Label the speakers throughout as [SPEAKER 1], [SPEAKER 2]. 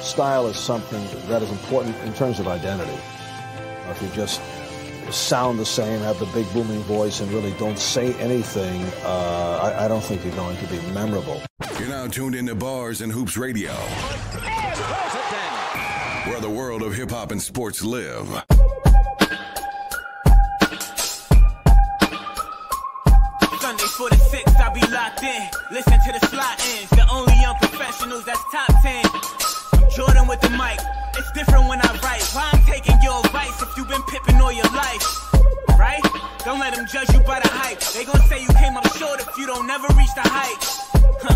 [SPEAKER 1] style is something that is important in terms of identity. If you just sound the same, have the big booming voice, and really don't say anything, uh, I, I don't think you're going to be memorable.
[SPEAKER 2] You're now tuned into Bars and Hoops Radio, where the world of hip hop and sports live.
[SPEAKER 3] Sunday 46, I be locked in. Listen to the slot ends, the only young professionals that's top 10. I'm Jordan with the mic, it's different when I write. Why I'm taking your advice if you've been pipping all your life, right? Don't let them judge you by the hype. They gon' say you came up short if you don't never reach the height. Huh.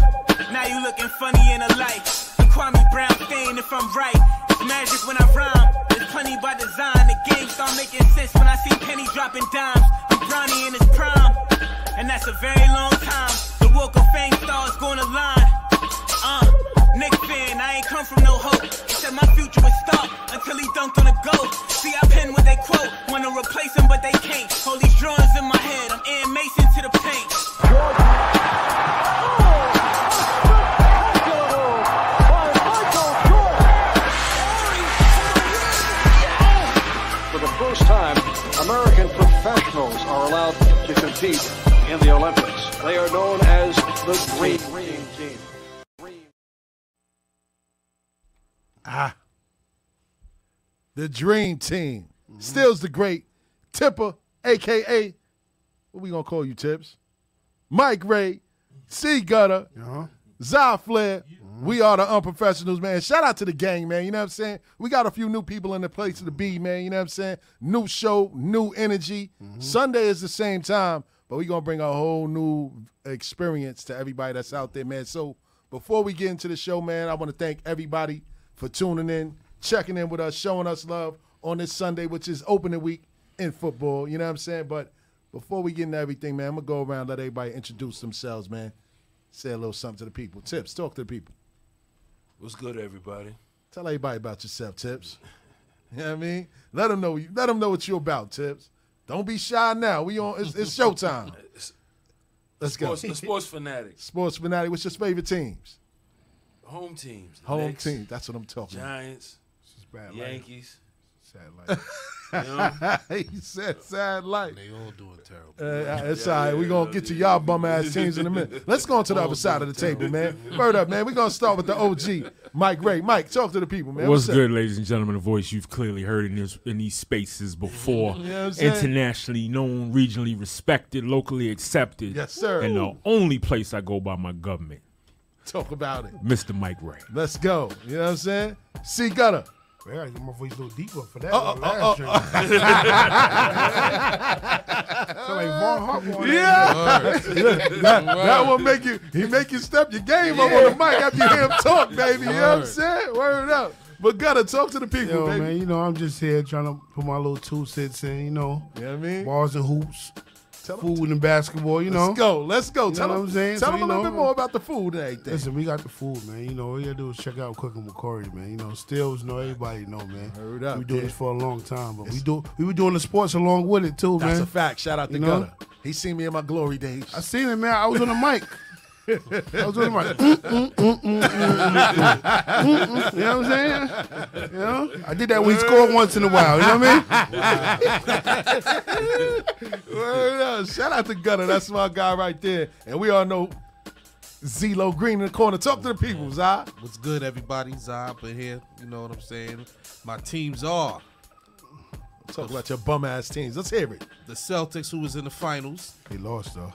[SPEAKER 3] Now you looking funny in the light. The Kwame Brown thing, if I'm right. It's magic when I rhyme. There's plenty by design. The game start making sense when I see Penny dropping dimes. I'm Bronny in his prime. And that's a very long time. The Walk of Fame stars gonna line. Uh, Nick fan, I ain't come from no hope. Except my future was stuck until he dunked on a goat. See, I pin what they quote. Wanna replace him, but they can't. Hold these drawings in my head. I'm Ann Mason to the paint.
[SPEAKER 4] For the first time, American professionals are allowed to compete in the Olympics. They are known as the Green Green Team.
[SPEAKER 5] Ah. The dream team. Still's the great Tipper, aka what we gonna call you Tips? Mike Ray, C Gutter, Zy Flair. We are the unprofessionals, man. Shout out to the gang, man. You know what I'm saying? We got a few new people in the place to be, man. You know what I'm saying? New show, new energy. Sunday is the same time, but we gonna bring a whole new experience to everybody that's out there, man. So before we get into the show, man, I want to thank everybody for tuning in, checking in with us, showing us love on this Sunday, which is opening week in football. You know what I'm saying? But before we get into everything, man, I'm gonna go around let everybody introduce themselves, man. Say a little something to the people. Tips, talk to the people.
[SPEAKER 6] What's good, everybody?
[SPEAKER 5] Tell everybody about yourself, Tips. You know what I mean? Let them know you. Let them know what you're about, Tips. Don't be shy now. We on. It's, it's showtime. Let's go.
[SPEAKER 6] Sports, the sports fanatics,
[SPEAKER 5] Sports fanatic. What's your favorite teams?
[SPEAKER 6] home teams,
[SPEAKER 5] Home
[SPEAKER 6] Knicks,
[SPEAKER 5] team. That's what I'm talking. about.
[SPEAKER 6] Giants,
[SPEAKER 7] Bad life.
[SPEAKER 6] Yankees.
[SPEAKER 7] Sad life.
[SPEAKER 6] You know?
[SPEAKER 5] he said, "Sad life."
[SPEAKER 7] They all doing terrible.
[SPEAKER 5] Uh, it's all right. We're going to get to y'all bum ass teams in a minute. Let's go on to the other side of the table, man. Word up, man. We're going to start with the OG, Mike Ray. Mike, talk to the people, man.
[SPEAKER 8] What's
[SPEAKER 5] up?
[SPEAKER 8] good, ladies and gentlemen? A voice you've clearly heard in this in these spaces before.
[SPEAKER 5] know what I'm saying?
[SPEAKER 8] Internationally known, regionally respected, locally accepted.
[SPEAKER 5] Yes, sir.
[SPEAKER 8] And the only place I go by my government,
[SPEAKER 5] Talk about it.
[SPEAKER 8] Mr. Mike Ray.
[SPEAKER 5] Let's go. You know what I'm saying? C Gutter.
[SPEAKER 7] Man, I gotta get my voice a little deeper for that.
[SPEAKER 5] Uh,
[SPEAKER 7] one.
[SPEAKER 5] uh, uh,
[SPEAKER 7] Last
[SPEAKER 5] uh,
[SPEAKER 7] track. Sound like Von Harper on
[SPEAKER 5] Yeah.
[SPEAKER 7] that. Yeah.
[SPEAKER 5] That, that will make you, he make you step your game up on the mic after you hear him talk, baby. You know what I'm
[SPEAKER 7] Word.
[SPEAKER 5] saying? Word up. But Gutter, talk to the people,
[SPEAKER 7] Yo,
[SPEAKER 5] baby.
[SPEAKER 7] man, you know, I'm just here trying to put my little two cents in, you know.
[SPEAKER 5] You know what I mean?
[SPEAKER 7] Bars and hoops,
[SPEAKER 5] Tell 'em-
[SPEAKER 7] food and basketball, you know.
[SPEAKER 5] Let's go. Let's go.
[SPEAKER 7] know
[SPEAKER 5] tell
[SPEAKER 7] what
[SPEAKER 5] him,
[SPEAKER 7] I'm saying?
[SPEAKER 5] Tell
[SPEAKER 7] So,
[SPEAKER 5] him a
[SPEAKER 7] you
[SPEAKER 5] little
[SPEAKER 7] know,
[SPEAKER 5] bit more about the food and everything.
[SPEAKER 7] Listen, we got the food, man. You know, all you gotta do is check out Cooking with Corey, man. You know, Stills know everybody know, man.
[SPEAKER 5] Heard up,
[SPEAKER 7] we doing
[SPEAKER 5] yeah.
[SPEAKER 7] this for a long time, but we do we were doing the sports along with it too,
[SPEAKER 5] That's
[SPEAKER 7] man.
[SPEAKER 5] a fact. Shout out to
[SPEAKER 7] You know?
[SPEAKER 5] Gunner. He seen me in my glory days.
[SPEAKER 7] I seen it, man. I was on the mic. I was on the mic. Mm, mm, mm, mm, mm, mm, mm, mm. You know what I'm saying? You know? I did that. We score once in a while. You know what I mean?
[SPEAKER 5] Word up. Shout out to Gunner. That's my guy right there. And we all know Zelo Green in the corner. Talk to the people, Zai.
[SPEAKER 9] What's good, everybody? Zai up in here. You know what I'm saying? My teams are
[SPEAKER 5] Talk about your bum ass teams. Let's hear it.
[SPEAKER 9] the Celtics, who was in the finals.
[SPEAKER 7] They lost though.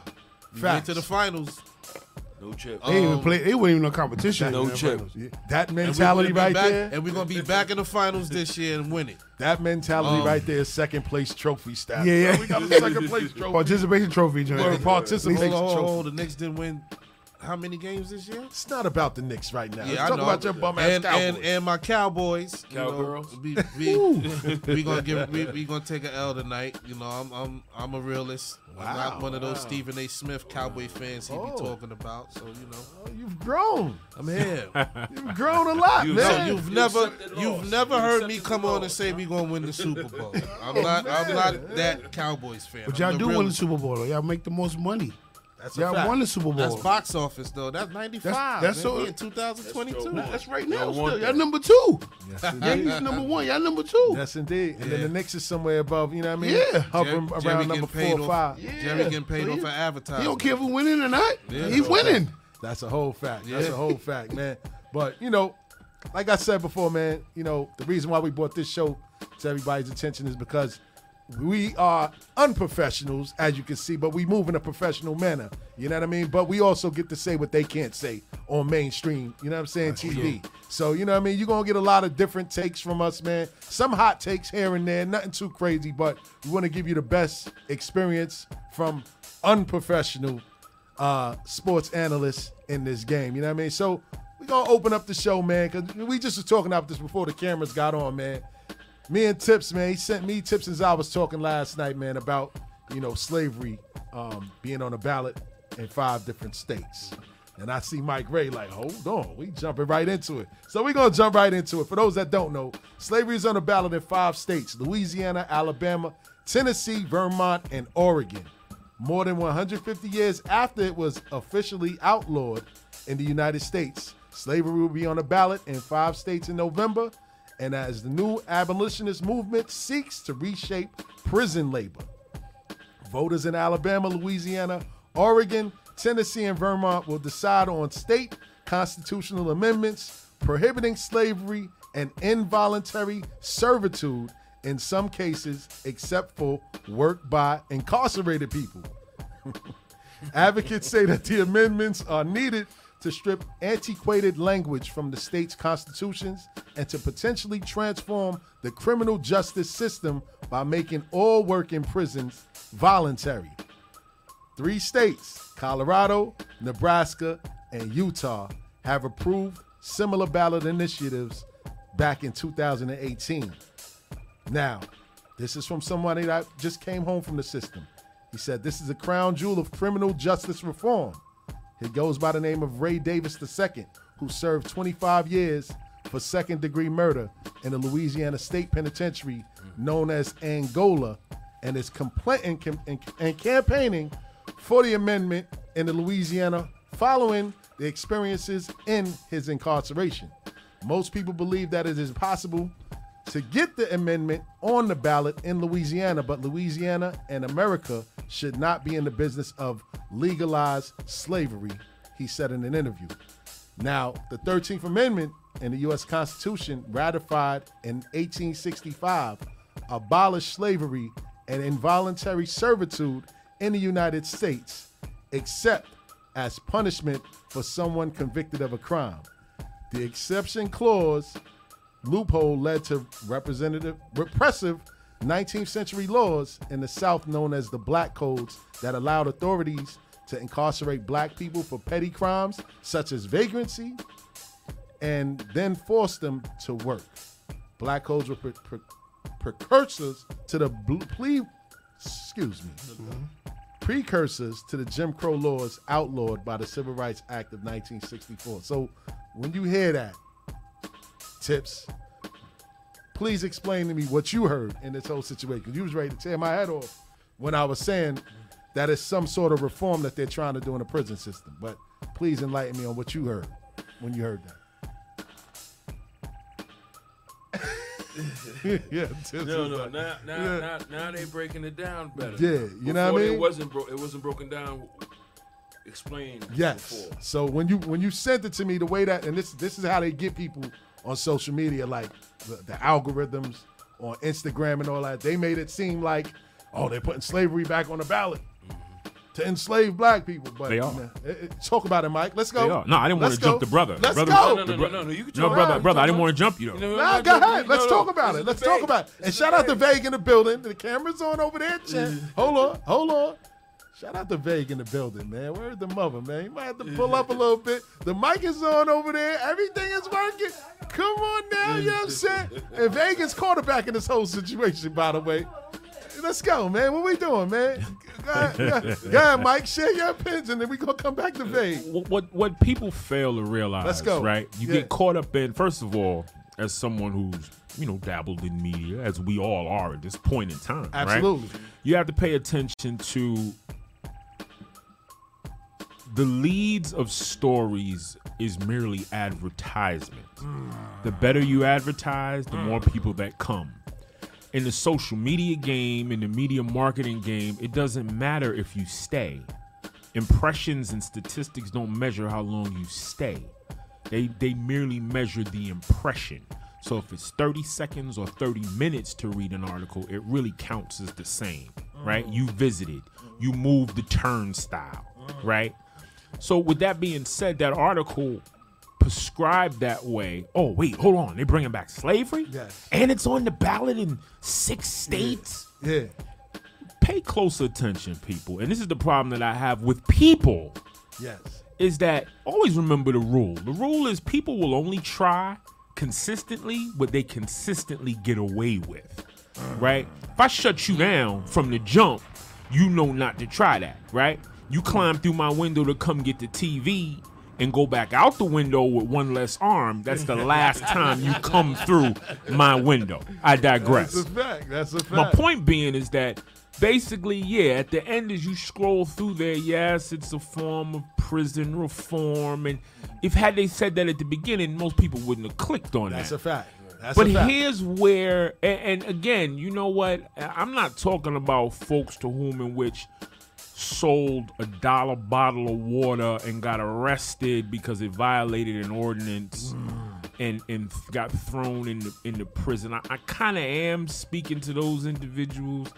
[SPEAKER 9] We
[SPEAKER 5] Facts.
[SPEAKER 9] went to the finals. Um,
[SPEAKER 6] No chip.
[SPEAKER 7] They didn't even play. They weren't even no competition.
[SPEAKER 6] No
[SPEAKER 7] in the
[SPEAKER 6] chip.
[SPEAKER 7] finals.
[SPEAKER 5] That
[SPEAKER 9] And we're gonna
[SPEAKER 5] mentality
[SPEAKER 9] be
[SPEAKER 5] right
[SPEAKER 9] back-
[SPEAKER 5] there.
[SPEAKER 9] And we're going to be back in the finals this year and win it.
[SPEAKER 5] That mentality
[SPEAKER 9] Um,
[SPEAKER 5] right there is second place trophy status.
[SPEAKER 7] Yeah, yeah.
[SPEAKER 5] We got a second place trophy.
[SPEAKER 7] Participation trophy, Johnny.
[SPEAKER 5] Word, participation
[SPEAKER 9] Hold on, hold on,
[SPEAKER 5] trophy.
[SPEAKER 9] hold on. The Knicks didn't win how many games this year?
[SPEAKER 5] It's not about the Knicks right now. Let's
[SPEAKER 9] I
[SPEAKER 5] talk
[SPEAKER 9] know.
[SPEAKER 5] about your bum ass
[SPEAKER 9] and,
[SPEAKER 5] Cowboys.
[SPEAKER 9] and and my Cowboys. you know,
[SPEAKER 6] Cowgirls.
[SPEAKER 9] we, we, we gonna give we, we gonna take an L tonight. You know, I'm I'm I'm a realist. I'm
[SPEAKER 5] Wow.
[SPEAKER 9] not one of those Stephen A. Smith Cowboy fans he
[SPEAKER 5] Oh.
[SPEAKER 9] be talking about. So you know,
[SPEAKER 5] Oh, You've grown.
[SPEAKER 9] I'm here.
[SPEAKER 5] You've grown a lot,
[SPEAKER 6] You-
[SPEAKER 9] So
[SPEAKER 5] man.
[SPEAKER 9] you've never you've never heard me come on and say we gonna win the Super Bowl.
[SPEAKER 5] Oh,
[SPEAKER 9] I'm not I'm not that Cowboys fan.
[SPEAKER 7] But
[SPEAKER 9] I'm
[SPEAKER 7] y'all
[SPEAKER 9] the
[SPEAKER 7] do
[SPEAKER 9] real-
[SPEAKER 7] win the Super Bowl. Though. Y'all make the most money.
[SPEAKER 9] That's
[SPEAKER 7] Y'all
[SPEAKER 9] a fact.
[SPEAKER 7] won the Super Bowl.
[SPEAKER 9] That's box office though. That's ninety five.
[SPEAKER 7] that's
[SPEAKER 9] That's,
[SPEAKER 7] so-
[SPEAKER 9] so in two thousand twenty two.
[SPEAKER 7] That's right now.
[SPEAKER 6] Y'all want
[SPEAKER 7] Still.
[SPEAKER 6] that.
[SPEAKER 7] Y'all number two.
[SPEAKER 5] Yes,
[SPEAKER 7] Yankees number one. Y'all number two.
[SPEAKER 5] Yes, indeed. And then the
[SPEAKER 9] Yeah.
[SPEAKER 5] Knicks is somewhere above, you know what I mean?
[SPEAKER 7] Yeah.
[SPEAKER 5] Hovering around number four or five.
[SPEAKER 9] Jerry getting paid
[SPEAKER 7] So
[SPEAKER 9] off
[SPEAKER 7] he-
[SPEAKER 9] for advertising.
[SPEAKER 7] He don't care if we winning or not.
[SPEAKER 9] Yeah.
[SPEAKER 7] He's winning.
[SPEAKER 5] That's a whole fact. That's a whole fact, man. But you know, like I said before, man, you know, the reason why we brought this show to everybody's attention is because we are unprofessionals, as you can see, but we move in a professional manner. You know what I mean? But we also get to say what they can't say on mainstream, you know what I'm saying, TV. So, you know what I mean? You're going to get a lot of different takes from us, man. Some hot takes here and there, nothing too crazy, but we want to give you the best experience from unprofessional uh, sports analysts in this game. You know what I mean? So we're gonna open up the show, man, because we just was talking about this before the cameras got on, man. Me and Tips, man, he sent me Tips as I was talking last night, man, about you know slavery um, being on the ballot in five different states. And I see Mike Ray like, hold on, we jumping right into it. So we're gonna jump right into it. For those that don't know, slavery is on the ballot in five states: Louisiana, Alabama, Tennessee, Vermont, and Oregon more than 150 years after it was officially outlawed in the United States. Slavery will be on the ballot in five states in November, and as the new abolitionist movement seeks to reshape prison labor. Voters in Alabama, Louisiana, Oregon, Tennessee, and Vermont will decide on state constitutional amendments prohibiting slavery and involuntary servitude in some cases, except for work by incarcerated people. Advocates say that the amendments are needed to strip antiquated language from the state's constitutions and to potentially transform the criminal justice system by making all work in prisons voluntary. Three states, Colorado, Nebraska, and Utah, have approved similar ballot initiatives back in 2018. Now, this is from somebody that just came home from the system. He said, This is a crown jewel of criminal justice reform. He goes by the name of Ray Davis II, who served 25 years for second degree murder in the Louisiana State Penitentiary known as Angola and is compla- and, cam- and, and campaigning for the amendment in the Louisiana following the experiences in his incarceration. Most people believe that it is possible to get the amendment on the ballot in Louisiana, but Louisiana and America should not be in the business of legalized slavery, he said in an interview. Now, the 13th Amendment in the U.S. Constitution, ratified in 1865, abolished slavery and involuntary servitude in the United States, except as punishment for someone convicted of a crime. The exception clause loophole led to representative repressive 19th century laws in the South known as the Black Codes that allowed authorities to incarcerate black people for petty crimes such as vagrancy and then forced them to work. Black codes were pre- pre- precursors to the blue, ple- excuse me, precursors to the Jim Crow laws outlawed by the Civil Rights Act of 1964. So when you hear that, tips. Please explain to me what you heard in this whole situation. You was ready to tear my head off when I was saying that it's some sort of reform that they're trying to do in the prison system. But please enlighten me on what you heard when you heard that. yeah, tips.
[SPEAKER 6] No,
[SPEAKER 5] was
[SPEAKER 6] no.
[SPEAKER 5] like-
[SPEAKER 6] Now, now, now, now they breaking it down better.
[SPEAKER 5] Yeah, you know what I
[SPEAKER 6] Before
[SPEAKER 5] mean?
[SPEAKER 6] It wasn't bro- It wasn't broken down. Explained.
[SPEAKER 5] Yes.
[SPEAKER 6] Before.
[SPEAKER 5] So when you when you sent it to me, the way that and this this is how they get people on social media, like the, the algorithms on Instagram and all that. They made it seem like, oh, they're putting slavery back on the ballot to enslave black people. But
[SPEAKER 8] They are.
[SPEAKER 5] you know, it- it- talk about it, Mike. Let's go.
[SPEAKER 8] They are. No, I didn't want
[SPEAKER 5] Let's
[SPEAKER 8] to
[SPEAKER 5] go.
[SPEAKER 8] jump the brother.
[SPEAKER 5] Let's
[SPEAKER 8] brother
[SPEAKER 5] go.
[SPEAKER 6] No, no,
[SPEAKER 8] the
[SPEAKER 6] no,
[SPEAKER 8] bro-
[SPEAKER 6] no, no. You can
[SPEAKER 8] No,
[SPEAKER 6] jump
[SPEAKER 8] brother,
[SPEAKER 6] around.
[SPEAKER 8] brother, I didn't want to jump you though.
[SPEAKER 6] You know,
[SPEAKER 5] Nah,
[SPEAKER 6] I'm
[SPEAKER 5] go
[SPEAKER 6] not joking.
[SPEAKER 5] ahead.
[SPEAKER 6] No,
[SPEAKER 5] Let's
[SPEAKER 6] no,
[SPEAKER 5] talk about
[SPEAKER 6] it's
[SPEAKER 5] it.
[SPEAKER 6] a
[SPEAKER 5] Let's talk
[SPEAKER 6] debate.
[SPEAKER 5] about it. And
[SPEAKER 6] It's a
[SPEAKER 5] shout out to
[SPEAKER 6] debate.
[SPEAKER 5] Vague in the building. The camera's on over there. Chat. Hold on, hold on. Shout out to Vague in the building, man. Where's the mother, man? You might have to pull up a little bit. The mic is on over there. Everything is working. Come on now, you know what I'm saying? And Vague is quarterback in this whole situation, by the way. Let's go, man. What we doing, man? Go ahead, go ahead. Go ahead, Mike. Share your opinions, and then we gonna come back to Vague.
[SPEAKER 8] what what, what people fail to realize,
[SPEAKER 5] Let's go.
[SPEAKER 8] right? You
[SPEAKER 5] Yeah.
[SPEAKER 8] get caught up in first of all, as someone who's you know dabbled in media, as we all are at this point in time, right?
[SPEAKER 5] Absolutely.
[SPEAKER 8] You have to pay attention to the leads of stories is merely advertisement. The better you advertise, the more people that come. In the social media game, in the media marketing game, it doesn't matter if you stay. Impressions and statistics don't measure how long you stay. They they merely measure the impression. So if it's 30 seconds or 30 minutes to read an article, it really counts as the same, right? You visited, you moved the turnstile, right? So with that being said, that article prescribed that way. Oh wait, hold on, they're bringing back slavery,
[SPEAKER 5] Yes.
[SPEAKER 8] and it's on the ballot in six states.
[SPEAKER 5] Yeah.
[SPEAKER 8] Pay close attention, people, and this is the problem that I have with people
[SPEAKER 5] Yes.
[SPEAKER 8] is that always remember the rule. The rule is people will only try consistently what they consistently get away with, right? If I shut you down from the jump, you know not to try that, right? You climb through my window to come get the TV and go back out the window with one less arm. That's the last time you come through my window. I digress.
[SPEAKER 5] That's a fact. That's a fact.
[SPEAKER 8] My point being is that basically, yeah, at the end, as you scroll through there, yes, it's a form of prison reform. And if had they said that at the beginning, most people wouldn't have clicked on
[SPEAKER 5] That's
[SPEAKER 8] that.
[SPEAKER 5] a fact. That's
[SPEAKER 8] but
[SPEAKER 5] a fact.
[SPEAKER 8] here's where, a- and, and again, you know what? I- I'm not talking about folks to whom in which sold a dollar bottle of water and got arrested because it violated an ordinance and and th- got thrown in the, in the prison. I, I kind of am speaking to those individuals,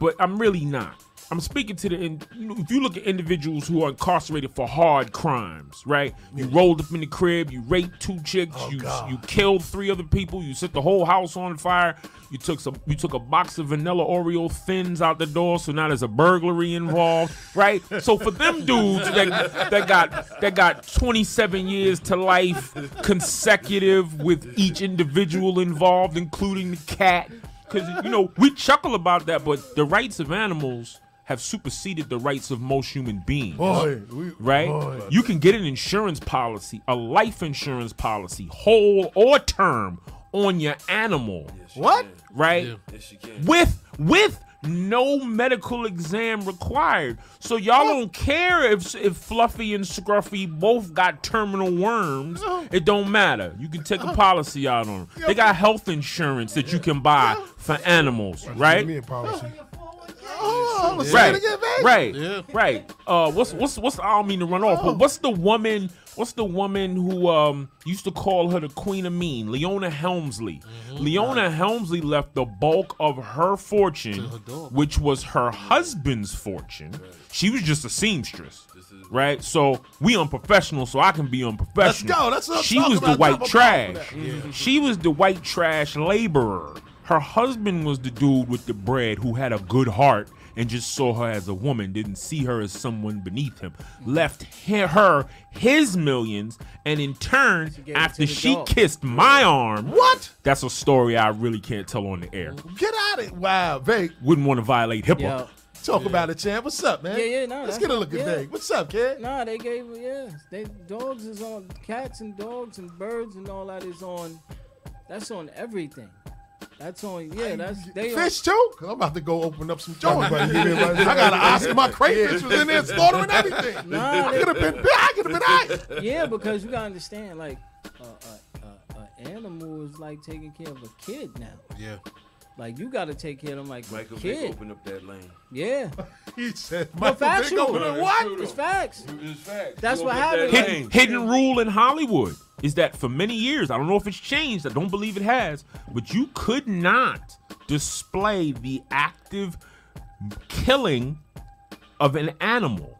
[SPEAKER 8] but I'm really not. I'm speaking to the in, you know, if you look at individuals who are incarcerated for hard crimes, right? You rolled up in the crib, you raped two chicks, you you killed three other people, you set the whole house on fire, you took some you took a box of vanilla Oreo thins out the door, so now there's a burglary involved, right? So for them dudes that that got that got 27 years to life consecutive with each individual involved, including the cat, because you know we chuckle about that, but the rights of animals have superseded the rights of most human beings
[SPEAKER 5] Boy, we,
[SPEAKER 8] right?
[SPEAKER 5] Boy.
[SPEAKER 8] You can get an insurance policy, a life insurance policy, whole or term, on your animal,
[SPEAKER 5] What?
[SPEAKER 8] right?
[SPEAKER 6] Yes, you can.
[SPEAKER 8] With with no medical exam required. So y'all don't care if if Fluffy and Scruffy both got terminal worms. It don't matter. You can take a policy out on them. They got health insurance that you can buy for animals, right?
[SPEAKER 7] Me a policy.
[SPEAKER 5] Oh, I was saying
[SPEAKER 8] right,
[SPEAKER 5] it again, baby.
[SPEAKER 8] right,
[SPEAKER 9] Yeah.
[SPEAKER 8] right. Uh, what's what's what's? I don't mean to run off,
[SPEAKER 5] Oh.
[SPEAKER 8] but what's the woman? What's the woman who um used to call her the Queen of Mean? Leona Helmsley.
[SPEAKER 9] Mm-hmm.
[SPEAKER 8] Leona Helmsley left the bulk of her fortune,
[SPEAKER 9] her dog.
[SPEAKER 8] which was her husband's fortune. She was just a seamstress. Right, so we unprofessional, so I can be unprofessional.
[SPEAKER 5] go, that's what I'm
[SPEAKER 8] she
[SPEAKER 5] talking
[SPEAKER 8] was the
[SPEAKER 5] about,
[SPEAKER 8] white
[SPEAKER 5] double
[SPEAKER 8] trash. She was the white trash laborer. Her husband was the dude with the bread who had a good heart and just saw her as a woman, didn't see her as someone beneath him. Left he- her his millions, and in turn,
[SPEAKER 10] gave it to the
[SPEAKER 8] after she
[SPEAKER 10] dog.
[SPEAKER 8] kissed my arm,
[SPEAKER 5] What?
[SPEAKER 8] That's a story I really can't tell on the air.
[SPEAKER 5] Get out of it. Wow, Vague.
[SPEAKER 8] Wouldn't want to violate HIPAA.
[SPEAKER 10] Yeah.
[SPEAKER 5] Talk about it, champ. What's up, man?
[SPEAKER 10] Yeah, yeah, no, that's-
[SPEAKER 5] Let's get a look at
[SPEAKER 10] yeah.
[SPEAKER 5] Vague. What's up, kid?
[SPEAKER 10] Nah, they gave yeah. They dogs is on cats and dogs and birds and all that is on. That's on everything. That's on yeah. That's they on,
[SPEAKER 5] Fish too? Cause I'm about to go open up some joints.
[SPEAKER 7] Everybody give me
[SPEAKER 5] I
[SPEAKER 7] advice.
[SPEAKER 5] got an Oscar. My crayfish was in there slaughtering everything.
[SPEAKER 10] Nah,
[SPEAKER 5] I
[SPEAKER 10] they-
[SPEAKER 5] could have been. I could have been. I.
[SPEAKER 10] yeah, because you gotta understand like a a, a, a animal is like taking care of a kid now.
[SPEAKER 9] Yeah.
[SPEAKER 10] Like you gotta take care of them like
[SPEAKER 6] Michael
[SPEAKER 10] a
[SPEAKER 6] Vick
[SPEAKER 10] kid.
[SPEAKER 6] opened up that lane.
[SPEAKER 10] Yeah,
[SPEAKER 5] He said,
[SPEAKER 10] no,
[SPEAKER 5] Michael Vick
[SPEAKER 10] factual.
[SPEAKER 5] opened up-
[SPEAKER 10] What? It's facts.
[SPEAKER 6] It's facts.
[SPEAKER 10] That's
[SPEAKER 6] He
[SPEAKER 10] what
[SPEAKER 6] opened up that
[SPEAKER 10] happened.
[SPEAKER 6] lane.
[SPEAKER 8] Hidden, hidden rule in Hollywood is that for many years, I don't know if it's changed, I don't believe it has, but you could not display the active killing of an animal.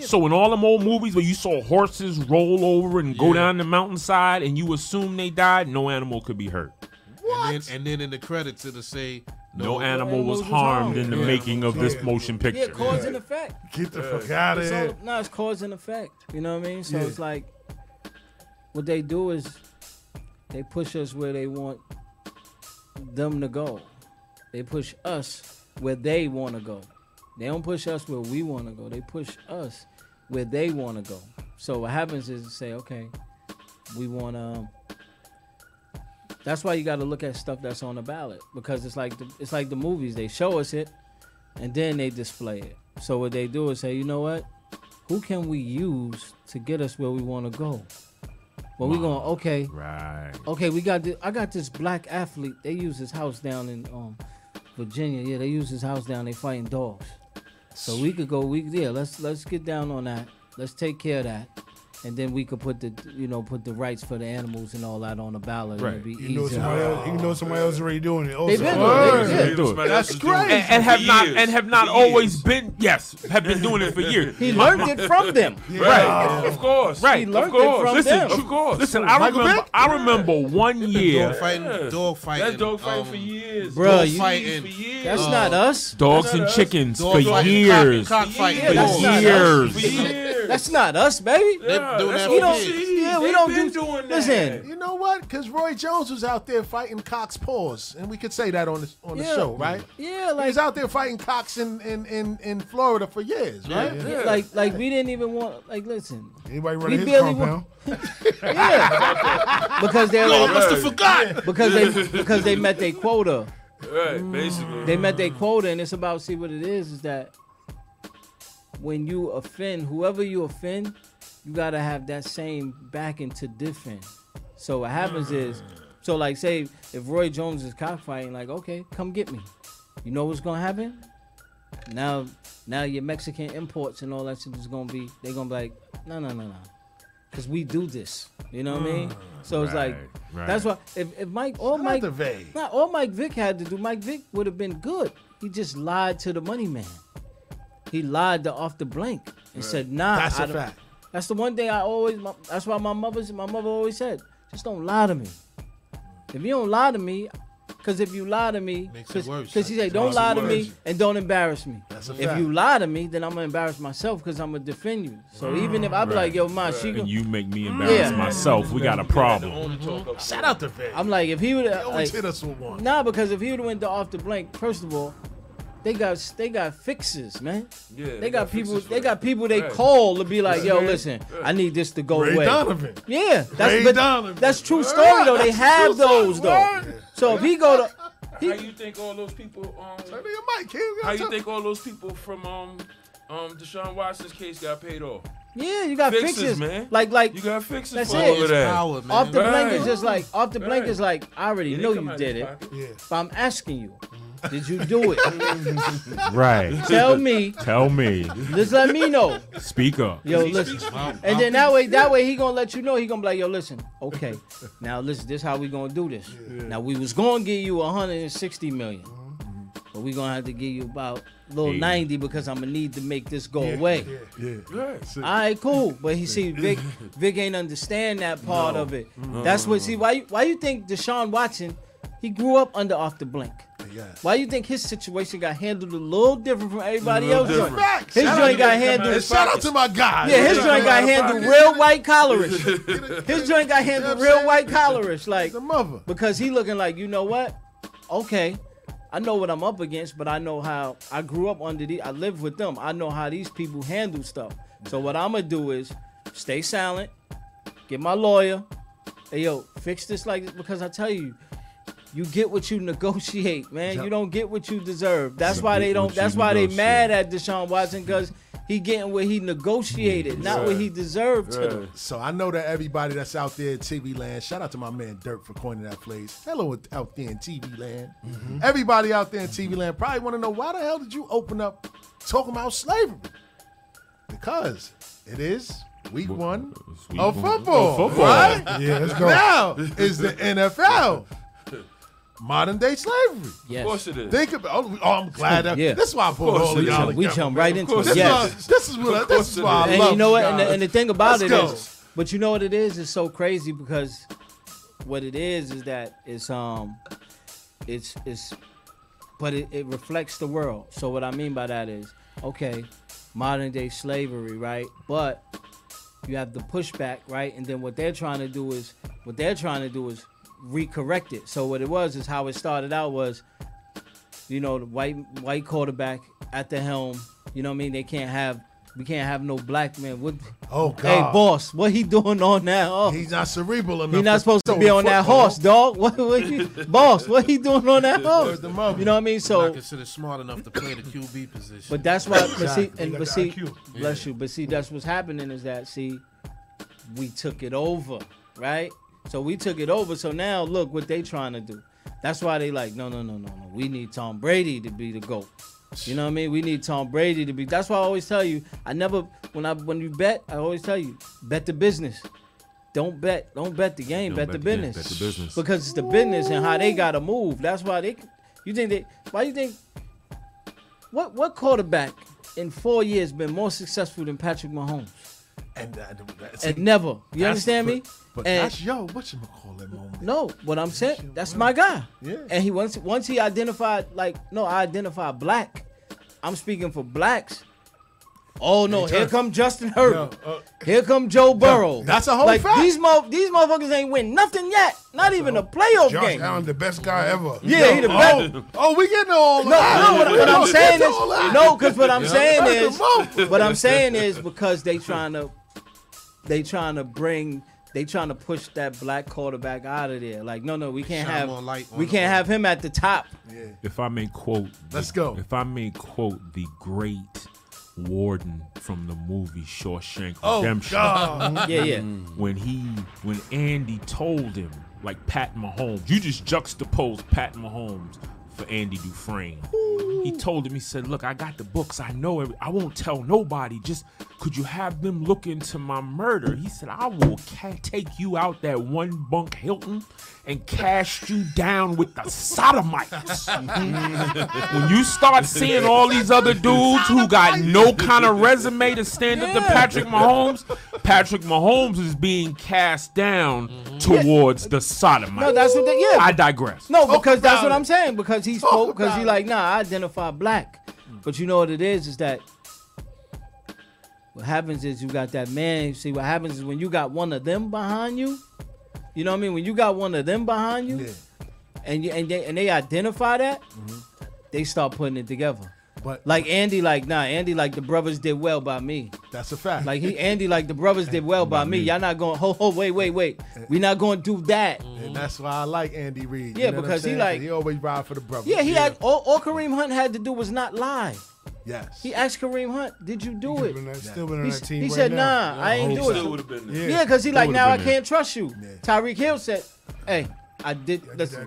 [SPEAKER 8] So in all them old movies where you saw horses roll over and go down the mountainside and you assume they died, no animal could be hurt.
[SPEAKER 9] And then, and then in the credits it'll say
[SPEAKER 8] No, animal
[SPEAKER 10] animals
[SPEAKER 8] was
[SPEAKER 10] was harmed.
[SPEAKER 8] harmed in the making of this motion
[SPEAKER 10] Yeah,
[SPEAKER 8] picture.
[SPEAKER 10] cause and effect.
[SPEAKER 5] Get the fuck out of
[SPEAKER 10] It's
[SPEAKER 5] here.
[SPEAKER 10] all, no, it's cause and effect. You know what I mean? So it's like what they do is they push us where they want them to go. They push us where they want to go. They don't push us where we want to go. They push us where they want to go. So what happens is say, okay, we um, want to. That's why you got to look at stuff that's on the ballot because it's like the, it's like the movies. They show us it, and then they display it. So what they do is say, you know what? who can we use to get us where we want to go? Well, we're going okay.
[SPEAKER 8] Right.
[SPEAKER 10] Okay, we got this, I got this black athlete. They use his house down in um, Virginia. Yeah, they use his house down. They fighting dogs. So we could go. We yeah. Let's let's get down on that. Let's take care of that, and then we could put the you know put the rights for the animals and all that on the ballot. and
[SPEAKER 8] Right.
[SPEAKER 10] It'd be
[SPEAKER 7] You know
[SPEAKER 10] easier.
[SPEAKER 7] somebody else. You know somebody else already doing it. Oh, Also.
[SPEAKER 10] They've been doing it.
[SPEAKER 8] They do it.
[SPEAKER 7] That's great.
[SPEAKER 8] And, and have
[SPEAKER 6] For
[SPEAKER 8] not
[SPEAKER 6] years.
[SPEAKER 8] and have not
[SPEAKER 6] For
[SPEAKER 8] always been yes have been doing it for years.
[SPEAKER 10] He learned it from them.
[SPEAKER 8] Right, of course. Right,
[SPEAKER 10] He learned
[SPEAKER 8] of
[SPEAKER 10] it
[SPEAKER 8] course.
[SPEAKER 10] from
[SPEAKER 8] listen,
[SPEAKER 10] them.
[SPEAKER 8] of course. Listen, I
[SPEAKER 7] Michael
[SPEAKER 8] remember.
[SPEAKER 7] Vick?
[SPEAKER 8] I remember one year.
[SPEAKER 9] Dog fighting, dog fighting.
[SPEAKER 6] That dog fighting
[SPEAKER 9] um,
[SPEAKER 6] for years.
[SPEAKER 10] Bruh,
[SPEAKER 9] dog
[SPEAKER 10] you-
[SPEAKER 9] fighting.
[SPEAKER 6] for years.
[SPEAKER 10] That's not us.
[SPEAKER 8] Dogs and chickens
[SPEAKER 9] Dog
[SPEAKER 8] for
[SPEAKER 9] fighting,
[SPEAKER 8] years.
[SPEAKER 9] Cock, cock fighting.
[SPEAKER 10] Yeah, that's
[SPEAKER 9] for
[SPEAKER 10] not-
[SPEAKER 9] years.
[SPEAKER 8] years.
[SPEAKER 6] For years.
[SPEAKER 10] That's not us, baby.
[SPEAKER 9] They doing
[SPEAKER 6] that's
[SPEAKER 9] that
[SPEAKER 10] We
[SPEAKER 9] for
[SPEAKER 10] don't.
[SPEAKER 9] years.
[SPEAKER 10] Yeah, we
[SPEAKER 6] They've
[SPEAKER 10] don't
[SPEAKER 6] been
[SPEAKER 10] do.
[SPEAKER 6] doing that.
[SPEAKER 10] Listen,
[SPEAKER 5] You know what? Because Roy Jones was out there fighting Cox paws, and we could say that on this on
[SPEAKER 10] Yeah.
[SPEAKER 5] the show, right?
[SPEAKER 10] yeah,
[SPEAKER 5] He
[SPEAKER 10] like
[SPEAKER 5] was out there fighting Cox in in in, in Florida for years, right?
[SPEAKER 10] Yeah, Like, like we didn't even want. Like, listen.
[SPEAKER 7] Anybody
[SPEAKER 10] We
[SPEAKER 7] running his
[SPEAKER 10] barely
[SPEAKER 7] compound?
[SPEAKER 10] Yeah. because they
[SPEAKER 9] I must have forgot.
[SPEAKER 10] because they because they met their quota.
[SPEAKER 6] Right, basically.
[SPEAKER 10] They met their quota, and it's about see what it is is that when you offend whoever you offend, you gotta have that same backing to defend. So what happens is, so like say if Roy Jones is cockfighting, like okay, come get me. You know what's gonna happen? Now, now your Mexican imports and all that shit is gonna be. They're gonna be like, no, no, no, no, because we do this. You know what I mean? So it's like
[SPEAKER 8] Mm, Right, right.
[SPEAKER 10] that's why if, if Mike all
[SPEAKER 5] Not
[SPEAKER 10] Mike
[SPEAKER 5] the vague.
[SPEAKER 10] not all Mike Vick had to do. Mike Vick would have been good. He just lied to the money man. He lied to off the blank and said, "Nah,
[SPEAKER 5] That's
[SPEAKER 10] I
[SPEAKER 5] a
[SPEAKER 10] don't-
[SPEAKER 5] fact.
[SPEAKER 10] That's the one thing I always. my- That's why my mother's my mother always said, just don't lie to me. If you don't lie to me, because if you lie to me,
[SPEAKER 9] Makes it worse.
[SPEAKER 10] because she said,
[SPEAKER 9] Makes
[SPEAKER 10] don't
[SPEAKER 9] it
[SPEAKER 10] lie to
[SPEAKER 9] worse.
[SPEAKER 10] me and don't embarrass me.
[SPEAKER 5] That's a
[SPEAKER 10] if
[SPEAKER 5] fact.
[SPEAKER 10] you lie to me, then I'm gonna embarrass myself because I'm gonna defend you. So even if I be like, yo, ma, she,
[SPEAKER 8] And
[SPEAKER 10] gon-
[SPEAKER 8] you make me
[SPEAKER 10] Yeah.
[SPEAKER 8] embarrass myself. We got a problem.
[SPEAKER 6] Only talk up.
[SPEAKER 5] Mm-hmm. Shout out to Veg.
[SPEAKER 10] I'm like, if he would,
[SPEAKER 5] They always
[SPEAKER 10] like,
[SPEAKER 5] hit us with one.
[SPEAKER 10] Nah, because if he would have went to off the blank, first of all, they got they got fixes, man.
[SPEAKER 6] Yeah,
[SPEAKER 10] they,
[SPEAKER 6] they
[SPEAKER 10] got,
[SPEAKER 6] got
[SPEAKER 10] people.
[SPEAKER 6] fixes for
[SPEAKER 10] They
[SPEAKER 6] that.
[SPEAKER 10] got people they
[SPEAKER 6] Right.
[SPEAKER 10] call to be like, yo, listen, I need this to go
[SPEAKER 5] Ray
[SPEAKER 10] away.
[SPEAKER 5] Donovan.
[SPEAKER 10] Yeah, that's
[SPEAKER 5] Ray
[SPEAKER 10] but
[SPEAKER 5] Donovan.
[SPEAKER 10] that's true
[SPEAKER 5] Word,
[SPEAKER 10] story though. They
[SPEAKER 5] that's a
[SPEAKER 10] have
[SPEAKER 5] true story.
[SPEAKER 10] those though.
[SPEAKER 5] Word.
[SPEAKER 10] So if he go to,
[SPEAKER 6] How
[SPEAKER 10] he,
[SPEAKER 6] you think all those people? Um,
[SPEAKER 5] That nigga Mike, he was
[SPEAKER 6] how you
[SPEAKER 5] out there-
[SPEAKER 6] think all those people from um, um, Deshaun Watson's case got paid off?
[SPEAKER 10] yeah, you got
[SPEAKER 6] Fixes,
[SPEAKER 10] fixes,
[SPEAKER 6] man.
[SPEAKER 10] Like like
[SPEAKER 6] You got fixes
[SPEAKER 10] That's
[SPEAKER 6] for
[SPEAKER 10] it.
[SPEAKER 6] all
[SPEAKER 9] It's
[SPEAKER 6] of that.
[SPEAKER 9] power, man.
[SPEAKER 10] off the
[SPEAKER 6] Right.
[SPEAKER 10] blank is just like off the blank
[SPEAKER 6] Right.
[SPEAKER 10] is like I already
[SPEAKER 6] Yeah, they
[SPEAKER 10] know
[SPEAKER 6] come
[SPEAKER 10] you
[SPEAKER 6] out
[SPEAKER 10] did
[SPEAKER 6] his
[SPEAKER 10] it,
[SPEAKER 6] pocket.
[SPEAKER 10] but I'm asking you,
[SPEAKER 9] Mm-hmm.
[SPEAKER 10] did you do it?
[SPEAKER 8] Right.
[SPEAKER 10] Tell me,
[SPEAKER 8] Tell me.
[SPEAKER 10] just let me know.
[SPEAKER 8] Speak up.
[SPEAKER 10] Yo, listen. And then that way, that way he gonna let you know. He gonna be like, yo, listen, okay, now listen, this how we gonna do this. Now we was gonna give you 160 million,
[SPEAKER 9] Mm-hmm.
[SPEAKER 10] but we gonna have to give you about little
[SPEAKER 8] Eighty.
[SPEAKER 10] 90 because I'm gonna need to make this go away.
[SPEAKER 6] Right.
[SPEAKER 10] All right, cool. But he see Vic, Vic ain't understand that part of it.
[SPEAKER 5] Mm-hmm.
[SPEAKER 10] That's what see why you, why you think Deshaun Watson, he grew up under off the blink.
[SPEAKER 5] Yes.
[SPEAKER 10] Why you think his situation got handled a little different from everybody else? joint?
[SPEAKER 6] different.
[SPEAKER 5] Facts.
[SPEAKER 10] His
[SPEAKER 5] Shout out
[SPEAKER 10] joint
[SPEAKER 5] to
[SPEAKER 10] got
[SPEAKER 5] Veg.
[SPEAKER 10] handled.
[SPEAKER 5] And shout out to my guy.
[SPEAKER 10] Yeah, his
[SPEAKER 5] Yeah,
[SPEAKER 10] joint got
[SPEAKER 5] man.
[SPEAKER 10] handled real white collarish. His joint got handled real white collarish, like
[SPEAKER 5] The mother.
[SPEAKER 10] because he looking like you know what? Okay, I know what I'm up against, but I know how I grew up under the. I live with them. I know how these people handle stuff. So what I'm gonna do is stay silent, get my lawyer. Hey yo, fix this like this because I tell you. You get what you negotiate, man. You don't get what you deserve. That's why they
[SPEAKER 8] get
[SPEAKER 10] don't.
[SPEAKER 8] what you
[SPEAKER 10] That's why they
[SPEAKER 8] negotiate.
[SPEAKER 10] mad at Deshaun Watson because he getting what he negotiated, not what he deserved to.
[SPEAKER 6] Right.
[SPEAKER 5] So I know that everybody that's out there in TV land, shout out to my man Dirk for coining that phrase. Hello out there in TV land. Everybody out there in TV land probably want to know why the hell did you open up talking about slavery? Because it is week one
[SPEAKER 8] It's week
[SPEAKER 5] of
[SPEAKER 8] one.
[SPEAKER 5] football.
[SPEAKER 8] Of football.
[SPEAKER 5] Right?
[SPEAKER 7] Yeah, let's go.
[SPEAKER 5] Now is the NFL. Modern day slavery.
[SPEAKER 10] Yes.
[SPEAKER 6] Of course it is.
[SPEAKER 5] Think about oh, oh, I'm glad that
[SPEAKER 10] Yeah.
[SPEAKER 5] this is why I put
[SPEAKER 6] course
[SPEAKER 5] all of
[SPEAKER 6] it is.
[SPEAKER 5] y'all
[SPEAKER 10] we
[SPEAKER 5] together.
[SPEAKER 10] jump right into
[SPEAKER 6] course
[SPEAKER 10] it.
[SPEAKER 5] This,
[SPEAKER 6] it
[SPEAKER 10] Yes.
[SPEAKER 5] is, this is what I, this is why I
[SPEAKER 10] and
[SPEAKER 5] love
[SPEAKER 10] you know what? And the,
[SPEAKER 5] guys.
[SPEAKER 10] and the thing about
[SPEAKER 5] Let's
[SPEAKER 10] it
[SPEAKER 5] go.
[SPEAKER 10] is, but you know what it is? It's so crazy because what it is is that it's um, it's it's, but it, it reflects the world. So what I mean by that is, okay, modern day slavery, right? But you have the pushback, right? And then what they're trying to do is, what they're trying to do is recorrect it. So what it was is how it started out was you know, the white white quarterback at the helm. You know what I mean? They can't have We can't have no black man. What?
[SPEAKER 5] Oh
[SPEAKER 10] Hey
[SPEAKER 5] God.
[SPEAKER 10] boss, what he doing on that? Oh.
[SPEAKER 5] He's not cerebral enough.
[SPEAKER 10] He's not
[SPEAKER 5] to
[SPEAKER 10] supposed to
[SPEAKER 5] throw
[SPEAKER 10] be
[SPEAKER 5] the
[SPEAKER 10] on that
[SPEAKER 5] football.
[SPEAKER 10] horse, dog. What, what you, boss? What he doing on that horse? You know what I mean?
[SPEAKER 9] not
[SPEAKER 10] So,
[SPEAKER 9] considered smart enough to play the QB position.
[SPEAKER 10] but that's why. But see,
[SPEAKER 9] Exactly.
[SPEAKER 10] and
[SPEAKER 9] You
[SPEAKER 10] but
[SPEAKER 9] got
[SPEAKER 10] see,
[SPEAKER 9] the IQ.
[SPEAKER 10] bless you. But see, that's what's happening is that see, we took it over, right? So we took it over. So now look what they trying to do. That's why they like no, no, no, no, no. We need Tom Brady to be the goat. You know what I mean? We need Tom Brady to be. That's why I always tell you. I never when I when you bet, I always tell you bet the business. Don't bet. Don't bet the game.
[SPEAKER 11] Don't
[SPEAKER 10] Bet,
[SPEAKER 11] bet
[SPEAKER 10] the
[SPEAKER 11] the game,
[SPEAKER 10] business.
[SPEAKER 11] bet the business.
[SPEAKER 10] Because it's the business and how they gotta move. That's why they. You think they? Why you think? What what quarterback in four years been more successful than Patrick Mahomes?
[SPEAKER 5] And, uh, that's-
[SPEAKER 10] And never. You
[SPEAKER 5] that's-
[SPEAKER 10] understand
[SPEAKER 5] but-
[SPEAKER 10] me?
[SPEAKER 5] But
[SPEAKER 10] And-
[SPEAKER 5] that's yo, what you call that moment?
[SPEAKER 10] No, what I'm saying, that's my guy.
[SPEAKER 5] Yeah.
[SPEAKER 10] And he once once he identified like no, I identify black. I'm speaking for blacks. Oh no,
[SPEAKER 5] He
[SPEAKER 10] here
[SPEAKER 5] turned.
[SPEAKER 10] come Justin Herbert.
[SPEAKER 5] No, uh,
[SPEAKER 10] here come Joe Burrow.
[SPEAKER 7] that's a whole
[SPEAKER 10] like,
[SPEAKER 7] fact.
[SPEAKER 10] These mo- these motherfuckers ain't win nothing yet. Not even a playoff
[SPEAKER 7] Josh
[SPEAKER 10] game.
[SPEAKER 7] Allen, the best guy ever.
[SPEAKER 10] Yeah, he the best.
[SPEAKER 7] Oh, oh, we getting all
[SPEAKER 10] No, no, what, what I'm saying is no, because what I'm
[SPEAKER 7] Yeah.
[SPEAKER 10] saying
[SPEAKER 7] That's
[SPEAKER 10] is
[SPEAKER 7] the most.
[SPEAKER 10] what I'm saying is because they trying to they trying to bring they trying to push that black quarterback out of there. Like no, no, we can't
[SPEAKER 9] Shine
[SPEAKER 10] have
[SPEAKER 9] more light on
[SPEAKER 10] we
[SPEAKER 9] the
[SPEAKER 10] can't have him at the top.
[SPEAKER 8] If I may quote, let's go. If I may quote the great warden from the movie Shawshank
[SPEAKER 5] Oh,
[SPEAKER 8] Redemption.
[SPEAKER 5] God. Yeah, yeah.
[SPEAKER 8] Mm. When he,
[SPEAKER 10] Mm.
[SPEAKER 8] when Andy told him, like Pat Mahomes, you just juxtapose Pat Mahomes for Andy Dufresne. He told him, he said, "Look, I got the books. I know. Every, I won't tell nobody. Just could you have them look into my murder?" He said, "I will ca- take you out that one bunk Hilton and cast you down with the sodomites." when you start seeing all these other dudes who got no kind of resume to stand up to Patrick Mahomes, Patrick Mahomes is being cast down towards the sodomites.
[SPEAKER 10] Mm-hmm. No, that's what they- yeah.
[SPEAKER 8] I digress.
[SPEAKER 10] No, because that's what I'm saying. Because he spoke because he like, nah, I identify black. But you know what it is is that what happens is you got that man. See what happens is when you got one of them behind you. You know what I mean? When you got one of them behind you, and you, and they and they identify that, they start putting it together.
[SPEAKER 5] But-
[SPEAKER 10] like Andy, like nah, Andy, like the brothers did well by me.
[SPEAKER 5] That's a fact.
[SPEAKER 10] Like he, Andy, like the brothers did well by me. Y'all not going. Ho ho, wait, wait, wait. We not going to do that.
[SPEAKER 5] And that's why I like Andy Reid. you
[SPEAKER 10] Yeah,
[SPEAKER 5] know what I'm
[SPEAKER 10] because he
[SPEAKER 5] saying?
[SPEAKER 10] like-
[SPEAKER 5] he always ride for the brother.
[SPEAKER 10] Yeah, he had all, all Kareem Hunt had to do was not lie.
[SPEAKER 5] Yes.
[SPEAKER 10] He asked Kareem Hunt, "Did you do it?"
[SPEAKER 7] still been on
[SPEAKER 10] he
[SPEAKER 7] that
[SPEAKER 10] s-
[SPEAKER 7] team
[SPEAKER 10] he
[SPEAKER 7] right
[SPEAKER 10] said,
[SPEAKER 7] now.
[SPEAKER 10] "Nah, I
[SPEAKER 7] Yeah,
[SPEAKER 10] ain't
[SPEAKER 7] he
[SPEAKER 10] do
[SPEAKER 7] still
[SPEAKER 10] it."
[SPEAKER 7] would've been there.
[SPEAKER 10] yeah, because he
[SPEAKER 7] Still
[SPEAKER 10] like
[SPEAKER 7] would've
[SPEAKER 10] now I
[SPEAKER 7] been there.
[SPEAKER 10] can't trust you. Tyreek Hill said, "Hey, I did. listen,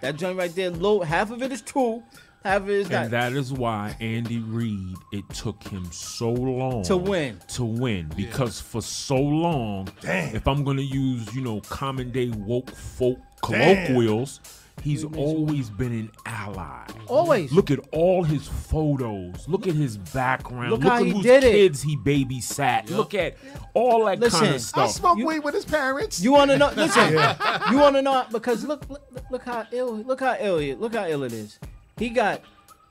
[SPEAKER 10] that joint, right there, low. Half of it is true, half of it is not."
[SPEAKER 8] And that is why Andy Reid, it took him so long
[SPEAKER 10] To win.
[SPEAKER 8] To win. Because for so long,
[SPEAKER 10] Damn.
[SPEAKER 8] if I'm gonna use, you know, common day woke folk
[SPEAKER 10] Damn.
[SPEAKER 8] colloquials, he's always been an ally.
[SPEAKER 10] Always.
[SPEAKER 8] Look at all his photos. Look at his background.
[SPEAKER 5] Look
[SPEAKER 8] Look,
[SPEAKER 5] how
[SPEAKER 8] at
[SPEAKER 5] he
[SPEAKER 8] whose
[SPEAKER 5] did it.
[SPEAKER 8] kids he babysat. Look at all that kind
[SPEAKER 10] Listen,
[SPEAKER 8] of stuff.
[SPEAKER 5] I smoke weed with his parents.
[SPEAKER 10] You want to know? Listen,
[SPEAKER 5] Yeah.
[SPEAKER 10] you want to know because look, look, look how ill, look how ill, he- look how ill it is. He got,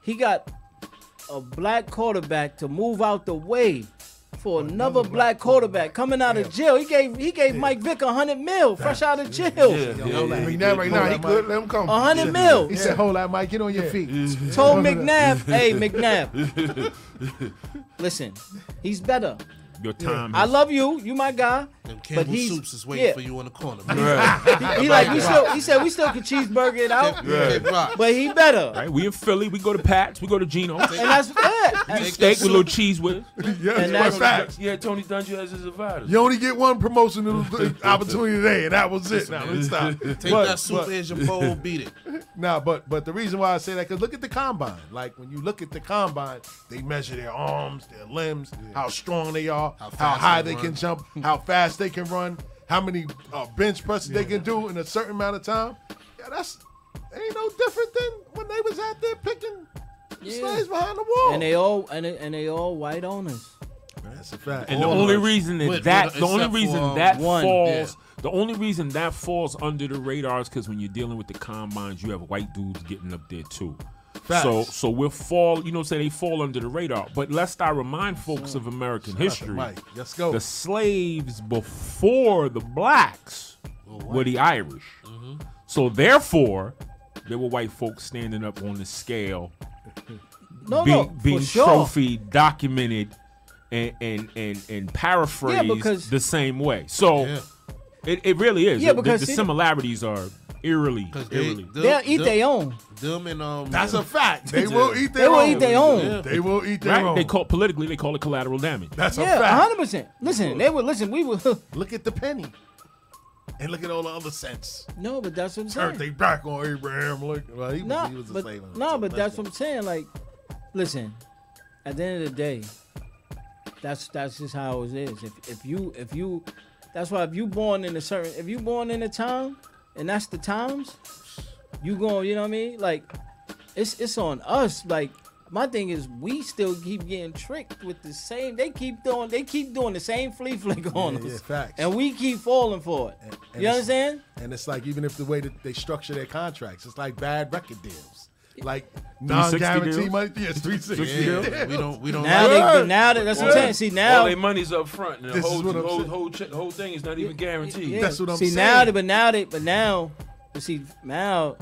[SPEAKER 10] he got a black quarterback to move out the way for another black quarterback coming out of jail. He gave, he gave Mike Vick a hundred mil fresh out of jail.
[SPEAKER 7] McNabb right now, he good. Let him come.
[SPEAKER 10] A hundred mil.
[SPEAKER 5] He said, "Hold that, Mike. Get on your feet."
[SPEAKER 10] Told McNabb, "Hey McNabb, listen, he's better.
[SPEAKER 8] Your time
[SPEAKER 10] I
[SPEAKER 8] has-
[SPEAKER 10] love you. You my guy.
[SPEAKER 9] Them
[SPEAKER 10] but
[SPEAKER 9] Campbell
[SPEAKER 10] he's
[SPEAKER 9] soups is waiting
[SPEAKER 10] yeah.
[SPEAKER 9] for you in the corner.
[SPEAKER 10] He, he like we still. He said we still could cheeseburger it out,
[SPEAKER 8] Right.
[SPEAKER 10] but he better.
[SPEAKER 8] Right, we in Philly, we go to Pat's, we go to Geno's.
[SPEAKER 10] And that's yeah.
[SPEAKER 8] You steak with a little cheese with it.
[SPEAKER 7] And that's- facts.
[SPEAKER 6] Yeah, Tony Dungy has his advisors.
[SPEAKER 7] You only get one promotional opportunity today, and that was it. Now let's stop.
[SPEAKER 9] Take that soup as your bowl, beat it.
[SPEAKER 5] Nah, but but the reason why I say that because look at the combine. Like when you look at the combine, they measure their arms, their limbs, how strong they are, how,
[SPEAKER 7] fast
[SPEAKER 5] high
[SPEAKER 7] they
[SPEAKER 5] they
[SPEAKER 7] run.
[SPEAKER 5] can jump, how fast they can run, how many uh, bench presses they can do in a certain amount of time. Yeah, that's ain't no different than when they was out there picking slaves behind the wall.
[SPEAKER 10] And they all and they, and they all white owners.
[SPEAKER 5] That's a fact.
[SPEAKER 8] And the only reason that, that the only reason
[SPEAKER 9] um,
[SPEAKER 8] that falls the only reason that falls under the radar is because when you're dealing with the combines, you have white dudes getting up there too. So
[SPEAKER 5] Facts.
[SPEAKER 8] so we'll fall, you know, say they fall under the radar. But lest I remind folks of American
[SPEAKER 5] Shout out to
[SPEAKER 8] history,
[SPEAKER 5] Mike. Let's go.
[SPEAKER 8] the slaves before the blacks were the Irish. So therefore, there were white folks standing up on the scale
[SPEAKER 10] No,
[SPEAKER 8] being,
[SPEAKER 10] no,
[SPEAKER 8] being
[SPEAKER 10] for sure.
[SPEAKER 8] trophy documented and and and, and paraphrase
[SPEAKER 10] because-
[SPEAKER 8] the same way. So it, it really is.
[SPEAKER 10] Yeah,
[SPEAKER 8] The- the-
[SPEAKER 10] because
[SPEAKER 8] the,
[SPEAKER 10] see-
[SPEAKER 8] similarities are eerily,
[SPEAKER 9] They-
[SPEAKER 8] eerily.
[SPEAKER 9] them-
[SPEAKER 10] They'll eat
[SPEAKER 9] them-
[SPEAKER 10] they own.
[SPEAKER 9] Them and um,
[SPEAKER 5] That's a fact. They
[SPEAKER 9] Yeah.
[SPEAKER 5] will eat
[SPEAKER 10] They
[SPEAKER 5] their
[SPEAKER 10] will
[SPEAKER 5] own.
[SPEAKER 10] eat their own.
[SPEAKER 9] Yeah.
[SPEAKER 5] They will eat their
[SPEAKER 8] Right?
[SPEAKER 5] own.
[SPEAKER 8] They call politically they call it collateral damage.
[SPEAKER 5] That's a
[SPEAKER 10] yeah,
[SPEAKER 5] fact.
[SPEAKER 10] hundred percent. Listen, they would listen. We would
[SPEAKER 5] Look at the penny, and look at all the other cents.
[SPEAKER 10] no, but that's what I'm
[SPEAKER 5] Turned
[SPEAKER 10] saying.
[SPEAKER 5] they back on Abraham Lincoln. Well, he, was-
[SPEAKER 10] No,
[SPEAKER 5] he was a
[SPEAKER 10] but,
[SPEAKER 5] sailor.
[SPEAKER 10] no,
[SPEAKER 5] So
[SPEAKER 10] but that's what I'm saying. Like, listen, at the end of the day, that's that's just how it is. If if you if you, that's why if you born in a certain if you born in a time, and that's the times, you going you know what I mean? Like, it's it's on us. Like, my thing is we still keep getting tricked with the same. They keep doing they keep doing the same flea flick on
[SPEAKER 5] yeah,
[SPEAKER 10] us,
[SPEAKER 5] facts.
[SPEAKER 10] and we keep falling for it.
[SPEAKER 5] and
[SPEAKER 10] you
[SPEAKER 5] it's-
[SPEAKER 10] understand?
[SPEAKER 5] And it's like even if the way that they structure their contracts, it's like bad record deals, like
[SPEAKER 8] 360
[SPEAKER 5] non-guarantee
[SPEAKER 8] deals?
[SPEAKER 5] money. Yes, three sixty.
[SPEAKER 9] Yeah, we don't we don't
[SPEAKER 10] Now
[SPEAKER 9] like
[SPEAKER 10] they
[SPEAKER 5] Yeah.
[SPEAKER 10] but now that that's what I'm
[SPEAKER 5] Yeah.
[SPEAKER 10] saying. See
[SPEAKER 6] All
[SPEAKER 10] now
[SPEAKER 6] their money's up front, and the
[SPEAKER 5] This is
[SPEAKER 6] whole,
[SPEAKER 5] what I'm
[SPEAKER 6] whole,
[SPEAKER 5] saying.
[SPEAKER 6] whole, ch- whole thing is not even guaranteed.
[SPEAKER 10] Yeah.
[SPEAKER 5] That's what I'm
[SPEAKER 10] see, now,
[SPEAKER 5] saying.
[SPEAKER 10] they, but now they, but now, but see, now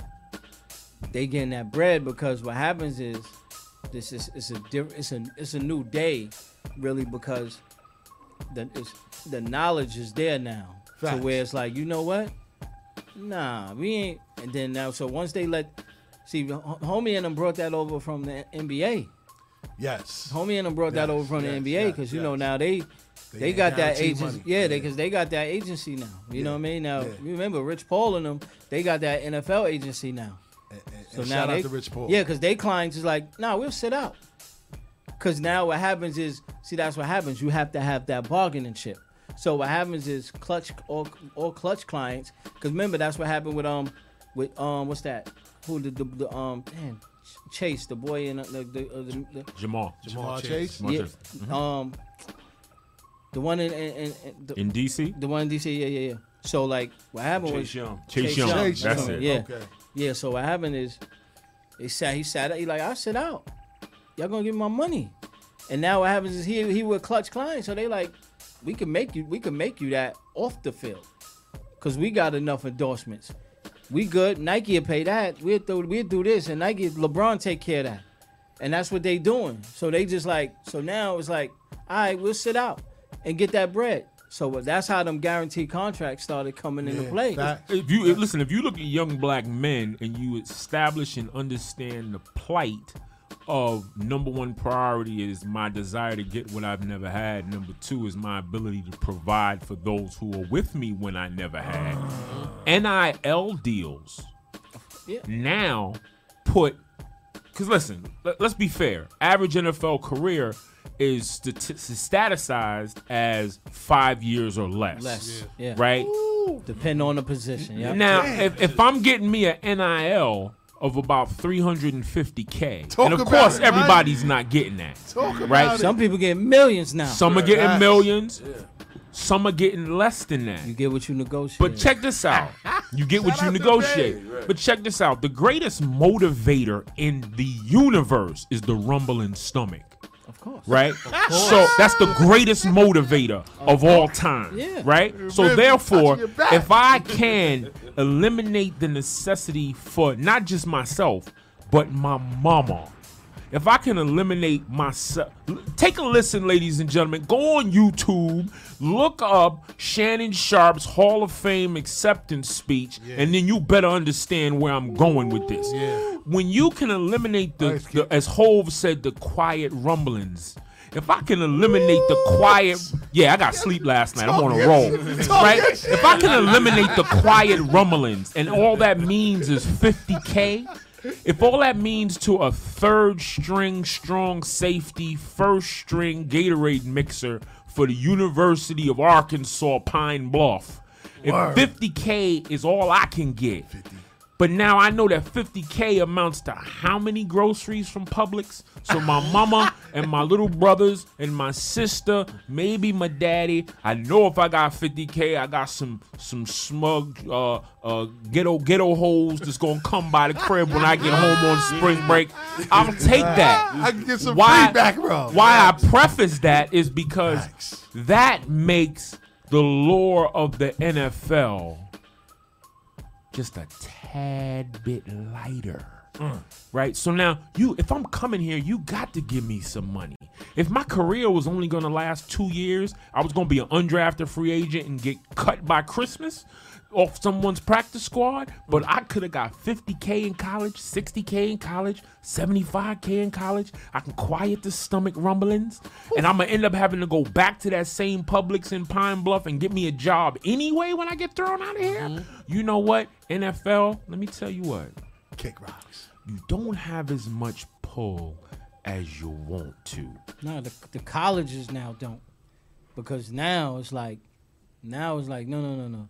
[SPEAKER 10] they getting that bread because what happens is this is it's a different, it's a it's a new day, really because the it's, the knowledge is there now to
[SPEAKER 5] Facts.
[SPEAKER 10] where it's like you know what, nah, we ain't. And then now, so once they let, see, the hom- homie and them brought that over from the NBA.
[SPEAKER 5] Yes.
[SPEAKER 10] Homie and them brought that
[SPEAKER 5] Yes,
[SPEAKER 10] over from
[SPEAKER 5] yes,
[SPEAKER 10] the NBA
[SPEAKER 5] yes,
[SPEAKER 10] because you know
[SPEAKER 5] yes.
[SPEAKER 10] now they they,
[SPEAKER 5] They
[SPEAKER 10] got that
[SPEAKER 5] guarantee
[SPEAKER 10] agency.
[SPEAKER 5] money.
[SPEAKER 10] Yeah,
[SPEAKER 5] Yeah.
[SPEAKER 10] they because they got that agency now. You know what I mean? Now
[SPEAKER 5] yeah.
[SPEAKER 10] remember Rich Paul and them, they got that NFL agency now.
[SPEAKER 5] So now shout
[SPEAKER 10] they,
[SPEAKER 5] out to Rich Paul.
[SPEAKER 10] Yeah, because they clients is like, nah, we'll sit out. Because now what happens is, see, that's what happens. You have to have that bargaining chip. So what happens is clutch all, all clutch clients. Because remember that's what happened with um with um what's that? Who the the, the um damn Chase the boy in the the, the, the, the
[SPEAKER 8] Jamal.
[SPEAKER 5] Jamal Chase.
[SPEAKER 8] Jamal
[SPEAKER 10] yeah,
[SPEAKER 8] Chase.
[SPEAKER 10] um the one in, in, in, in the,
[SPEAKER 8] In DC?
[SPEAKER 10] the one in DC. Yeah, yeah, yeah. So like what happened was
[SPEAKER 6] Chase Young.
[SPEAKER 8] Chase, Young.
[SPEAKER 5] Chase
[SPEAKER 8] That's
[SPEAKER 5] Young.
[SPEAKER 8] it.
[SPEAKER 10] yeah.
[SPEAKER 5] Okay.
[SPEAKER 10] Yeah, so what happened is they sat he sat out, he like, I sit out. Y'all gonna give me my money. And now what happens is he he with clutch clients, so they like, we can make you we can make you that off the field. Cause we got enough endorsements. We good. Nike will pay that. We'll do we'll do this and Nike LeBron take care of that. And that's what they doing. So they just like, so now it's like, all right, we'll sit out and get that bread. So that's how them guaranteed contracts started coming into
[SPEAKER 5] Yeah,
[SPEAKER 10] play.
[SPEAKER 5] fact.
[SPEAKER 8] If you if- listen, if you look at young black men and you establish and understand the plight of number one priority is my desire to get what I've never had. Number two is my ability to provide for those who are with me when I never had. NIL deals
[SPEAKER 10] Mm-hmm. Yeah.
[SPEAKER 8] now put because listen, let, us be fair. Average NFL career is stati- staticized as five years or less.
[SPEAKER 10] Less. Yeah.
[SPEAKER 8] Right.
[SPEAKER 10] Depending on the position. Yeah.
[SPEAKER 8] Now, if, if I'm getting me a NIL of about 350k,
[SPEAKER 5] Talk
[SPEAKER 8] and of
[SPEAKER 5] about
[SPEAKER 8] course
[SPEAKER 5] it, right?
[SPEAKER 8] everybody's not getting that.
[SPEAKER 5] Talk about
[SPEAKER 8] Right,
[SPEAKER 5] it.
[SPEAKER 10] Some people get millions now.
[SPEAKER 8] Some are getting
[SPEAKER 5] Facts.
[SPEAKER 8] millions, some are getting less than that.
[SPEAKER 10] you get what you negotiate.
[SPEAKER 8] But check this out. You get what you negotiate. But check this out. The greatest motivator in the universe is the rumbling stomach.
[SPEAKER 10] of course.
[SPEAKER 8] Right? So that's the greatest motivator of all time.
[SPEAKER 10] Yeah.
[SPEAKER 8] Right? So
[SPEAKER 5] Remember,
[SPEAKER 8] therefore,
[SPEAKER 5] touching your back.
[SPEAKER 8] if I can eliminate the necessity for not just myself, but my mama. If I can eliminate myself, take a listen, ladies and gentlemen. Go on YouTube, look up Shannon Sharp's Hall of Fame acceptance speech, and then you better understand where I'm going with this. When you can eliminate the, the as Hove said, the quiet rumblings. If I can eliminate the quiet, yeah, I got sleep last night. I'm on a roll, right? If I can eliminate the quiet rumblings, and all that means is 50k, if all that means to a third string strong safety, first string Gatorade mixer for the University of Arkansas Pine Bluff, if 50K is all I can get, but now I know that 50K amounts to how many groceries from Publix? So my mama and my little brothers and my sister, maybe my daddy. I know if I got 50K, I got some some smug uh, uh, ghetto ghetto hoes that's gonna come by the crib when I get home on spring break. I'll take that.
[SPEAKER 5] I can get some
[SPEAKER 8] Why-
[SPEAKER 5] free back rub.
[SPEAKER 8] Why I preface that is because
[SPEAKER 5] Facts.
[SPEAKER 8] that makes the lore of the NFL just a tad bit lighter. Right? So now you if I'm coming here, you got to give me some money. If my career was only going to last two years, I was going to be an undrafted free agent and get cut by Christmas off someone's practice squad. But I could have got 50K in college, 60K in college, 75K in college. I can quiet the stomach rumblings. And I'm going to end up having to go back to that same Publix in Pine Bluff and get me a job anyway when I get thrown out of here.
[SPEAKER 5] Mm-hmm.
[SPEAKER 8] You know what, NFL? Let me tell you what.
[SPEAKER 5] Kick rocks.
[SPEAKER 8] You don't have as much pull as you want to.
[SPEAKER 10] No, the, the colleges now don't. Because now it's like, now it's like, no, no, no, no.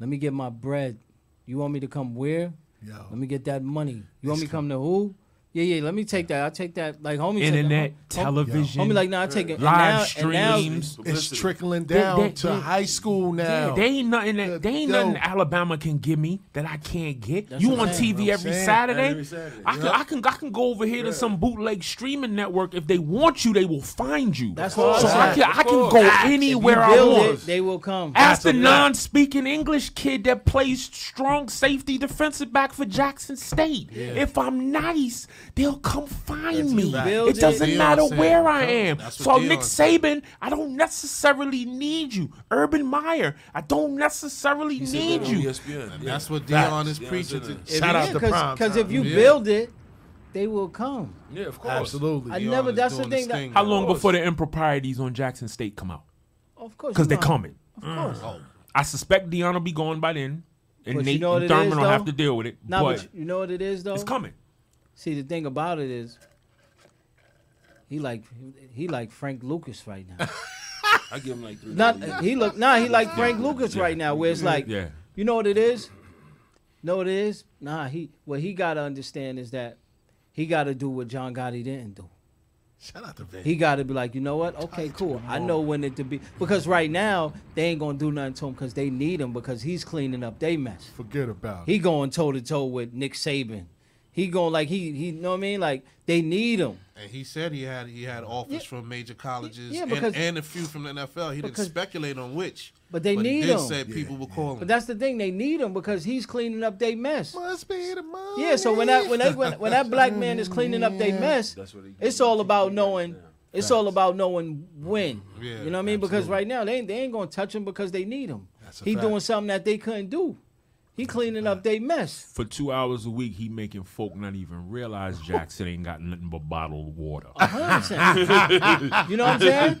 [SPEAKER 10] Let me get my bread. You want me to come where?
[SPEAKER 5] Yo.
[SPEAKER 10] Let me get that money. You want me to come to who? Yeah, yeah. Let me take that. I'll take that. Like homie, said,
[SPEAKER 8] Internet,
[SPEAKER 10] hom- hom-
[SPEAKER 8] television,
[SPEAKER 10] Homie, like, nah, I take it. And
[SPEAKER 8] live
[SPEAKER 10] now- and now-
[SPEAKER 8] streams.
[SPEAKER 5] It's trickling
[SPEAKER 8] They-
[SPEAKER 5] down
[SPEAKER 8] they-
[SPEAKER 5] to
[SPEAKER 8] they-
[SPEAKER 5] high school now.
[SPEAKER 8] Yeah, they ain't nothing. That, they ain't
[SPEAKER 5] Yo.
[SPEAKER 8] nothing Alabama can give me that I can't get.
[SPEAKER 10] That's
[SPEAKER 8] you
[SPEAKER 10] what
[SPEAKER 8] on
[SPEAKER 10] I'm saying.
[SPEAKER 8] TV every
[SPEAKER 5] saying.
[SPEAKER 8] Saturday?
[SPEAKER 6] Every Saturday,
[SPEAKER 8] I can,
[SPEAKER 6] yeah.
[SPEAKER 8] I can I can go over here to some bootleg streaming network. If they want you, they will find you.
[SPEAKER 10] That's
[SPEAKER 8] so
[SPEAKER 10] what I'm
[SPEAKER 8] I
[SPEAKER 10] saying.
[SPEAKER 8] can I can
[SPEAKER 6] Of course.
[SPEAKER 8] go
[SPEAKER 6] If you
[SPEAKER 10] If you
[SPEAKER 8] anywhere I
[SPEAKER 10] build
[SPEAKER 8] want.
[SPEAKER 10] it, they will come.
[SPEAKER 8] Ask the
[SPEAKER 6] a fact.
[SPEAKER 8] non-speaking English kid that plays strong safety defensive back for Jackson State. If I'm nice, they'll come find me.
[SPEAKER 9] fact.
[SPEAKER 8] It
[SPEAKER 10] Build
[SPEAKER 8] doesn't
[SPEAKER 9] it.
[SPEAKER 8] matter
[SPEAKER 9] Deion said.
[SPEAKER 8] where I am.
[SPEAKER 9] That's what
[SPEAKER 8] So Nick
[SPEAKER 9] Deion said.
[SPEAKER 8] Saban, I don't necessarily need you. Urban Meyer, I don't necessarily need
[SPEAKER 9] E
[SPEAKER 6] E
[SPEAKER 8] you.
[SPEAKER 6] ESPN. Yeah.
[SPEAKER 9] That's what Dion is
[SPEAKER 6] Yeah,
[SPEAKER 9] preaching
[SPEAKER 6] I'm
[SPEAKER 9] to.
[SPEAKER 6] saying that.
[SPEAKER 5] Shout out to Prime
[SPEAKER 10] Because if
[SPEAKER 5] Time.
[SPEAKER 10] you
[SPEAKER 9] Yeah.
[SPEAKER 10] build it, they will come.
[SPEAKER 6] Yeah, of course.
[SPEAKER 5] Absolutely.
[SPEAKER 10] I
[SPEAKER 9] Deion
[SPEAKER 10] never-
[SPEAKER 9] is
[SPEAKER 10] that's the
[SPEAKER 9] doing his
[SPEAKER 10] thing that-
[SPEAKER 8] How long
[SPEAKER 6] Of course.
[SPEAKER 8] before the improprieties on Jackson State come out?
[SPEAKER 10] Of course.
[SPEAKER 8] Because
[SPEAKER 10] you
[SPEAKER 8] they're
[SPEAKER 10] know.
[SPEAKER 8] coming.
[SPEAKER 10] Of course.
[SPEAKER 6] Oh.
[SPEAKER 8] I suspect Deion will be gone by then,
[SPEAKER 10] But
[SPEAKER 8] and
[SPEAKER 10] you
[SPEAKER 8] Nate
[SPEAKER 10] know what
[SPEAKER 8] and
[SPEAKER 10] it is,
[SPEAKER 8] Thurman will have
[SPEAKER 10] though?
[SPEAKER 8] to deal with it.
[SPEAKER 10] Nah,
[SPEAKER 8] but
[SPEAKER 10] but you- you know what it is though.
[SPEAKER 8] it's coming.
[SPEAKER 10] See, the thing about it is, he like he like Frank Lucas right now.
[SPEAKER 6] I give him like three.
[SPEAKER 10] Not he look nah he like Frank Lucas right now. Where it's like,
[SPEAKER 8] Yeah.
[SPEAKER 10] you know what it is? Know what it is? Nah, he what he gotta understand is that he gotta do what John Gotti didn't do.
[SPEAKER 5] Shout out to Vince.
[SPEAKER 10] He got to be like, you know what? Okay, cool. I know when it to be because right now they ain't gonna do nothing to him because they need him because he's cleaning up they mess.
[SPEAKER 5] Forget about it.
[SPEAKER 10] He going toe to toe with Nick Saban. He going like he he know what I mean? Like they need him
[SPEAKER 9] And he said he had he had offers from major colleges
[SPEAKER 10] yeah, because-
[SPEAKER 9] and, and a few from the NFL. He
[SPEAKER 10] because-
[SPEAKER 9] didn't speculate on which.
[SPEAKER 10] But they
[SPEAKER 9] he
[SPEAKER 10] need
[SPEAKER 9] did
[SPEAKER 10] him.
[SPEAKER 9] say people were calling.
[SPEAKER 10] but that's the thing. They need him because he's cleaning up they mess.
[SPEAKER 5] Must be the money.
[SPEAKER 10] Yeah. So when that when they when, when that black man is cleaning up they mess,
[SPEAKER 6] That's what he-
[SPEAKER 10] it's all about knowing. It's all about knowing when.
[SPEAKER 9] Mm-hmm. Yeah,
[SPEAKER 10] you know what I mean? Because right now they ain't, they ain't gonna touch him because they need him.
[SPEAKER 5] a
[SPEAKER 10] He
[SPEAKER 5] fact.
[SPEAKER 10] doing something that they couldn't do. He cleaning up they mess.
[SPEAKER 8] for two hours a week, he making folk not even realize Jackson ain't got nothing but bottled water.
[SPEAKER 10] hundred percent. you know what I'm saying?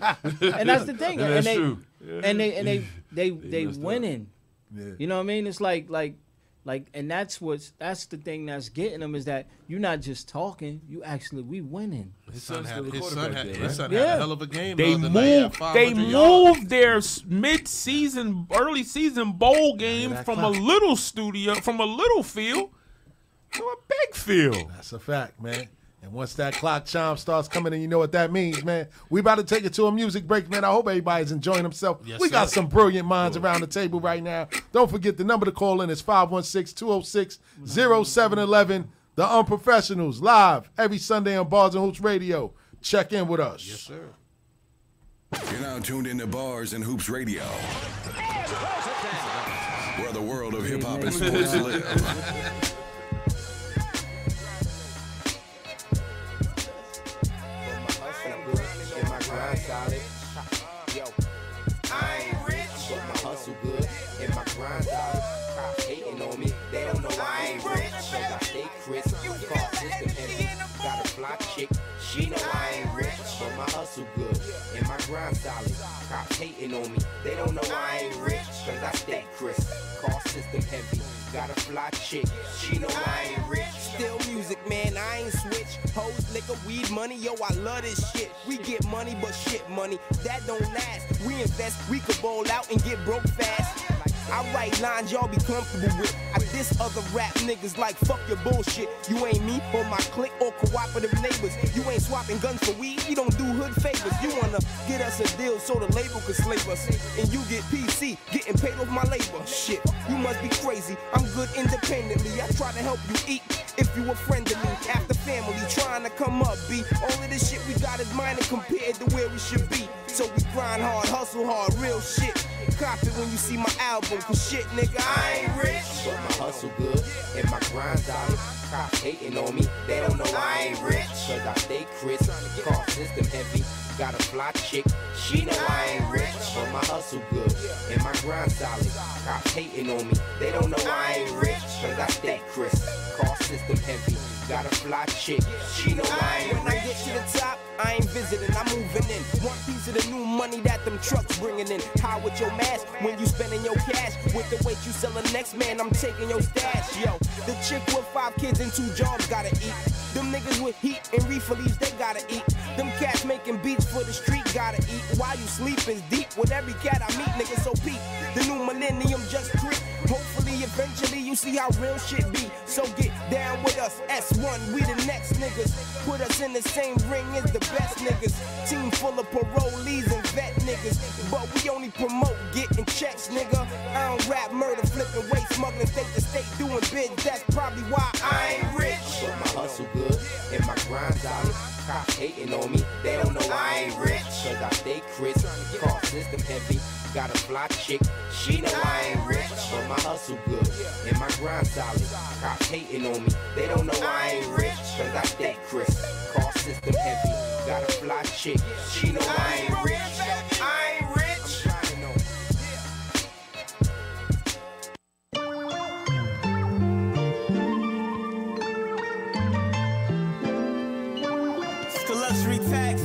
[SPEAKER 10] And that's the thing.
[SPEAKER 8] Yeah,
[SPEAKER 10] and
[SPEAKER 8] that's
[SPEAKER 10] they,
[SPEAKER 8] true.
[SPEAKER 10] And they and they they they,
[SPEAKER 6] messed up.
[SPEAKER 10] winning.
[SPEAKER 5] Yeah.
[SPEAKER 10] You know what I mean? It's like like like and that's what's that's the thing that's getting them is that you're not just talking. You actually we winning.
[SPEAKER 9] his son
[SPEAKER 6] son's
[SPEAKER 9] had
[SPEAKER 6] still the
[SPEAKER 9] his son
[SPEAKER 6] quarterback
[SPEAKER 9] had,
[SPEAKER 6] there,
[SPEAKER 9] his
[SPEAKER 6] right?
[SPEAKER 9] son
[SPEAKER 10] Yeah.
[SPEAKER 9] had a hell of a game.
[SPEAKER 8] They
[SPEAKER 9] the other night. He had
[SPEAKER 8] moved. They
[SPEAKER 9] 500 yards.
[SPEAKER 8] moved their s- mid-season, early season bowl game from a little studio, from a little field to a big field.
[SPEAKER 5] That's a fact, man. And once that clock chime starts coming in, you know what that means, man. We about to take it to a music break, man. I hope everybody's enjoying themselves.
[SPEAKER 9] Yes,
[SPEAKER 5] we got
[SPEAKER 9] sir.
[SPEAKER 5] some brilliant minds around the table right now. Don't forget the number to call in is 516-206-0711. The Unprofessionals live every Sunday on Bars and Hoops Radio. Check in with us. Yes, sir.
[SPEAKER 2] You're now tuned into Bars and Hoops Radio, where the world of hip hop and sports live.
[SPEAKER 11] Cause cop it when you see my album. Cause shit, nigga, I ain't rich. But my hustle good and my grind solid. Cops hating on me, they don't know I ain't rich. Cause I stay crisp, car system heavy. Got a fly chick, she know I ain't rich. But my hustle good and my grind solid. Cops hating on me, they don't know I ain't rich. Cause I stay crisp, car system heavy. Got a fly chick, she know I ain't rich. When I get to the top, I ain't visiting, I'm moving in. One piece of the new money that them trucks bringing in. How with your mask when you spending your cash? With the weight you selling next, man, I'm taking your stash, yo. The chick with five kids and two jobs gotta eat. Them niggas with heat and reefer leaves, they gotta eat. Them cats making beats for the street gotta eat. While you sleep is deep with every cat I meet, nigga, so peep. The new millennium just creep. Hopefully, eventually, you see how real shit be. So get down with us, S1, we the next niggas. Put us in the same ring as the best niggas. Team full of parolees and vet niggas. But we only promote getting checks, nigga. I don't rap, murder, flipping, weight smuggling, think the state doing big. That's probably why I ain't rich. But my hustle good and my grind solid. Cops hating on me, they don't know I ain't rich. Cause I stay crisp, car system heavy. Got a fly chick, she know I ain't rich. But my hustle good and my grind solid. Cops hating on me, they don't know I ain't rich. Cause I stay crisp, car system heavy. Got a fly chick, she know I ain't rich. I ain't rich. I'm grinding on.
[SPEAKER 3] It's the luxury tax.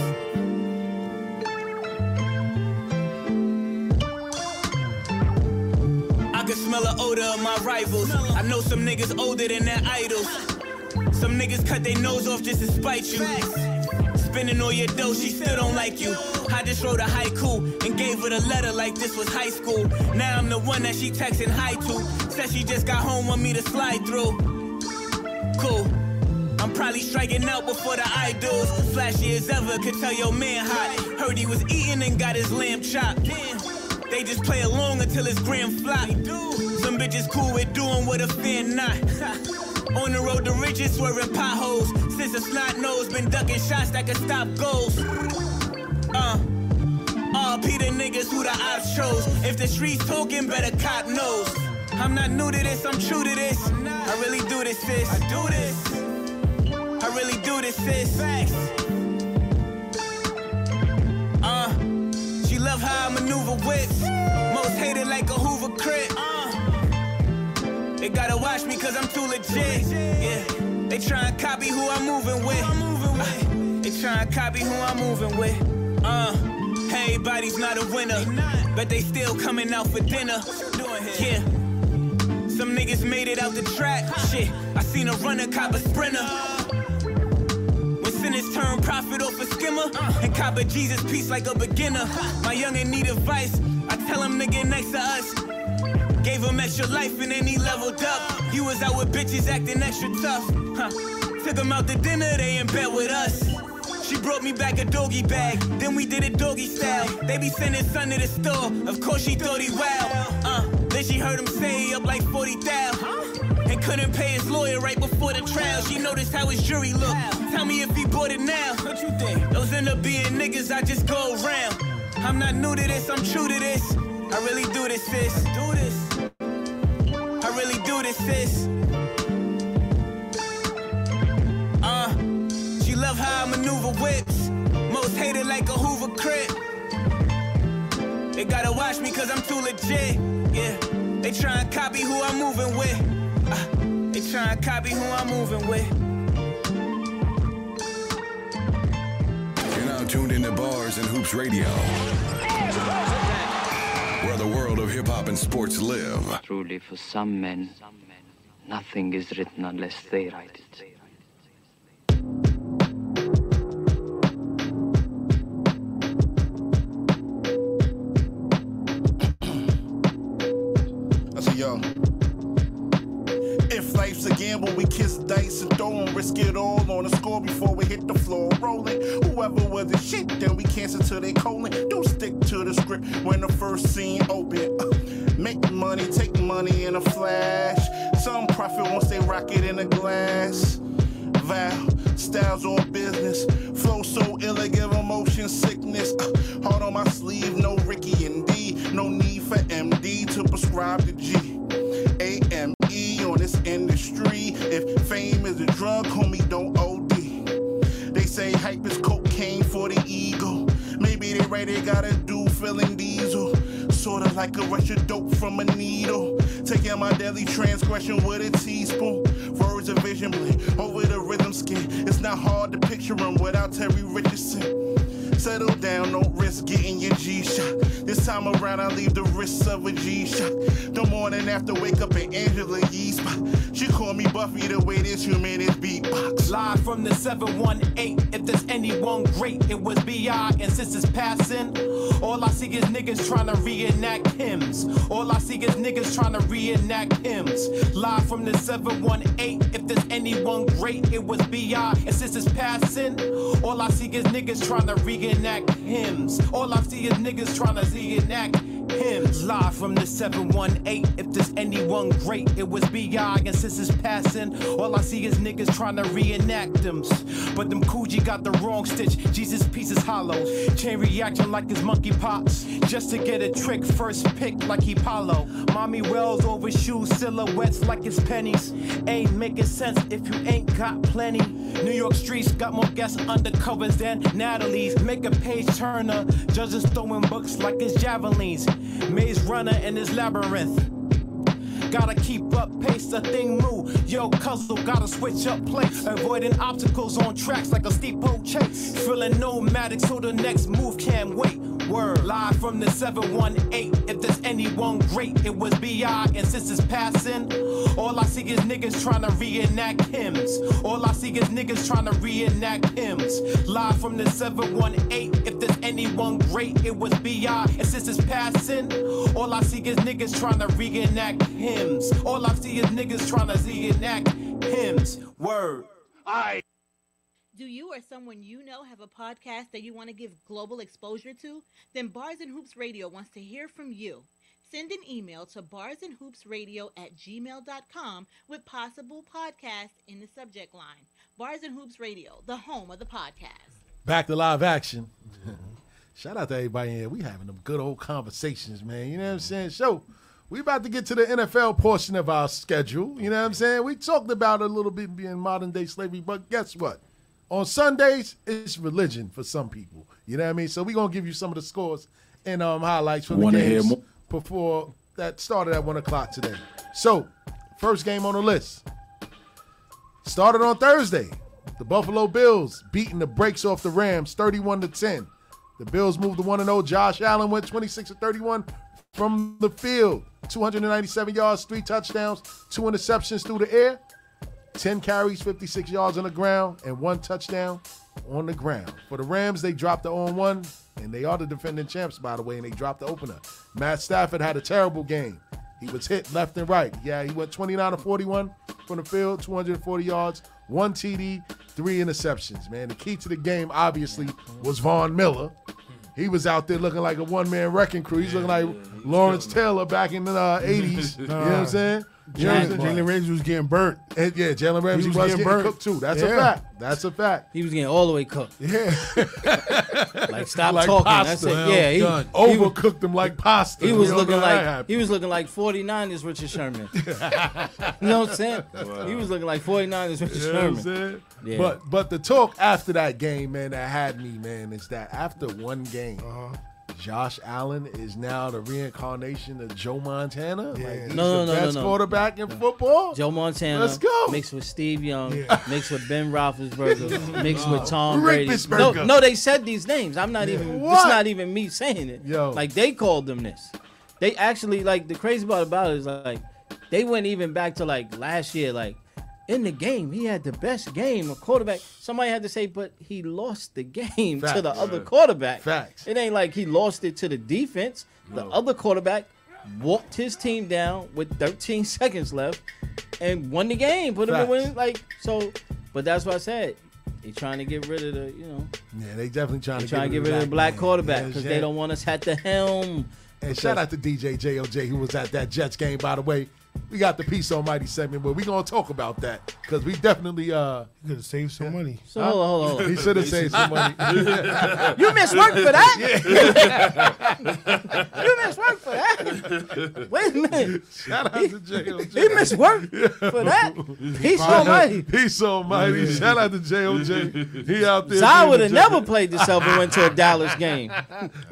[SPEAKER 3] I can smell the odor of my rivals. I know some niggas older than their idols. Some niggas cut their nose off just to spite you. Spending all your dough, she still don't like you. I just wrote a haiku and gave her the letter like this was high school. Now I'm the one that she texting hi to. Said she just got home, want me to slide through. Cool. I'm probably striking out before the idols. Flashy as ever, could tell your man hot. Heard he was eating and got his lamb chopped. They just play along until it's grand flop. Some bitches cool with doing what a fan not. On the road to riches, swerving potholes. Since a snot nose, been ducking shots that can stop goals. Uh. RP the niggas who the ops chose. If the streets talking, better cop knows. I'm not new to this, I'm true to this. I really do this, sis. I do this. I really do this, sis. Facts. Uh, she love how I maneuver whips. Most hated like a Hoover crit. Uh, they gotta watch me cause I'm too legit. Yeah, they try and copy who I'm moving with. Uh, They try and copy who I'm moving with. Uh, everybody's not a winner. But they still coming out for dinner. Yeah. Some niggas made it out the track. Shit, I seen a runner cop a sprinter. When sinners turn profit off a skimmer and cop a Jesus piece like a beginner. My youngin' need advice. I tell him nigga next to us. Gave him extra life and then he leveled up. You was out with bitches acting extra tough. Huh. Took him out to dinner, they in bed with us. She brought me back a doggy bag, then we did it doggy style. They be sending son to the store, of course she thought he wow. Uh, then she heard him say he up like 40 thou. And couldn't pay his lawyer right before the trial. She noticed how his jury looked. Tell me if he bought it now. What you think? Those end up being niggas I just go around. I'm not new to this, I'm true to this. I really do this, sis. Do this. I really do this, sis. Uh, she love how I maneuver whips. Most hated like a Hoover crip. They gotta watch me cause I'm too legit. Yeah, they try and copy who I'm moving with. Uh, they try and copy who I'm moving with.
[SPEAKER 2] You're now tuned into Bars and Hoops Radio, where the world of hip hop and sports live.
[SPEAKER 12] Truly, for some men, nothing is written unless they write it.
[SPEAKER 13] I said, yo. If life's a gamble, we kiss dice and throw and risk it all on the score before we hit the floor rolling. Whoever was the shit, then we cancel till they colon. Do stick to the script when the first scene open. Make money, take money in a flash. Some profit once they rock it in a glass. vow. Styles all business. Flow so ill, I give emotion sickness. Heart on my sleeve, no Ricky and D. No need for MD to prescribe the G. AME on this industry. If fame is a drug, homie, don't OD. They say hype is cocaine for the ego. Maybe they right, they gotta do feeling diesel. Sorta like a rush of dope from a needle. Taking my daily transgression with a teaspoon. Words of vision blend over the rhythm skin. It's not hard to picture 'em without Terry Richardson. Settle down, don't risk getting your G shot. This time around, I leave the risks of a G shot. The morning after, wake up at Angela Yee spot. She called me Buffy the way this human is beatbox.
[SPEAKER 14] Live from the 718. If there's anyone great, it was B.I. And since it's passing, all I see is niggas trying to reenact hymns. All I see is niggas trying to reenact hymns. Live from the 718. If there's anyone great, it was B.I. And since it's passing, all I see is niggas trying to reenact hymns. All I see is niggas trying to reenact hymns. Live from the 718. If there's anyone great, it was B.I. And since it's passing, all I see is niggas trying to reenact them. But them Coogee got the wrong stitch. Jesus piece is hollow. Chain reaction like his monkey pops. Just to get a trick, first pick like he Apollo. Mommy wells over shoes, silhouettes like his pennies. Ain't making sense if you ain't got plenty. New York streets got more guests undercovers than Natalie's. Make a page turner. Judges throwing books like his javelins. Maze runner in his labyrinth. Gotta keep up pace, the thing move. Yo, cuzzle, gotta switch up place. Avoiding obstacles on tracks like a steep old chase. Feeling nomadic, so the next move can't wait. Word. Live from the 718. If there's anyone great, it was B.I. And since it's passing, all I see is niggas trying to reenact hymns. All I see is niggas trying to reenact hymns. Live from the 718. If there's anyone great, it was B.I. And since it's passing, all I see is niggas trying to reenact hymns. All I see is niggas trying to reenact hymns. Word. I.
[SPEAKER 15] Do you or someone you know have a podcast that you want to give global exposure to? Then Bars and Hoops Radio wants to hear from you. Send an email to barsandhoopsradio at gmail.com with possible podcast in the subject line. Bars and Hoops Radio, the home of the podcast.
[SPEAKER 5] Back to live action. Shout out to everybody in here. We having them good old conversations, man. You know what
[SPEAKER 16] Mm-hmm.
[SPEAKER 5] I'm saying? So we about to get to the NFL portion of our schedule. You know what I'm saying? We talked about it a little bit being modern day slavery, but guess what? On Sundays, it's religion for some people. You know what I mean? So we're gonna give you some of the scores and um highlights from the
[SPEAKER 16] Wanna hear
[SPEAKER 5] games
[SPEAKER 16] more?
[SPEAKER 5] before that started at one o'clock today. So, first game on the list. Started on Thursday. The Buffalo Bills beating the brakes off the Rams 31 to 10. The Bills moved to 1 0. Josh Allen went 26 to 31 from the field. 297 yards, three touchdowns, two interceptions through the air, 10 carries, 56 yards on the ground, and one touchdown on the ground. For the Rams, they dropped the on one, and they are the defending champs, by the way, and they dropped the opener. Matt Stafford had a terrible game. He was hit left and right. Yeah, he went 29 to 41 from the field, 240 yards, one TD, three interceptions, man. The key to the game, obviously, was Vaughn Miller. He was out there looking like a one man wrecking crew. He's looking like Lawrence Taylor back in the uh, 80s. you know what I'm saying? You know what I'm
[SPEAKER 7] Jalen
[SPEAKER 5] saying?
[SPEAKER 7] Jalen Ramsey was getting burnt.
[SPEAKER 5] And yeah, Jalen Ramsey was, getting, cooked too. That's a fact. That's a fact.
[SPEAKER 10] He was getting all the way cooked.
[SPEAKER 5] Yeah.
[SPEAKER 10] like stop talking. That's it. Yeah, he, he was-
[SPEAKER 5] overcooked him like pasta.
[SPEAKER 10] He was
[SPEAKER 5] We all
[SPEAKER 10] looking
[SPEAKER 5] know that
[SPEAKER 10] like
[SPEAKER 5] happened.
[SPEAKER 10] he was looking like 49ers Richard Sherman. you know what I'm saying? He was looking like 49ers Richard
[SPEAKER 5] You know what
[SPEAKER 10] Sherman.
[SPEAKER 5] I'm saying?
[SPEAKER 10] Yeah.
[SPEAKER 5] But but the talk after that game, man, that had me, man, is that after one game, Josh Allen is now the reincarnation of Joe Montana. Like, he's
[SPEAKER 10] No, no, no,
[SPEAKER 5] the
[SPEAKER 10] no,
[SPEAKER 5] best
[SPEAKER 10] no.
[SPEAKER 5] quarterback in football.
[SPEAKER 10] Joe Montana
[SPEAKER 5] Let's go.
[SPEAKER 10] mixed with Steve Young, mixed with Ben Roethlisberger, mixed
[SPEAKER 5] Nah.
[SPEAKER 10] with Tom
[SPEAKER 5] Rick
[SPEAKER 10] Brady. No,
[SPEAKER 5] Pittsburger.
[SPEAKER 10] no, they said these names. I'm not
[SPEAKER 5] Yeah.
[SPEAKER 10] even.
[SPEAKER 5] What?
[SPEAKER 10] It's not even me saying it.
[SPEAKER 5] Yo.
[SPEAKER 10] Like they called them this. They actually like the crazy part about it is like they went even back to like last year. Like in the game, he had the best game. A quarterback. Somebody had to say, but he lost the game to
[SPEAKER 5] Facts.
[SPEAKER 10] the other
[SPEAKER 5] Yeah.
[SPEAKER 10] quarterback.
[SPEAKER 5] Facts.
[SPEAKER 10] It ain't like he lost it to the defense. The other quarterback walked his team down with 13 seconds left and won the game. Put him in
[SPEAKER 5] Facts.
[SPEAKER 10] win. Like so, but that's why I said they trying to get rid of the you know
[SPEAKER 5] Yeah, they definitely trying
[SPEAKER 10] they
[SPEAKER 5] to
[SPEAKER 10] trying to get rid of the black
[SPEAKER 5] man.
[SPEAKER 10] quarterback
[SPEAKER 5] Yes,
[SPEAKER 10] because
[SPEAKER 5] yeah.
[SPEAKER 10] they don't want us at the helm.
[SPEAKER 5] And
[SPEAKER 10] Because-
[SPEAKER 5] shout out to DJ JOJ who was at that Jets game, by the way. We got the Peace Almighty segment, but we gonna talk about that because we definitely uh could have saved some money.
[SPEAKER 10] So, hold on, hold on.
[SPEAKER 5] He should have saved some money.
[SPEAKER 10] You missed work for that?
[SPEAKER 5] Yeah.
[SPEAKER 10] you missed work for that? Wait a minute.
[SPEAKER 5] Shout out to JLJ.
[SPEAKER 10] He missed work for that? Peace Almighty.
[SPEAKER 5] Peace Almighty. Shout out to JLJ. He out there.
[SPEAKER 10] Zion
[SPEAKER 5] doing
[SPEAKER 10] would have
[SPEAKER 5] the
[SPEAKER 10] never played this up and went to a Dallas game.
[SPEAKER 9] No, I, am gonna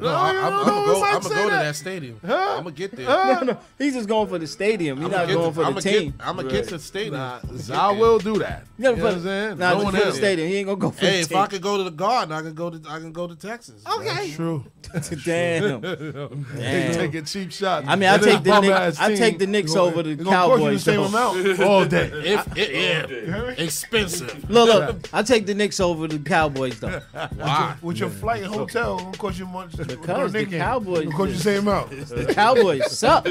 [SPEAKER 9] go, I'm gonna go to that stadium. I'm gonna get there.
[SPEAKER 10] No, no, He's just going for the stadium. He's
[SPEAKER 9] I'ma
[SPEAKER 10] not
[SPEAKER 9] get
[SPEAKER 10] going
[SPEAKER 9] to-
[SPEAKER 10] for the
[SPEAKER 9] I'ma get-
[SPEAKER 10] team.
[SPEAKER 9] I'ma get to the stadium.
[SPEAKER 5] Nah,
[SPEAKER 9] I'ma get
[SPEAKER 5] Zion
[SPEAKER 9] there.
[SPEAKER 5] will do that.
[SPEAKER 10] Yeah,
[SPEAKER 9] You
[SPEAKER 10] but-
[SPEAKER 9] know what I'm saying?
[SPEAKER 10] nah,
[SPEAKER 9] No
[SPEAKER 10] but
[SPEAKER 9] one
[SPEAKER 10] for the
[SPEAKER 9] else.
[SPEAKER 10] stadium, he ain't gonna go for the
[SPEAKER 9] Hey, if I
[SPEAKER 10] team.
[SPEAKER 9] could go to the garden, I can go to I can go to Texas. Okay,
[SPEAKER 5] true.
[SPEAKER 10] Damn.
[SPEAKER 5] They
[SPEAKER 10] Damn.
[SPEAKER 5] taking cheap shots.
[SPEAKER 10] I mean, I
[SPEAKER 5] And this
[SPEAKER 10] take the
[SPEAKER 5] bum
[SPEAKER 10] Knick-
[SPEAKER 5] ass
[SPEAKER 10] I
[SPEAKER 5] team,
[SPEAKER 10] take the Knicks
[SPEAKER 5] it's gonna-
[SPEAKER 10] over the
[SPEAKER 5] it's gonna cost you
[SPEAKER 10] Cowboys,
[SPEAKER 5] the same
[SPEAKER 10] though.
[SPEAKER 5] amount all day.
[SPEAKER 9] If, it, yeah, expensive.
[SPEAKER 10] Look, look, I take the Knicks over the Cowboys though.
[SPEAKER 9] Why?
[SPEAKER 7] With your flight and hotel, it's gonna cost you much.
[SPEAKER 10] Because the Cowboys
[SPEAKER 7] It'll cost you the
[SPEAKER 10] did.
[SPEAKER 7] same amount.
[SPEAKER 10] The Cowboys suck.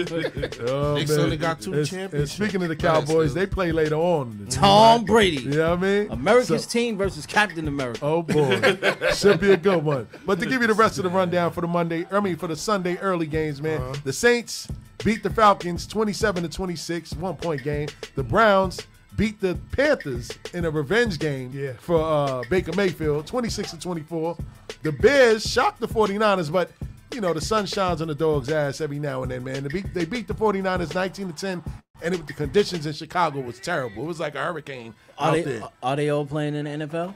[SPEAKER 5] Oh,
[SPEAKER 9] Knicks
[SPEAKER 5] man.
[SPEAKER 9] only got two
[SPEAKER 5] And- and
[SPEAKER 9] championships.
[SPEAKER 5] speaking of the Cowboys, they play later on.
[SPEAKER 10] Tom Brady.
[SPEAKER 5] You know what I mean?
[SPEAKER 10] America's
[SPEAKER 5] So-
[SPEAKER 10] team versus Captain America.
[SPEAKER 5] Oh boy, should be a good one. But to give you the rest of the rundown for the Monday, I mean for the Sunday early games, man. The Saints beat the Falcons 27 to 26, one point game. The Browns beat the Panthers in a revenge game for uh, Baker Mayfield 26 to 24. The Bears shocked the 49ers, but you know the sun shines on the dog's ass every now and then, man. They beat, they beat the 49ers 19 to 10. And it, the conditions in Chicago was terrible. It was like a hurricane
[SPEAKER 10] Are
[SPEAKER 5] out
[SPEAKER 10] they
[SPEAKER 5] there.
[SPEAKER 10] are they all playing in the NFL?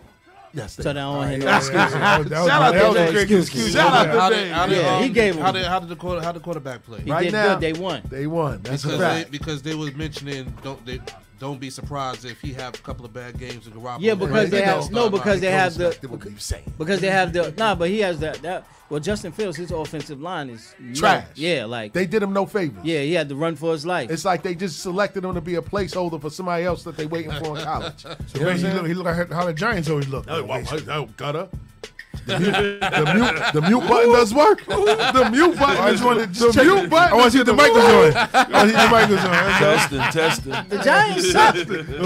[SPEAKER 5] Yes,
[SPEAKER 10] So they don't
[SPEAKER 5] Alright,
[SPEAKER 10] hear no
[SPEAKER 5] that's-
[SPEAKER 10] excuses.
[SPEAKER 5] that was- that was- Shout out that to was a Dave. great excuse. Excuse. Shout out to
[SPEAKER 9] How
[SPEAKER 5] Dave.
[SPEAKER 9] did, how did,
[SPEAKER 5] Yeah,
[SPEAKER 9] um,
[SPEAKER 5] he gave
[SPEAKER 9] How
[SPEAKER 5] 'em.
[SPEAKER 9] did, how did the quarter, how did quarterback play?
[SPEAKER 5] Right now, They won. That's
[SPEAKER 9] because
[SPEAKER 5] a
[SPEAKER 9] they,
[SPEAKER 5] fact.
[SPEAKER 9] because they was mentioning don't they don't be surprised if he have a couple of bad games with Garoppolo.
[SPEAKER 10] Yeah, because they have no, because they have the
[SPEAKER 5] you saying.
[SPEAKER 10] because they have the nah, but he has that that. Well, Justin Fields, his offensive line is
[SPEAKER 5] Trash.
[SPEAKER 10] Yeah, like
[SPEAKER 5] They did him no favors.
[SPEAKER 10] yeah, he had to run for his life.
[SPEAKER 5] It's like they just selected him to be a placeholder for somebody else that they waiting for in college. So
[SPEAKER 7] So man, he look, he look like how the Giants always look.
[SPEAKER 5] Oh, wow,
[SPEAKER 7] basically.
[SPEAKER 5] oh, gutter. The mute, the mute, the mute button does work. The mute button.
[SPEAKER 7] I
[SPEAKER 5] is-
[SPEAKER 7] just wanted to just
[SPEAKER 5] the
[SPEAKER 7] check
[SPEAKER 5] mute
[SPEAKER 7] it.
[SPEAKER 5] button.
[SPEAKER 7] I want to see
[SPEAKER 5] is-
[SPEAKER 7] if the mic was on. I want to see if the mic was on. That's all.
[SPEAKER 10] The Giants suck.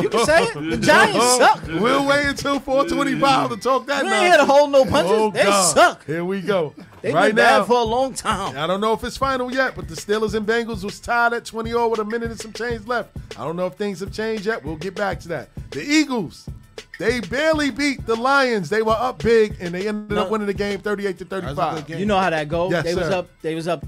[SPEAKER 10] You can say it. The Giants suck.
[SPEAKER 5] We'll wait until 425 to talk that
[SPEAKER 10] We
[SPEAKER 5] nonsense.
[SPEAKER 10] ain't here to hold no punches.
[SPEAKER 5] Oh,
[SPEAKER 10] They
[SPEAKER 5] God.
[SPEAKER 10] suck.
[SPEAKER 5] Here we go.
[SPEAKER 10] They've
[SPEAKER 5] right
[SPEAKER 10] been
[SPEAKER 5] now,
[SPEAKER 10] bad for a long time.
[SPEAKER 5] I don't know if it's final yet, but the Steelers and Bengals was tied at 20 all with a minute and some change left. I don't know if things have changed yet. We'll get back to that. The Eagles, they barely beat the Lions. They were up big and they ended up winning the game 38 to 35.
[SPEAKER 10] You know how that goes.
[SPEAKER 5] Yes,
[SPEAKER 10] they was
[SPEAKER 5] sir.
[SPEAKER 10] up. They was up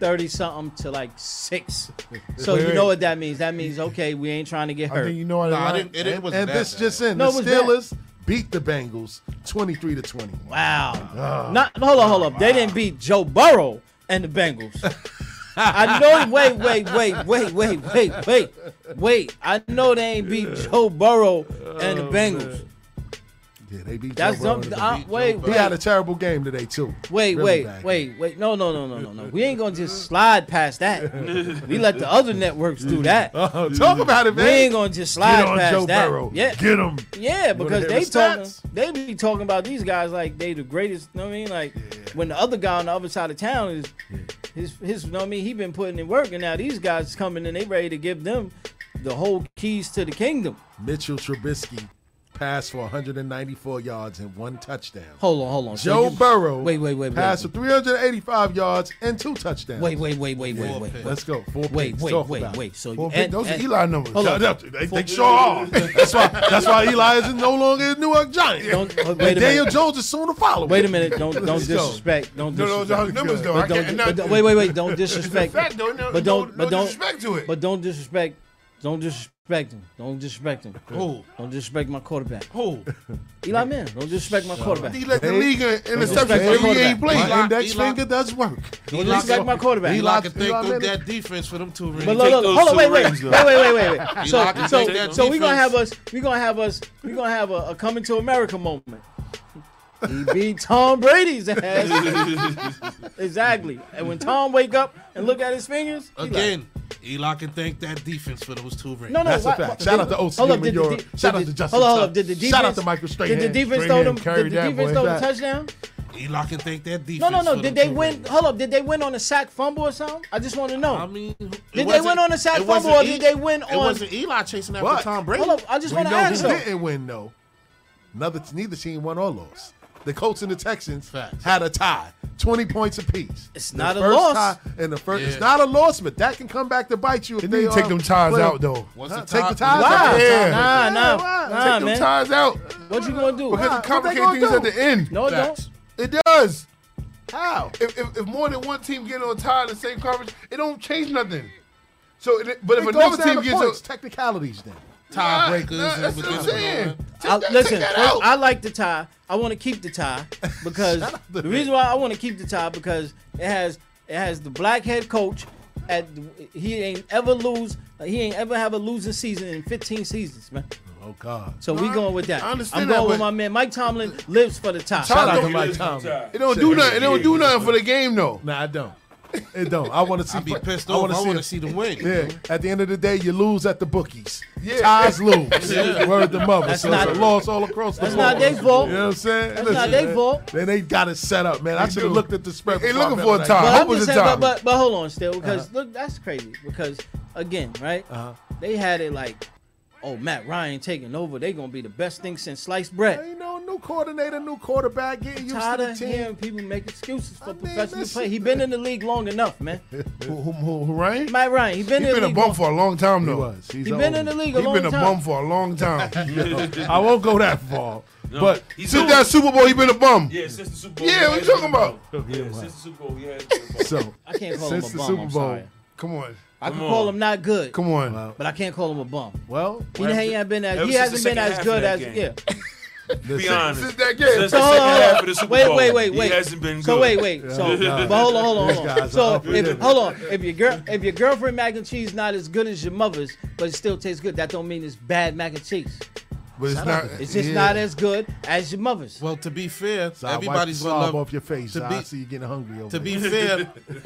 [SPEAKER 10] thirty something to like six. So
[SPEAKER 5] Wait,
[SPEAKER 10] you know
[SPEAKER 5] wait.
[SPEAKER 10] what that means. That means okay, we ain't trying to get hurt.
[SPEAKER 7] I think you know how the
[SPEAKER 9] Nah, I
[SPEAKER 7] line-
[SPEAKER 9] didn't- it- it
[SPEAKER 5] and,
[SPEAKER 9] wasn't
[SPEAKER 5] and
[SPEAKER 9] that
[SPEAKER 5] this
[SPEAKER 9] bad.
[SPEAKER 5] just in,
[SPEAKER 10] No, it
[SPEAKER 5] the
[SPEAKER 10] was bad.
[SPEAKER 5] Steelers beat the Bengals 23 to 20. Ah.
[SPEAKER 10] Wow. Not hold on, hold up. They didn't beat Joe Burrow and the Bengals. I know. Wait, wait, wait, wait, wait, wait, wait, wait. I know they ain't beat Joe Burrow and the Bengals.
[SPEAKER 5] Yeah, they beat
[SPEAKER 10] That's
[SPEAKER 5] Joe Burrow
[SPEAKER 10] dumb.
[SPEAKER 5] and the
[SPEAKER 10] I-
[SPEAKER 5] Bengals.
[SPEAKER 10] wait,
[SPEAKER 5] He had
[SPEAKER 10] wait.
[SPEAKER 5] a terrible game today, too.
[SPEAKER 10] Wait,
[SPEAKER 5] Really
[SPEAKER 10] wait,
[SPEAKER 5] bad.
[SPEAKER 10] wait, wait. No, no, no, no, no, no. We ain't gonna just slide past that. We let the other networks do that.
[SPEAKER 5] Oh, talk about it, man.
[SPEAKER 10] We ain't gonna just slide
[SPEAKER 5] Get on
[SPEAKER 10] past
[SPEAKER 5] Joe
[SPEAKER 10] that.
[SPEAKER 5] Burrow.
[SPEAKER 10] Yeah.
[SPEAKER 5] Get him.
[SPEAKER 10] Yeah,
[SPEAKER 5] wanna
[SPEAKER 10] because
[SPEAKER 5] hear
[SPEAKER 10] they
[SPEAKER 5] his
[SPEAKER 10] talking,
[SPEAKER 5] stats?
[SPEAKER 10] they be talking about these guys like they the greatest. You know what I mean? Like when the other guy on the other side of town is his his. You know what I mean? He been putting in work, and now these guys coming and they ready to give them the whole keys to the kingdom.
[SPEAKER 5] Mitchell Trubisky passed for 194 yards and one touchdown.
[SPEAKER 10] Hold on, hold on. So
[SPEAKER 5] Joe
[SPEAKER 10] you-
[SPEAKER 5] Burrow
[SPEAKER 10] Wait, wait, wait,
[SPEAKER 5] passed
[SPEAKER 10] wait.
[SPEAKER 5] for 385 yards and two touchdowns.
[SPEAKER 10] Wait, wait, wait, wait,
[SPEAKER 5] Four
[SPEAKER 10] wait, wait.
[SPEAKER 5] picks. Let's go. Four
[SPEAKER 10] Wait,
[SPEAKER 5] picks.
[SPEAKER 10] wait,
[SPEAKER 5] Talk
[SPEAKER 10] wait,
[SPEAKER 5] about it.
[SPEAKER 10] wait. So
[SPEAKER 5] Four
[SPEAKER 10] you-
[SPEAKER 5] picks.
[SPEAKER 10] and-
[SPEAKER 5] those
[SPEAKER 10] and-
[SPEAKER 5] are Eli numbers.
[SPEAKER 10] Hold on.
[SPEAKER 5] Yeah, yeah, They, they sure are. That's why. That's why Eli is no longer a New York Giant.
[SPEAKER 10] Don't- oh,
[SPEAKER 5] and
[SPEAKER 10] wait a
[SPEAKER 5] Daniel
[SPEAKER 10] minute.
[SPEAKER 5] Jones is soon to follow.
[SPEAKER 10] Wait a minute. Don't don't
[SPEAKER 5] Let's go.
[SPEAKER 10] disrespect. Don't
[SPEAKER 7] No, no,
[SPEAKER 10] disrespect.
[SPEAKER 7] those numbers, though. I
[SPEAKER 10] But
[SPEAKER 7] can't-
[SPEAKER 10] don't,
[SPEAKER 7] no,
[SPEAKER 10] but don't- wait, wait, wait. Don't disrespect.
[SPEAKER 7] Fact, though, no-
[SPEAKER 10] but don't but
[SPEAKER 7] no- no
[SPEAKER 10] don't
[SPEAKER 7] disrespect to it.
[SPEAKER 10] But don't disrespect. Don't disrespect him. Don't disrespect him.
[SPEAKER 9] Who?
[SPEAKER 10] Don't disrespect my quarterback.
[SPEAKER 9] Who?
[SPEAKER 10] Eli Man. Don't disrespect my quarterback.
[SPEAKER 7] He led the
[SPEAKER 5] Hey,
[SPEAKER 7] league in
[SPEAKER 10] Don't
[SPEAKER 7] interceptions
[SPEAKER 10] disrespect my
[SPEAKER 7] every year he
[SPEAKER 10] quarterback.
[SPEAKER 7] played.
[SPEAKER 5] My index
[SPEAKER 9] Eli-
[SPEAKER 5] finger does work.
[SPEAKER 10] Don't disrespect my quarterback.
[SPEAKER 9] Eli can
[SPEAKER 5] Eli
[SPEAKER 9] think through
[SPEAKER 5] Manning.
[SPEAKER 9] that defense for them two rings.
[SPEAKER 10] But look, look, hold on, wait, wait, wait, wait, wait, wait, wait. So,
[SPEAKER 9] Eli can take
[SPEAKER 10] so,
[SPEAKER 9] that
[SPEAKER 10] so we gonna
[SPEAKER 9] defense.
[SPEAKER 10] have us, we gonna have us, we gonna have a, a coming to America moment. He beat Tom Brady's ass. exactly. And when Tom wake up and look at his fingers, he like,
[SPEAKER 9] Again, Eli can thank that defense for those two rings.
[SPEAKER 10] no, no.
[SPEAKER 5] That's a
[SPEAKER 10] why-
[SPEAKER 5] fact.
[SPEAKER 10] why-
[SPEAKER 5] Shout
[SPEAKER 10] did-
[SPEAKER 5] out to OC
[SPEAKER 10] hold up,
[SPEAKER 5] and
[SPEAKER 10] did the
[SPEAKER 5] York.
[SPEAKER 10] de-
[SPEAKER 5] Shout
[SPEAKER 10] did
[SPEAKER 5] out to
[SPEAKER 10] the-
[SPEAKER 5] Justin
[SPEAKER 10] Hold on,
[SPEAKER 5] Tuck.
[SPEAKER 10] hold up. Did the defense?
[SPEAKER 5] Shout out to Michael Strahan.
[SPEAKER 10] Did the defense
[SPEAKER 5] Strahan
[SPEAKER 10] throw them?
[SPEAKER 5] carried
[SPEAKER 10] Did the
[SPEAKER 5] that,
[SPEAKER 10] defense
[SPEAKER 5] boy.
[SPEAKER 10] throw the
[SPEAKER 5] Fact.
[SPEAKER 10] touchdown?
[SPEAKER 9] Eli can thank that defense.
[SPEAKER 10] No, no, no. Did
[SPEAKER 9] for them
[SPEAKER 10] they
[SPEAKER 9] two
[SPEAKER 10] win?
[SPEAKER 9] rings.
[SPEAKER 10] Hold up. Did they win on a sack fumble or something? I just want to know.
[SPEAKER 9] I mean, it
[SPEAKER 10] they
[SPEAKER 9] wasn't-
[SPEAKER 10] win on a sack
[SPEAKER 9] it wasn't
[SPEAKER 10] fumble or
[SPEAKER 9] E-
[SPEAKER 10] did they win
[SPEAKER 9] It
[SPEAKER 10] on-
[SPEAKER 9] wasn't Eli chasing after
[SPEAKER 5] But-
[SPEAKER 9] Tom Brady.
[SPEAKER 10] Hold up. I just
[SPEAKER 5] we
[SPEAKER 10] want to
[SPEAKER 5] know
[SPEAKER 10] ask
[SPEAKER 5] who
[SPEAKER 10] though.
[SPEAKER 5] didn't win though. Another neither team won or lost. the Colts and the Texans had a tie, twenty points apiece. It's
[SPEAKER 7] not a loss.
[SPEAKER 5] and the first, it's
[SPEAKER 7] Yeah.
[SPEAKER 5] not a loss, but that can come back to bite you. If
[SPEAKER 7] They
[SPEAKER 5] they
[SPEAKER 7] need to take
[SPEAKER 5] are
[SPEAKER 7] them ties
[SPEAKER 5] playing-
[SPEAKER 7] out, though. Once
[SPEAKER 5] Huh?
[SPEAKER 7] the
[SPEAKER 5] take
[SPEAKER 7] tie-
[SPEAKER 5] the ties
[SPEAKER 7] Why?
[SPEAKER 5] out.
[SPEAKER 7] Yeah.
[SPEAKER 10] Nah, nah,
[SPEAKER 5] why?
[SPEAKER 10] nah,
[SPEAKER 5] Take them
[SPEAKER 10] man.
[SPEAKER 5] ties out.
[SPEAKER 10] What you gonna do?
[SPEAKER 7] Because the complicated thing is at the end.
[SPEAKER 10] No, it don't.
[SPEAKER 7] It does. How? If, if, if more than one team get on tie in the same conference, it don't change nothing. So, it, but if
[SPEAKER 5] It goes
[SPEAKER 7] another
[SPEAKER 5] down
[SPEAKER 7] team
[SPEAKER 5] to
[SPEAKER 7] gets
[SPEAKER 5] points,
[SPEAKER 7] on,
[SPEAKER 5] technicalities then.
[SPEAKER 7] Tiebreakers Nah, nah, and that's what I'm between- saying.
[SPEAKER 10] I,
[SPEAKER 7] Take that-
[SPEAKER 10] listen,
[SPEAKER 7] take that
[SPEAKER 10] first,
[SPEAKER 7] out.
[SPEAKER 10] I like the tie. I want to keep the tie because the reason why I want to keep the tie because it has it has the black head coach. At the, he ain't ever lose. He ain't ever have a losing season in 15 seasons, man.
[SPEAKER 5] Oh God.
[SPEAKER 10] So we going with that.
[SPEAKER 7] I
[SPEAKER 10] am
[SPEAKER 7] understand
[SPEAKER 10] going
[SPEAKER 7] that,
[SPEAKER 10] with
[SPEAKER 7] but-
[SPEAKER 10] my man Mike Tomlin. Lives for the tie.
[SPEAKER 7] Shout out to Mike
[SPEAKER 5] Tomlin.
[SPEAKER 7] it don't do nothing. It don't do nothing for the game though.
[SPEAKER 5] Nah, I don't. It don't. I want to see.
[SPEAKER 9] I'd be pissed
[SPEAKER 5] I
[SPEAKER 9] off.
[SPEAKER 5] wanna
[SPEAKER 9] I
[SPEAKER 5] see
[SPEAKER 9] wanna
[SPEAKER 5] it.
[SPEAKER 9] see them win.
[SPEAKER 5] Yeah. At the end of the day, you lose at the bookies.
[SPEAKER 7] Yeah.
[SPEAKER 5] Ties lose.
[SPEAKER 7] Yeah.
[SPEAKER 5] Word to mother.
[SPEAKER 7] That's
[SPEAKER 5] so
[SPEAKER 7] not-
[SPEAKER 5] it's a loss all across the
[SPEAKER 7] that's
[SPEAKER 5] board.
[SPEAKER 7] not they fault.
[SPEAKER 5] You know what I'm saying?
[SPEAKER 7] That's not they
[SPEAKER 5] man,
[SPEAKER 7] fault.
[SPEAKER 5] Then they got it set up, man. I
[SPEAKER 7] They
[SPEAKER 5] should have
[SPEAKER 7] do.
[SPEAKER 5] looked at the spread.
[SPEAKER 7] They
[SPEAKER 5] before I
[SPEAKER 7] looking
[SPEAKER 5] bet
[SPEAKER 7] for a
[SPEAKER 5] on that
[SPEAKER 7] tie.
[SPEAKER 5] game.
[SPEAKER 7] What
[SPEAKER 10] But, I'm
[SPEAKER 7] was
[SPEAKER 10] just
[SPEAKER 7] the
[SPEAKER 10] saying, but,
[SPEAKER 7] time? Uh-huh.
[SPEAKER 10] but but hold on
[SPEAKER 5] Uh-huh.
[SPEAKER 10] still because look that's crazy because again right they had it like oh Matt Ryan taking over they gonna be the best thing since sliced bread.
[SPEAKER 5] You know, new coordinator, new quarterback, getting used
[SPEAKER 10] Tired
[SPEAKER 5] to the
[SPEAKER 10] of
[SPEAKER 5] team.
[SPEAKER 10] hearing people make excuses for professional
[SPEAKER 5] listen.
[SPEAKER 10] play. He been in the league long enough, man.
[SPEAKER 7] Who, who, who, who Ryan?
[SPEAKER 10] Matt Ryan, he been
[SPEAKER 7] he
[SPEAKER 10] in
[SPEAKER 7] been
[SPEAKER 10] the
[SPEAKER 7] a
[SPEAKER 10] league.
[SPEAKER 7] bum for a long time though. He
[SPEAKER 5] was.
[SPEAKER 10] He's He been old. in the league a
[SPEAKER 7] He
[SPEAKER 10] long
[SPEAKER 7] been a
[SPEAKER 10] time.
[SPEAKER 7] bum for a long time.
[SPEAKER 5] I won't go that far.
[SPEAKER 6] No,
[SPEAKER 7] but
[SPEAKER 6] he's
[SPEAKER 7] since
[SPEAKER 6] old.
[SPEAKER 7] that Super Bowl, he been a bum.
[SPEAKER 6] Yeah, since the Super Bowl.
[SPEAKER 7] Yeah,
[SPEAKER 6] he
[SPEAKER 7] what
[SPEAKER 6] has
[SPEAKER 7] you talking
[SPEAKER 6] been a
[SPEAKER 7] about?
[SPEAKER 6] bum. Yeah, since the Super Bowl, he has been a bum.
[SPEAKER 5] So
[SPEAKER 10] I can't call him a
[SPEAKER 5] since the
[SPEAKER 10] bum.
[SPEAKER 5] Super
[SPEAKER 10] I'm
[SPEAKER 5] Bowl,
[SPEAKER 10] sorry.
[SPEAKER 7] come on.
[SPEAKER 10] I can
[SPEAKER 5] Come
[SPEAKER 10] call
[SPEAKER 5] on.
[SPEAKER 10] him not good.
[SPEAKER 7] Come on.
[SPEAKER 10] But I can't call him a bum.
[SPEAKER 5] Well,
[SPEAKER 10] he, he ain't been as
[SPEAKER 6] Ever
[SPEAKER 10] he
[SPEAKER 6] since
[SPEAKER 10] hasn't
[SPEAKER 6] the
[SPEAKER 10] been
[SPEAKER 6] second
[SPEAKER 10] as
[SPEAKER 6] half
[SPEAKER 10] good
[SPEAKER 6] of
[SPEAKER 10] as
[SPEAKER 6] that game.
[SPEAKER 10] yeah.
[SPEAKER 6] Be
[SPEAKER 5] Listen.
[SPEAKER 6] honest.
[SPEAKER 7] Since that game.
[SPEAKER 6] Since
[SPEAKER 10] So
[SPEAKER 6] the
[SPEAKER 10] hold
[SPEAKER 6] second
[SPEAKER 10] on, hold
[SPEAKER 6] half
[SPEAKER 10] on.
[SPEAKER 6] of the Super
[SPEAKER 10] wait,
[SPEAKER 6] Bowl,
[SPEAKER 10] wait, wait, wait.
[SPEAKER 6] He hasn't been good.
[SPEAKER 10] So wait, wait. So,
[SPEAKER 6] Yeah.
[SPEAKER 10] but hold on, hold on,
[SPEAKER 5] These
[SPEAKER 10] hold on.
[SPEAKER 5] guys
[SPEAKER 10] So
[SPEAKER 5] are
[SPEAKER 10] if
[SPEAKER 5] different.
[SPEAKER 10] hold on, if your girl, if your girlfriend mac and cheese not as good as your mother's, but it still tastes good, that don't mean it's bad mac and cheese.
[SPEAKER 7] But it's
[SPEAKER 9] Shout
[SPEAKER 7] not.
[SPEAKER 9] out to-
[SPEAKER 10] It's just
[SPEAKER 9] Yeah.
[SPEAKER 10] not as good as your mother's.
[SPEAKER 9] Well, to be fair,
[SPEAKER 5] So
[SPEAKER 9] everybody's
[SPEAKER 5] I wipe
[SPEAKER 9] gonna
[SPEAKER 5] the
[SPEAKER 9] love
[SPEAKER 5] slob off your face.
[SPEAKER 9] To
[SPEAKER 5] I see
[SPEAKER 9] be,
[SPEAKER 5] you getting hungry over
[SPEAKER 9] to be
[SPEAKER 5] there.
[SPEAKER 9] fair,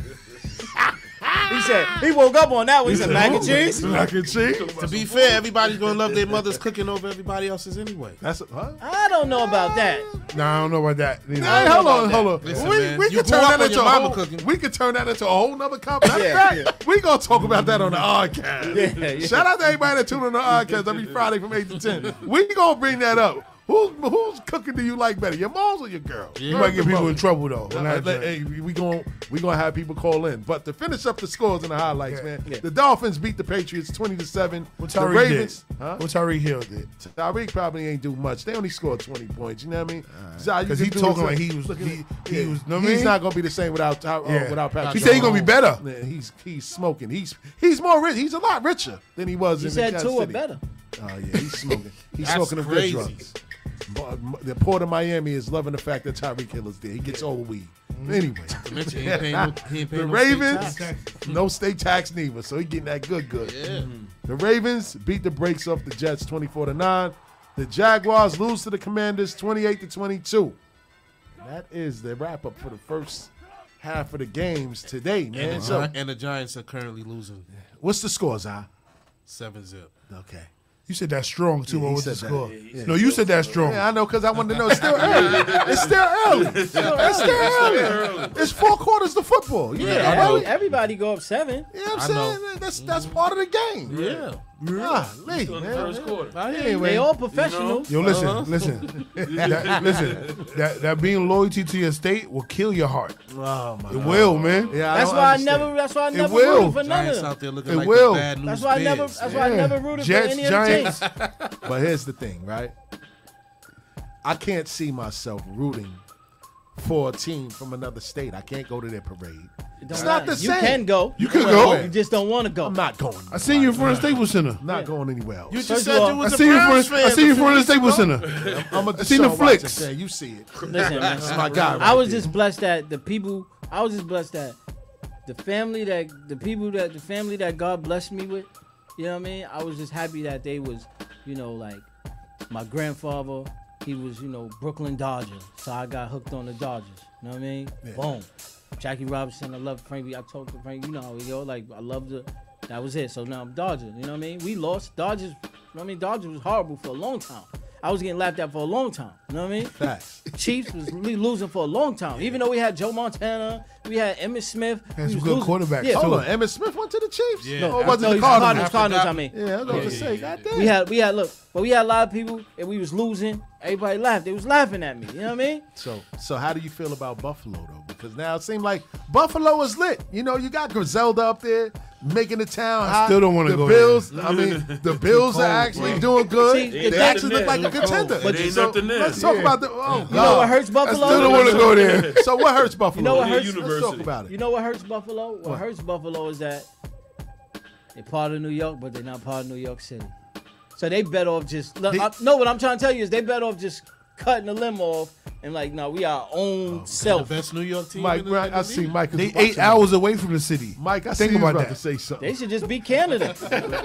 [SPEAKER 10] he said he woke up on that one. He said mac and cheese.
[SPEAKER 5] mac and cheese.
[SPEAKER 9] to be fair, everybody's gonna love their mother's cooking over everybody else's anyway.
[SPEAKER 5] That's huh?
[SPEAKER 10] I don't know about that.
[SPEAKER 7] Nah, I don't know about that. neither.
[SPEAKER 5] Hey, hold on, hold on.
[SPEAKER 9] Listen,
[SPEAKER 5] we
[SPEAKER 9] man,
[SPEAKER 5] we
[SPEAKER 9] you
[SPEAKER 5] can
[SPEAKER 9] grew
[SPEAKER 5] turn
[SPEAKER 9] up
[SPEAKER 5] that
[SPEAKER 9] on
[SPEAKER 5] into a
[SPEAKER 9] your mama
[SPEAKER 5] whole.
[SPEAKER 9] cooking.
[SPEAKER 5] We can turn that into a whole nother conversation.
[SPEAKER 7] Yeah, Mm-hmm.
[SPEAKER 5] Matter of fact, we gonna talk about that on the podcast.
[SPEAKER 7] Yeah, yeah.
[SPEAKER 5] Shout out to everybody that tune in the podcast every Friday from eight to ten. We gonna bring that up. Who, who's cooking do you like better, your mom's or your girl?
[SPEAKER 7] You might get people in trouble though.
[SPEAKER 5] All
[SPEAKER 7] when I
[SPEAKER 5] right, let-
[SPEAKER 7] drink.
[SPEAKER 5] hey, we going we gonna have people call in. But to finish up the scores and the highlights, man,
[SPEAKER 7] yeah.
[SPEAKER 5] the Dolphins beat the Patriots twenty to seven.
[SPEAKER 7] What
[SPEAKER 5] The
[SPEAKER 7] Tyreek
[SPEAKER 5] Ravens,
[SPEAKER 7] did?
[SPEAKER 5] huh?
[SPEAKER 7] What Tyreek Hill did?
[SPEAKER 5] Tyreek probably ain't do much. They only scored twenty points. You know what I mean? So all you
[SPEAKER 7] Because
[SPEAKER 5] can
[SPEAKER 7] he
[SPEAKER 5] do
[SPEAKER 7] talking
[SPEAKER 5] is-
[SPEAKER 7] like he was.
[SPEAKER 5] look at
[SPEAKER 7] He,
[SPEAKER 5] it.
[SPEAKER 7] he
[SPEAKER 5] Yeah.
[SPEAKER 7] was. Know
[SPEAKER 5] he's
[SPEAKER 7] me?
[SPEAKER 5] not gonna be the same without Ty- uh,
[SPEAKER 7] Yeah.
[SPEAKER 5] without Patrick.
[SPEAKER 7] He said he gonna be better.
[SPEAKER 5] Yeah, he's he's smoking. He's he's more rich. He's a lot richer than he was.
[SPEAKER 10] He
[SPEAKER 5] in
[SPEAKER 10] said
[SPEAKER 5] the
[SPEAKER 10] two are
[SPEAKER 5] City.
[SPEAKER 10] better.
[SPEAKER 5] Oh yeah, he's smoking. He's
[SPEAKER 9] That's
[SPEAKER 5] smoking them good
[SPEAKER 9] crazy.
[SPEAKER 5] drugs. But uh, m- the port of Miami is loving the fact that Tyreek Hill is there. He gets all weed. Anyway,
[SPEAKER 9] To mention Mm-hmm. he ain't paying no- he ain't paying
[SPEAKER 5] the
[SPEAKER 9] no state
[SPEAKER 5] Ravens,
[SPEAKER 9] tax.
[SPEAKER 5] no state tax neither, so he getting that good, good.
[SPEAKER 9] Yeah. Mhm.
[SPEAKER 5] The Ravens beat the brakes off the Jets, twenty-four to nine. The Jaguars lose to the Commanders, twenty-eight to twenty-two. That is the wrap up for the first half of the games today, man.
[SPEAKER 9] and, the,
[SPEAKER 5] so,
[SPEAKER 9] Gi- and the Giants are currently losing
[SPEAKER 5] what's the scores, ah? I?
[SPEAKER 9] seven zip.
[SPEAKER 5] Okay.
[SPEAKER 7] You said that strong too.
[SPEAKER 5] Yeah,
[SPEAKER 7] what
[SPEAKER 5] he
[SPEAKER 7] was the
[SPEAKER 5] said that.
[SPEAKER 7] score?
[SPEAKER 5] Yeah, he said
[SPEAKER 7] no, you said that strong.
[SPEAKER 5] Yeah, I know because I wanted to know. It's still early. It's still early. It's still early. It's, four quarters to football. Yeah,
[SPEAKER 10] Yeah,
[SPEAKER 5] right?
[SPEAKER 10] every- everybody go up seven.
[SPEAKER 5] You know what I'm
[SPEAKER 10] I know.
[SPEAKER 5] saying? That's that's part of the game.
[SPEAKER 9] Yeah.
[SPEAKER 5] Golly,
[SPEAKER 6] Still in the
[SPEAKER 5] man.
[SPEAKER 6] first quarter.
[SPEAKER 5] Anyway.
[SPEAKER 10] They all professionals.
[SPEAKER 7] Yo, listen, listen, that, listen. That that being loyalty to your state will kill your heart.
[SPEAKER 5] Oh my
[SPEAKER 7] It will, man.
[SPEAKER 5] Yeah,
[SPEAKER 10] That's why I never. That's why I
[SPEAKER 7] It
[SPEAKER 10] never
[SPEAKER 7] will.
[SPEAKER 10] rooted for none of
[SPEAKER 9] Giants
[SPEAKER 10] them.
[SPEAKER 9] out there looking
[SPEAKER 7] It
[SPEAKER 9] like
[SPEAKER 7] will.
[SPEAKER 9] the bad news
[SPEAKER 10] That's why I never.
[SPEAKER 9] bears.
[SPEAKER 10] That's why I
[SPEAKER 7] Yeah.
[SPEAKER 10] never rooted
[SPEAKER 5] Jets,
[SPEAKER 10] for any
[SPEAKER 5] Giants.
[SPEAKER 10] of the teams.
[SPEAKER 5] But here's the thing, right? I can't see myself rooting for a team from another state. I can't go to their parade.
[SPEAKER 10] It don't
[SPEAKER 5] It's not the
[SPEAKER 10] matter.
[SPEAKER 5] same.
[SPEAKER 10] You can go.
[SPEAKER 7] You could
[SPEAKER 10] Well,
[SPEAKER 7] go.
[SPEAKER 10] You just don't want to go.
[SPEAKER 5] I'm not going.
[SPEAKER 7] I seen you in front of the Staples Center.
[SPEAKER 5] I'm not going anywhere else.
[SPEAKER 9] You just
[SPEAKER 10] First
[SPEAKER 9] said
[SPEAKER 10] of all-
[SPEAKER 9] you
[SPEAKER 7] I
[SPEAKER 9] was a
[SPEAKER 7] seen you in
[SPEAKER 9] Browns
[SPEAKER 7] front.
[SPEAKER 9] fan.
[SPEAKER 7] I seen you in
[SPEAKER 9] before
[SPEAKER 7] front of the
[SPEAKER 9] you
[SPEAKER 7] Staples
[SPEAKER 9] spoke.
[SPEAKER 7] Center.
[SPEAKER 5] I'm a
[SPEAKER 7] I seen the
[SPEAKER 5] Deshaun Watson
[SPEAKER 7] flicks.
[SPEAKER 5] fan. You see it.
[SPEAKER 10] Listen, man.
[SPEAKER 5] That's my guy.
[SPEAKER 10] I
[SPEAKER 5] right
[SPEAKER 10] was
[SPEAKER 5] there.
[SPEAKER 10] just blessed that the people. I was just blessed that the family that the people that the family that God blessed me with. You know what I mean? I was just happy that they was, you know, like my grandfather. He was, you know, Brooklyn Dodger, so I got hooked on the Dodgers. You know what I mean? Boom. Jackie Robinson. I love Frankie. I talked to Frank. You know how we go. Like I love the. That was it. So now I'm Dodger. You know what I mean? We lost. Dodgers. You know what I mean? Dodgers was horrible for a long time. I was getting lapped at for a long time. You know what I mean?
[SPEAKER 5] Facts.
[SPEAKER 10] Chiefs was le- losing for a long time. Even though we had Joe Montana, we had Emmitt Smith. we
[SPEAKER 7] Had some
[SPEAKER 10] was
[SPEAKER 7] good
[SPEAKER 10] losing-
[SPEAKER 7] quarterbacks,
[SPEAKER 10] Yeah,
[SPEAKER 7] too.
[SPEAKER 5] Hold on, Emmitt Smith went to the Chiefs.
[SPEAKER 10] No,
[SPEAKER 5] Or was
[SPEAKER 10] no,
[SPEAKER 5] it the
[SPEAKER 10] he's Cardinals,
[SPEAKER 5] Cardinals?
[SPEAKER 10] Cardinals, I mean.
[SPEAKER 5] Yeah, I was
[SPEAKER 10] Yeah,
[SPEAKER 5] about to
[SPEAKER 10] yeah,
[SPEAKER 5] say, goddamn.
[SPEAKER 10] We had we had look, but we had a lot of people and we was losing. Everybody laughed. They was laughing at me. You know what I mean?
[SPEAKER 5] So, so how do you feel about Buffalo though? Because now it seems like Buffalo is lit. You know, you got Griselda up there making the town
[SPEAKER 7] I
[SPEAKER 5] hot.
[SPEAKER 7] still don't wanna
[SPEAKER 5] The
[SPEAKER 7] go
[SPEAKER 5] Bills,
[SPEAKER 7] there.
[SPEAKER 5] I mean, the
[SPEAKER 7] It's
[SPEAKER 5] Bills
[SPEAKER 7] too
[SPEAKER 5] are
[SPEAKER 7] cold,
[SPEAKER 5] actually
[SPEAKER 7] bro.
[SPEAKER 5] doing good.
[SPEAKER 7] See,
[SPEAKER 5] they
[SPEAKER 7] it's
[SPEAKER 5] actually
[SPEAKER 7] nothing
[SPEAKER 5] look like a
[SPEAKER 7] there. It's cold.
[SPEAKER 5] contender.
[SPEAKER 7] It ain't
[SPEAKER 5] so,
[SPEAKER 7] nothing there.
[SPEAKER 5] Let's talk
[SPEAKER 7] Yeah.
[SPEAKER 5] about the. Oh,
[SPEAKER 7] You know what hurts Buffalo? I still don't wanna go there.
[SPEAKER 5] So what hurts Buffalo?
[SPEAKER 10] You know what hurts?
[SPEAKER 5] Let's talk about it.
[SPEAKER 10] You know what hurts Buffalo? What,
[SPEAKER 5] What?
[SPEAKER 10] hurts Buffalo is that they're part of New York, but they're not part of New York City. So they better off just. Look, I, no, what I'm trying to tell you is they better off just cutting the limb off and like, no, we our own self.
[SPEAKER 9] best New York team.
[SPEAKER 7] Mike,
[SPEAKER 9] in the,
[SPEAKER 7] right,
[SPEAKER 9] in the
[SPEAKER 7] I see
[SPEAKER 9] league.
[SPEAKER 7] Mike is They watching eight that. hours away from the city.
[SPEAKER 5] Mike, I
[SPEAKER 7] Think
[SPEAKER 5] see you
[SPEAKER 7] about
[SPEAKER 5] about
[SPEAKER 7] that.
[SPEAKER 5] to say something.
[SPEAKER 10] They should just be Canada,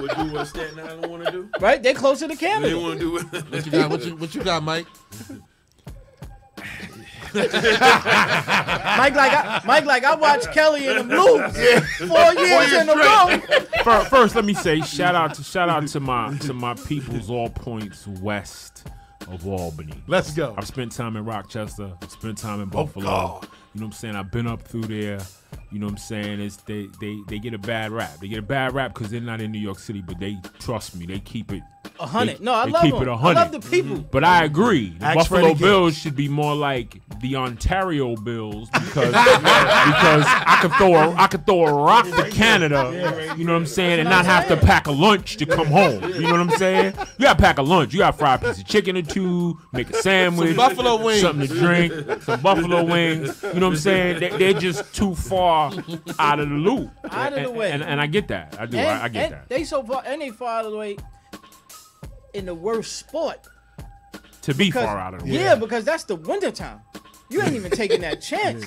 [SPEAKER 6] Would do what Staten Island want to do?
[SPEAKER 10] right? They closer to
[SPEAKER 6] What They
[SPEAKER 10] Canada.
[SPEAKER 6] want to do what?
[SPEAKER 9] What you got? What you, what you got, Mike?
[SPEAKER 10] Mike, like, I, Mike, like, I watched Kelly in the blues four years in a row.
[SPEAKER 8] Fir- First, let me say shout out to shout out to my to my people's all points west of Albany.
[SPEAKER 5] Let's go.
[SPEAKER 8] I've spent time in Rochester. I've spent time in
[SPEAKER 5] Oh,
[SPEAKER 8] Buffalo.
[SPEAKER 5] God.
[SPEAKER 8] you know what I'm saying? I've been up through there. You know what I'm saying? It's they they they get a bad rap. They get a bad rap because they're not in New York City, but they trust me. They keep it
[SPEAKER 10] A hundred.
[SPEAKER 8] they-
[SPEAKER 10] No, I
[SPEAKER 8] they
[SPEAKER 10] love
[SPEAKER 8] keep
[SPEAKER 10] them.
[SPEAKER 8] it a
[SPEAKER 10] I
[SPEAKER 8] hundred.
[SPEAKER 10] love the people.
[SPEAKER 8] But I agree. The
[SPEAKER 5] Ask
[SPEAKER 8] Buffalo
[SPEAKER 5] Freddie Gibbs.
[SPEAKER 8] Bills should be more like the Ontario Bills because because I could throw a, I could throw a rock to Canada. You know what I'm saying, and not have to pack a lunch to come home. You know what I'm saying? You got to pack a lunch. You got to fry a piece of chicken or two, make a sandwich,
[SPEAKER 9] Some buffalo wings.
[SPEAKER 8] something to drink, some buffalo wings. You know what I'm saying? They, they're just too far out of the loop.
[SPEAKER 10] Out of the
[SPEAKER 8] And-
[SPEAKER 10] way.
[SPEAKER 8] And, and, I get that. I do.
[SPEAKER 10] and,
[SPEAKER 8] I, I get
[SPEAKER 10] and
[SPEAKER 8] that.
[SPEAKER 10] They so far and they far away in the worst sport.
[SPEAKER 8] To be
[SPEAKER 10] because-
[SPEAKER 8] far out of the way.
[SPEAKER 10] yeah, because that's the winter time. You ain't even taking that chance.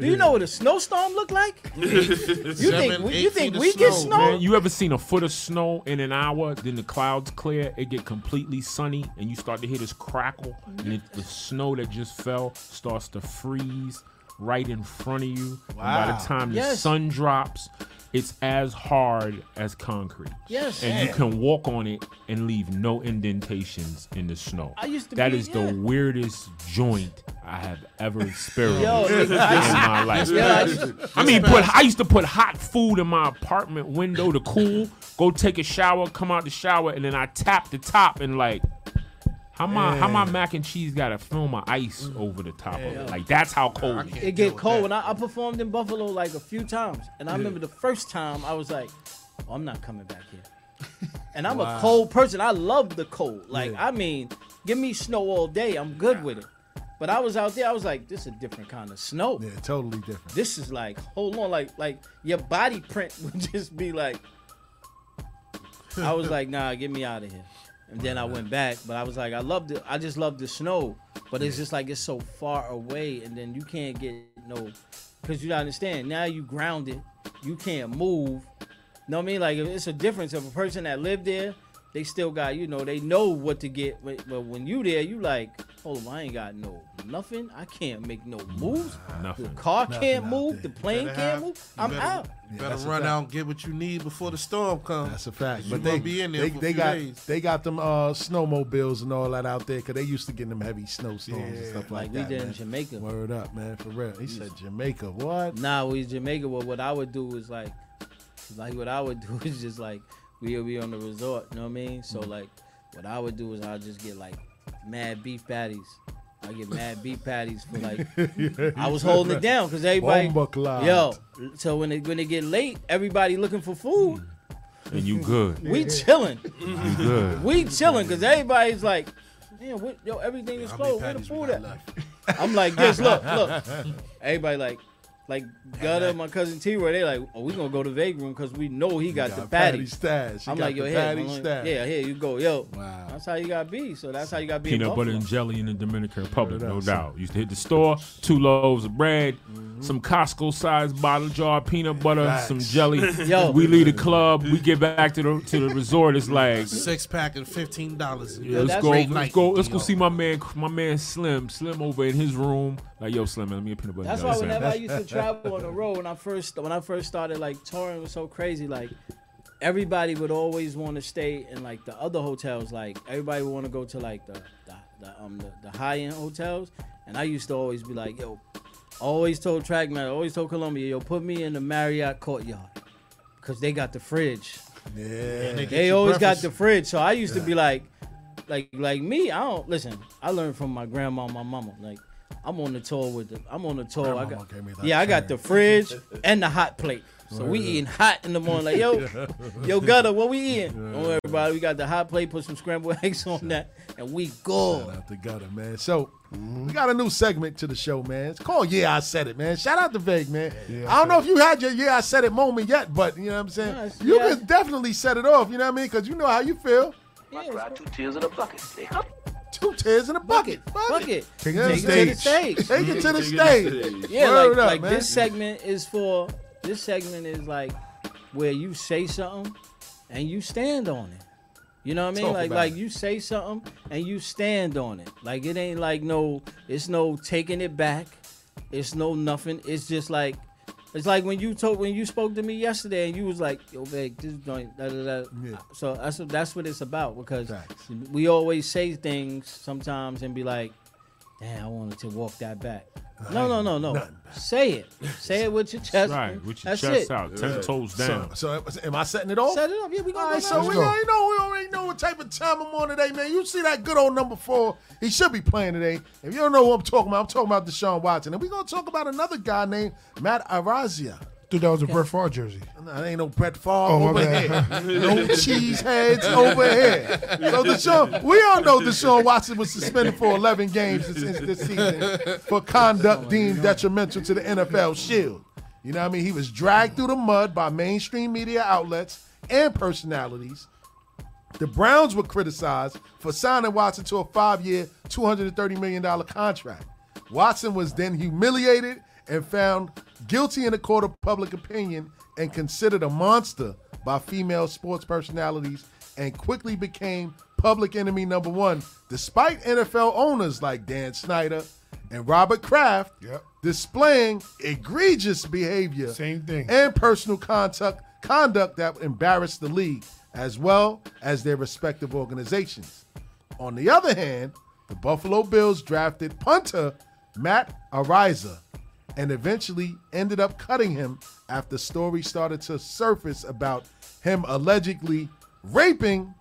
[SPEAKER 10] Do you know what a snowstorm look like? You think we, you think we get snow?
[SPEAKER 8] Man, you ever seen a foot of snow in an hour? Then the clouds clear, it get completely sunny, and you start to hear this crackle, and it, the snow that just fell starts to freeze right in front of you. And by
[SPEAKER 5] Wow.
[SPEAKER 8] the time the
[SPEAKER 5] Yes.
[SPEAKER 8] sun drops, it's as hard as concrete.
[SPEAKER 10] Yes.
[SPEAKER 8] And you
[SPEAKER 10] Damn.
[SPEAKER 8] can walk on it and leave no indentations in the snow.
[SPEAKER 10] I used to
[SPEAKER 8] That
[SPEAKER 10] be-
[SPEAKER 8] is
[SPEAKER 10] yeah.
[SPEAKER 8] the weirdest joint I have ever experienced
[SPEAKER 10] Yo,
[SPEAKER 8] in my life.
[SPEAKER 10] Yo, I used-
[SPEAKER 8] I mean, put I used to put hot food in my apartment window to cool, go take a shower, come out the shower, and then I tap the top and like, how my how my mac and cheese got a film of ice over the top of it? Like that's how cold. it
[SPEAKER 10] it get cold. And I, I performed in Buffalo like a few times, and I
[SPEAKER 8] Yeah.
[SPEAKER 10] remember the first time I was like, "Oh, "I'm not coming back here." And I'm
[SPEAKER 8] Wow.
[SPEAKER 10] a cold person. I love the cold. Like I mean, give me snow all day. I'm good with it. But I was out there. I was like, "This is a different kind of snow."
[SPEAKER 5] Yeah, totally different.
[SPEAKER 10] This is like, hold on, like like your body print would just be like. I was like, nah, get me out of here. And then I went back, but I was like, I loved it. I just love the snow, but it's just like it's so far away, and then you can't get no, because you don't understand. Now you grounded, you can't move. Know what I mean? Like if it's a difference of a person that lived there. They still got you know they know what to get, but but when you there, you like, hold on, I ain't got no nothing. I can't make no moves.
[SPEAKER 8] Nothing.
[SPEAKER 10] The car
[SPEAKER 9] Nothing
[SPEAKER 10] can't
[SPEAKER 9] out
[SPEAKER 10] move. The plane
[SPEAKER 9] Better
[SPEAKER 10] can't
[SPEAKER 9] have-
[SPEAKER 10] move.
[SPEAKER 9] you
[SPEAKER 10] I'm
[SPEAKER 9] better-
[SPEAKER 10] out.
[SPEAKER 9] You
[SPEAKER 5] Yeah,
[SPEAKER 9] better
[SPEAKER 5] that's a
[SPEAKER 9] run
[SPEAKER 5] fact.
[SPEAKER 9] out and get what you need before the storm comes.
[SPEAKER 5] That's a fact.
[SPEAKER 9] But
[SPEAKER 5] But they
[SPEAKER 9] be in there
[SPEAKER 5] They,
[SPEAKER 9] for a
[SPEAKER 5] they
[SPEAKER 9] few
[SPEAKER 5] got
[SPEAKER 9] days.
[SPEAKER 5] they got them uh, snowmobiles and all that out there because they used to get them heavy snowstorms and
[SPEAKER 10] Yeah.
[SPEAKER 5] stuff
[SPEAKER 10] Like
[SPEAKER 5] like,
[SPEAKER 10] we
[SPEAKER 5] that.
[SPEAKER 10] did in
[SPEAKER 5] man.
[SPEAKER 10] Jamaica.
[SPEAKER 5] Word up, man, for real. He said Jamaica. What?
[SPEAKER 10] Nah, we was Jamaica. Well, what I would do is like, like what I would do is just like we we on the resort. You know what I mean? So like, what I would do is I would just get like mad beef patties. I get mad beef patties for like
[SPEAKER 5] Yeah,
[SPEAKER 10] I
[SPEAKER 5] you
[SPEAKER 10] was
[SPEAKER 5] said
[SPEAKER 10] holding it
[SPEAKER 5] that.
[SPEAKER 10] down because everybody
[SPEAKER 5] Bomba clout.
[SPEAKER 10] yo. So when it when it get late, everybody looking for food.
[SPEAKER 8] And you good.
[SPEAKER 10] We chilling.
[SPEAKER 8] You good.
[SPEAKER 10] We chilling because everybody's like, man, what, yo, everything is closed. Where the food at? I'm like this. Look, look. Everybody like, like Gutter, my cousin T. Roy. They like, oh, we gonna go to Vague Room because we know he got, the
[SPEAKER 5] got
[SPEAKER 10] patty.
[SPEAKER 5] patty stash. He
[SPEAKER 10] I'm
[SPEAKER 5] got
[SPEAKER 10] like, yo,
[SPEAKER 5] the
[SPEAKER 10] here,
[SPEAKER 5] patty
[SPEAKER 10] Malone.
[SPEAKER 5] stash.
[SPEAKER 10] yeah, here you go, yo. Wow. That's how you gotta be. So that's how you gotta be. in
[SPEAKER 8] Peanut butter
[SPEAKER 10] Buffalo.
[SPEAKER 8] and jelly in the Dominican Republic,
[SPEAKER 5] Word up,
[SPEAKER 8] no
[SPEAKER 5] son.
[SPEAKER 8] doubt. Used to hit the store, two loaves of bread,
[SPEAKER 10] Mm-hmm.
[SPEAKER 8] some Costco-sized bottle jar of peanut butter,
[SPEAKER 9] Facts.
[SPEAKER 8] some jelly.
[SPEAKER 9] Yo.
[SPEAKER 8] We leave the club, we get back to the to the resort. It's like
[SPEAKER 9] Six pack and fifteen dollars.
[SPEAKER 8] let's go. Let's go. Let's go see my man, my man Slim. Slim over in his room. Like, yo, Slim, man, let me get peanut butter.
[SPEAKER 10] That's
[SPEAKER 8] and
[SPEAKER 10] why
[SPEAKER 8] jelly,
[SPEAKER 10] whenever I
[SPEAKER 8] Slim.
[SPEAKER 10] used to travel on the road when I first when I first started like touring it was so crazy like everybody would always want to stay in like the other hotels. Like everybody would want to go to like the the, the um the, the high end hotels. And I used to always be like, yo, always told Trackman, always told Columbia, yo, put me in the Marriott courtyard because they got the fridge.
[SPEAKER 7] Yeah,
[SPEAKER 10] they, always got the fridge. So I used to be like, like, like me. I don't listen. I learned from my grandma, and my mama. Like, I'm on the tour with the. I'm on the tour. I
[SPEAKER 7] Grandmama
[SPEAKER 10] got,
[SPEAKER 7] gave me that
[SPEAKER 10] yeah, I got the
[SPEAKER 7] chair.
[SPEAKER 10] fridge and the hot plate. So we
[SPEAKER 7] Word.
[SPEAKER 10] eating hot in the morning. Like, yo, yo, gutter, what we eating? Don't worry about it. We got the hot plate. Put some scrambled eggs on that, and we go.
[SPEAKER 5] Shout out to Gutter, man. So we got a new segment to the show, man. It's called Yeah, I Said It, man. Shout out to Vague, man.
[SPEAKER 7] Yeah,
[SPEAKER 5] I don't know if you had your Yeah, I Said It moment yet, but you know what I'm saying? you can definitely set it off, you know what I mean? Because you know how you feel.
[SPEAKER 3] two tears in a bucket.
[SPEAKER 5] Two tears in a bucket.
[SPEAKER 10] Bucket.
[SPEAKER 5] Take it to the
[SPEAKER 10] stage.
[SPEAKER 5] Take it to the stage.
[SPEAKER 10] Yeah,
[SPEAKER 5] Word
[SPEAKER 10] like,
[SPEAKER 5] up,
[SPEAKER 10] like
[SPEAKER 5] man.
[SPEAKER 10] this segment is for this segment is like where you say something and you stand on it. You know what I mean?
[SPEAKER 7] Talk
[SPEAKER 10] like
[SPEAKER 7] about
[SPEAKER 10] like
[SPEAKER 7] it.
[SPEAKER 10] you say something and you stand on it. Like it ain't like no it's no taking it back. It's no nothing. It's just like it's like when you told when you spoke to me yesterday and you was like, "Yo, Vic, this joint." Da, da, da. So that's what- that's what it's about because we always say things sometimes and be like, "Damn, I wanted to walk that back." No, no, no, no. Say it. Say it with your chest.
[SPEAKER 8] Right, with your
[SPEAKER 10] that's
[SPEAKER 8] chest
[SPEAKER 10] it.
[SPEAKER 8] out, ten toes
[SPEAKER 5] So-
[SPEAKER 8] down.
[SPEAKER 5] So, am I setting it off?
[SPEAKER 10] Set it up. Yeah, we gonna
[SPEAKER 5] All
[SPEAKER 10] go
[SPEAKER 5] right, so
[SPEAKER 10] now.
[SPEAKER 5] we already know we already know what type of time I'm on today, man. You see that good old number four? He should be playing today. If you don't know who I'm talking about, I'm talking about Deshaun Watson, and we're gonna talk about another guy named Matt Arazia.
[SPEAKER 7] Dude, that was a Brett Favre jersey.
[SPEAKER 5] No, it ain't no Brett Favre
[SPEAKER 7] Oh,
[SPEAKER 5] over
[SPEAKER 7] my bad.
[SPEAKER 5] here. No cheese heads over here. So Deshaun, we all know Deshaun Watson was suspended for 11 games since this season for conduct deemed detrimental to the NFL Shield. You know what I mean? He was dragged through the mud by mainstream media outlets and personalities. The Browns were criticized for signing Watson to a five year, $230 million contract. Watson was then humiliated and found guilty in a court of public opinion and considered a monster by female sports personalities and quickly became public enemy number one, despite NFL owners like Dan Snyder and Robert Kraft
[SPEAKER 7] Yep.
[SPEAKER 5] displaying egregious behavior
[SPEAKER 7] Same thing.
[SPEAKER 5] and personal conduct conduct that embarrassed the league as well as their respective organizations. On the other hand, the Buffalo Bills drafted punter Matt Ariza and eventually ended up cutting him after stories started to surface about him allegedly raping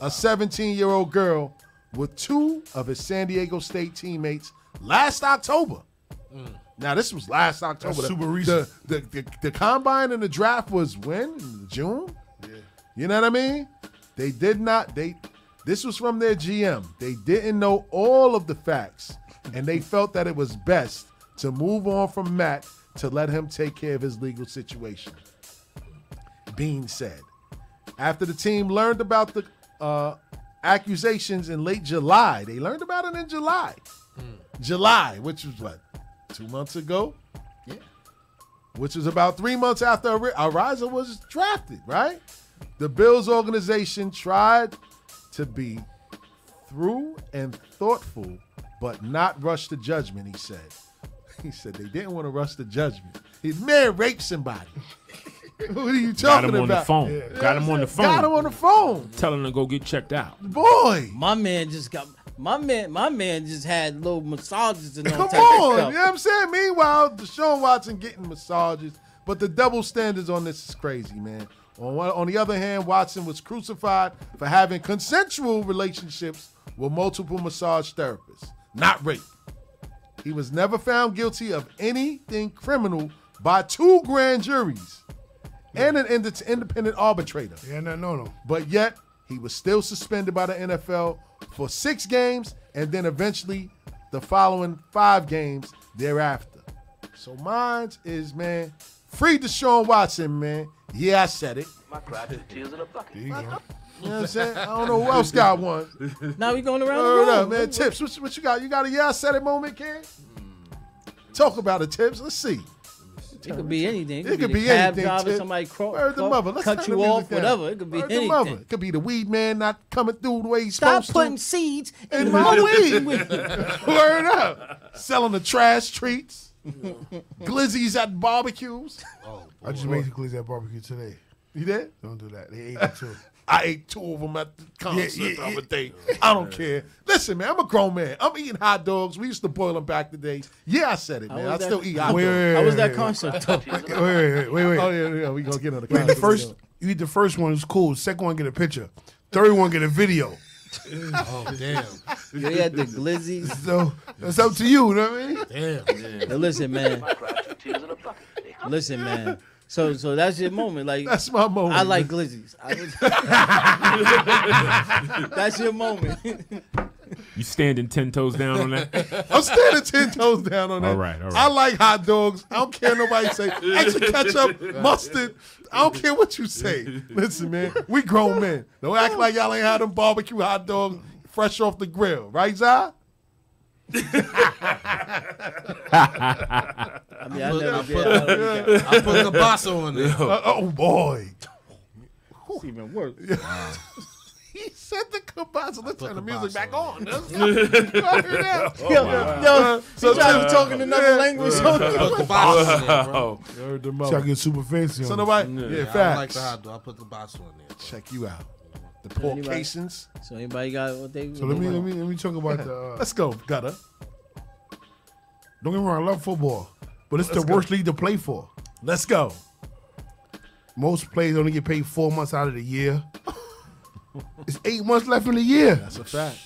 [SPEAKER 5] a 17 year old girl with two of his San Diego State teammates last October. Now this was last October.
[SPEAKER 7] That's
[SPEAKER 5] The-
[SPEAKER 7] super recent.
[SPEAKER 5] The, the, the, the combine and the draft was when June. Yeah. You know what I mean? They did not. They. This was from their GM. They didn't know all of the facts, and they felt that it was best to move on from Matt to let him take care of his legal situation. Bean said. After the team learned about the uh, accusations in late July, they learned about it in July.
[SPEAKER 9] Hmm.
[SPEAKER 5] July, which was what, two months ago?
[SPEAKER 10] Yeah.
[SPEAKER 5] Which was about three months after Ari- Ariza was drafted, right? The Bills organization tried to be through and thoughtful, but not rush to judgment, he said. He said they didn't want to rush to judgment. His man raped somebody. what are you
[SPEAKER 8] Got
[SPEAKER 5] talking
[SPEAKER 8] him on the
[SPEAKER 5] about?
[SPEAKER 8] phone.
[SPEAKER 5] Yeah.
[SPEAKER 8] Got him on the phone.
[SPEAKER 5] Got him on the phone.
[SPEAKER 8] Tell him to go get checked out.
[SPEAKER 5] Boy,
[SPEAKER 10] my man just got my man. My man just had little massages and all
[SPEAKER 5] Come
[SPEAKER 10] type of
[SPEAKER 5] on,
[SPEAKER 10] stuff.
[SPEAKER 5] you know what I'm saying? Meanwhile, Deshaun Watson getting massages, but the double standards on this is crazy, man. On, one, on the other hand, Watson was crucified for having consensual relationships with multiple massage therapists, not rape. He was never found guilty of anything criminal by two grand juries and an ind- independent arbitrator.
[SPEAKER 7] Yeah, no, no, no.
[SPEAKER 5] But yet, he was still suspended by the NFL for six games and then eventually the following five games thereafter. So mine is, man, free Deshaun Watson, man. Yeah, I said it.
[SPEAKER 3] My cry, two tears in a bucket.
[SPEAKER 5] You know what I'm saying? I don't know who else got one.
[SPEAKER 10] Now we going around
[SPEAKER 5] Word
[SPEAKER 10] the room.
[SPEAKER 5] up, man. Tips, what, what you got? You got a yeah, I said it moment, kid? Talk about it, Tips. Let's see.
[SPEAKER 10] It could be anything.
[SPEAKER 5] It could
[SPEAKER 10] the
[SPEAKER 5] be
[SPEAKER 10] cab
[SPEAKER 5] anything,
[SPEAKER 10] Driver,
[SPEAKER 5] Tip.
[SPEAKER 10] somebody cro-
[SPEAKER 5] Word the
[SPEAKER 10] cro-
[SPEAKER 5] mother. Let's
[SPEAKER 10] cut
[SPEAKER 5] turn
[SPEAKER 10] you
[SPEAKER 5] the music
[SPEAKER 10] off,
[SPEAKER 5] down.
[SPEAKER 10] whatever. It could be
[SPEAKER 5] Word the mother.
[SPEAKER 10] anything.
[SPEAKER 5] It could be the weed man not coming through the way he's
[SPEAKER 10] Stop
[SPEAKER 5] supposed
[SPEAKER 10] putting
[SPEAKER 5] to.
[SPEAKER 10] seeds
[SPEAKER 5] in,
[SPEAKER 10] in
[SPEAKER 5] my,
[SPEAKER 10] my
[SPEAKER 5] weed.
[SPEAKER 10] weed.
[SPEAKER 5] Word up. Selling the trash treats. Glizzies at barbecues.
[SPEAKER 7] I just made the glizzy at barbecue today.
[SPEAKER 5] You did?
[SPEAKER 7] Don't do that. They ate it too.
[SPEAKER 5] I ate two of them at the
[SPEAKER 7] concert the other
[SPEAKER 5] day. I don't care. Listen, man, I'm a grown man. I'm eating hot dogs. We used to boil them back the days. Yeah, I said it,
[SPEAKER 10] How
[SPEAKER 5] man.
[SPEAKER 10] was
[SPEAKER 5] I
[SPEAKER 10] that-
[SPEAKER 5] still eat hot
[SPEAKER 10] Wait,
[SPEAKER 5] dogs.
[SPEAKER 10] wait, How was wait, that wait. concert?
[SPEAKER 7] wait, wait, wait, wait.
[SPEAKER 5] Oh, yeah, yeah. We gonna get on the
[SPEAKER 7] Wait,
[SPEAKER 5] concert.
[SPEAKER 7] the first you eat the first one is cool. Second one get a picture. Third one get a video.
[SPEAKER 9] oh damn!
[SPEAKER 10] You had the glizzies.
[SPEAKER 7] So that's up to you. You know what I mean?
[SPEAKER 10] Damn. listen, man. listen, man. So, so that's your moment. Like
[SPEAKER 5] That's my moment,
[SPEAKER 10] I like
[SPEAKER 5] man.
[SPEAKER 10] glizzies. I was- that's your moment.
[SPEAKER 8] You standing ten toes down on that?
[SPEAKER 5] I'm standing ten toes down on that.
[SPEAKER 8] All right, all right.
[SPEAKER 5] I like hot dogs. I don't care nobody say extra ketchup, mustard. I don't care what you say. Listen, man, we grown men. Don't act like y'all ain't had them barbecue hot dogs fresh off the grill, right, Zai?
[SPEAKER 10] I mean, I never did. I don't think I-
[SPEAKER 7] Uh, oh boy.
[SPEAKER 10] It's even worse.
[SPEAKER 5] He said the kielbasa. Let's turn the music back on.
[SPEAKER 7] Oh,
[SPEAKER 10] Yo, yo, so he tried to talk in another language.
[SPEAKER 5] So
[SPEAKER 7] Try to get super fancy.
[SPEAKER 5] So
[SPEAKER 7] on
[SPEAKER 5] nobody,
[SPEAKER 7] it.
[SPEAKER 5] yeah,
[SPEAKER 9] Yeah, I
[SPEAKER 5] facts.
[SPEAKER 9] don't like the hot dog. I put the box on there.
[SPEAKER 5] Check you out. The
[SPEAKER 10] So anybody-
[SPEAKER 5] porcations.
[SPEAKER 10] So anybody got what they?
[SPEAKER 7] So let me let me let me talk about the. Uh,
[SPEAKER 5] Let's go, gutter.
[SPEAKER 7] Don't get me wrong, I love football, but it's
[SPEAKER 5] Let's
[SPEAKER 7] the
[SPEAKER 5] go.
[SPEAKER 7] worst league to play for.
[SPEAKER 5] Let's go.
[SPEAKER 7] Most players only get paid four months out of the year. it's eight months left in the year.
[SPEAKER 5] That's a fact.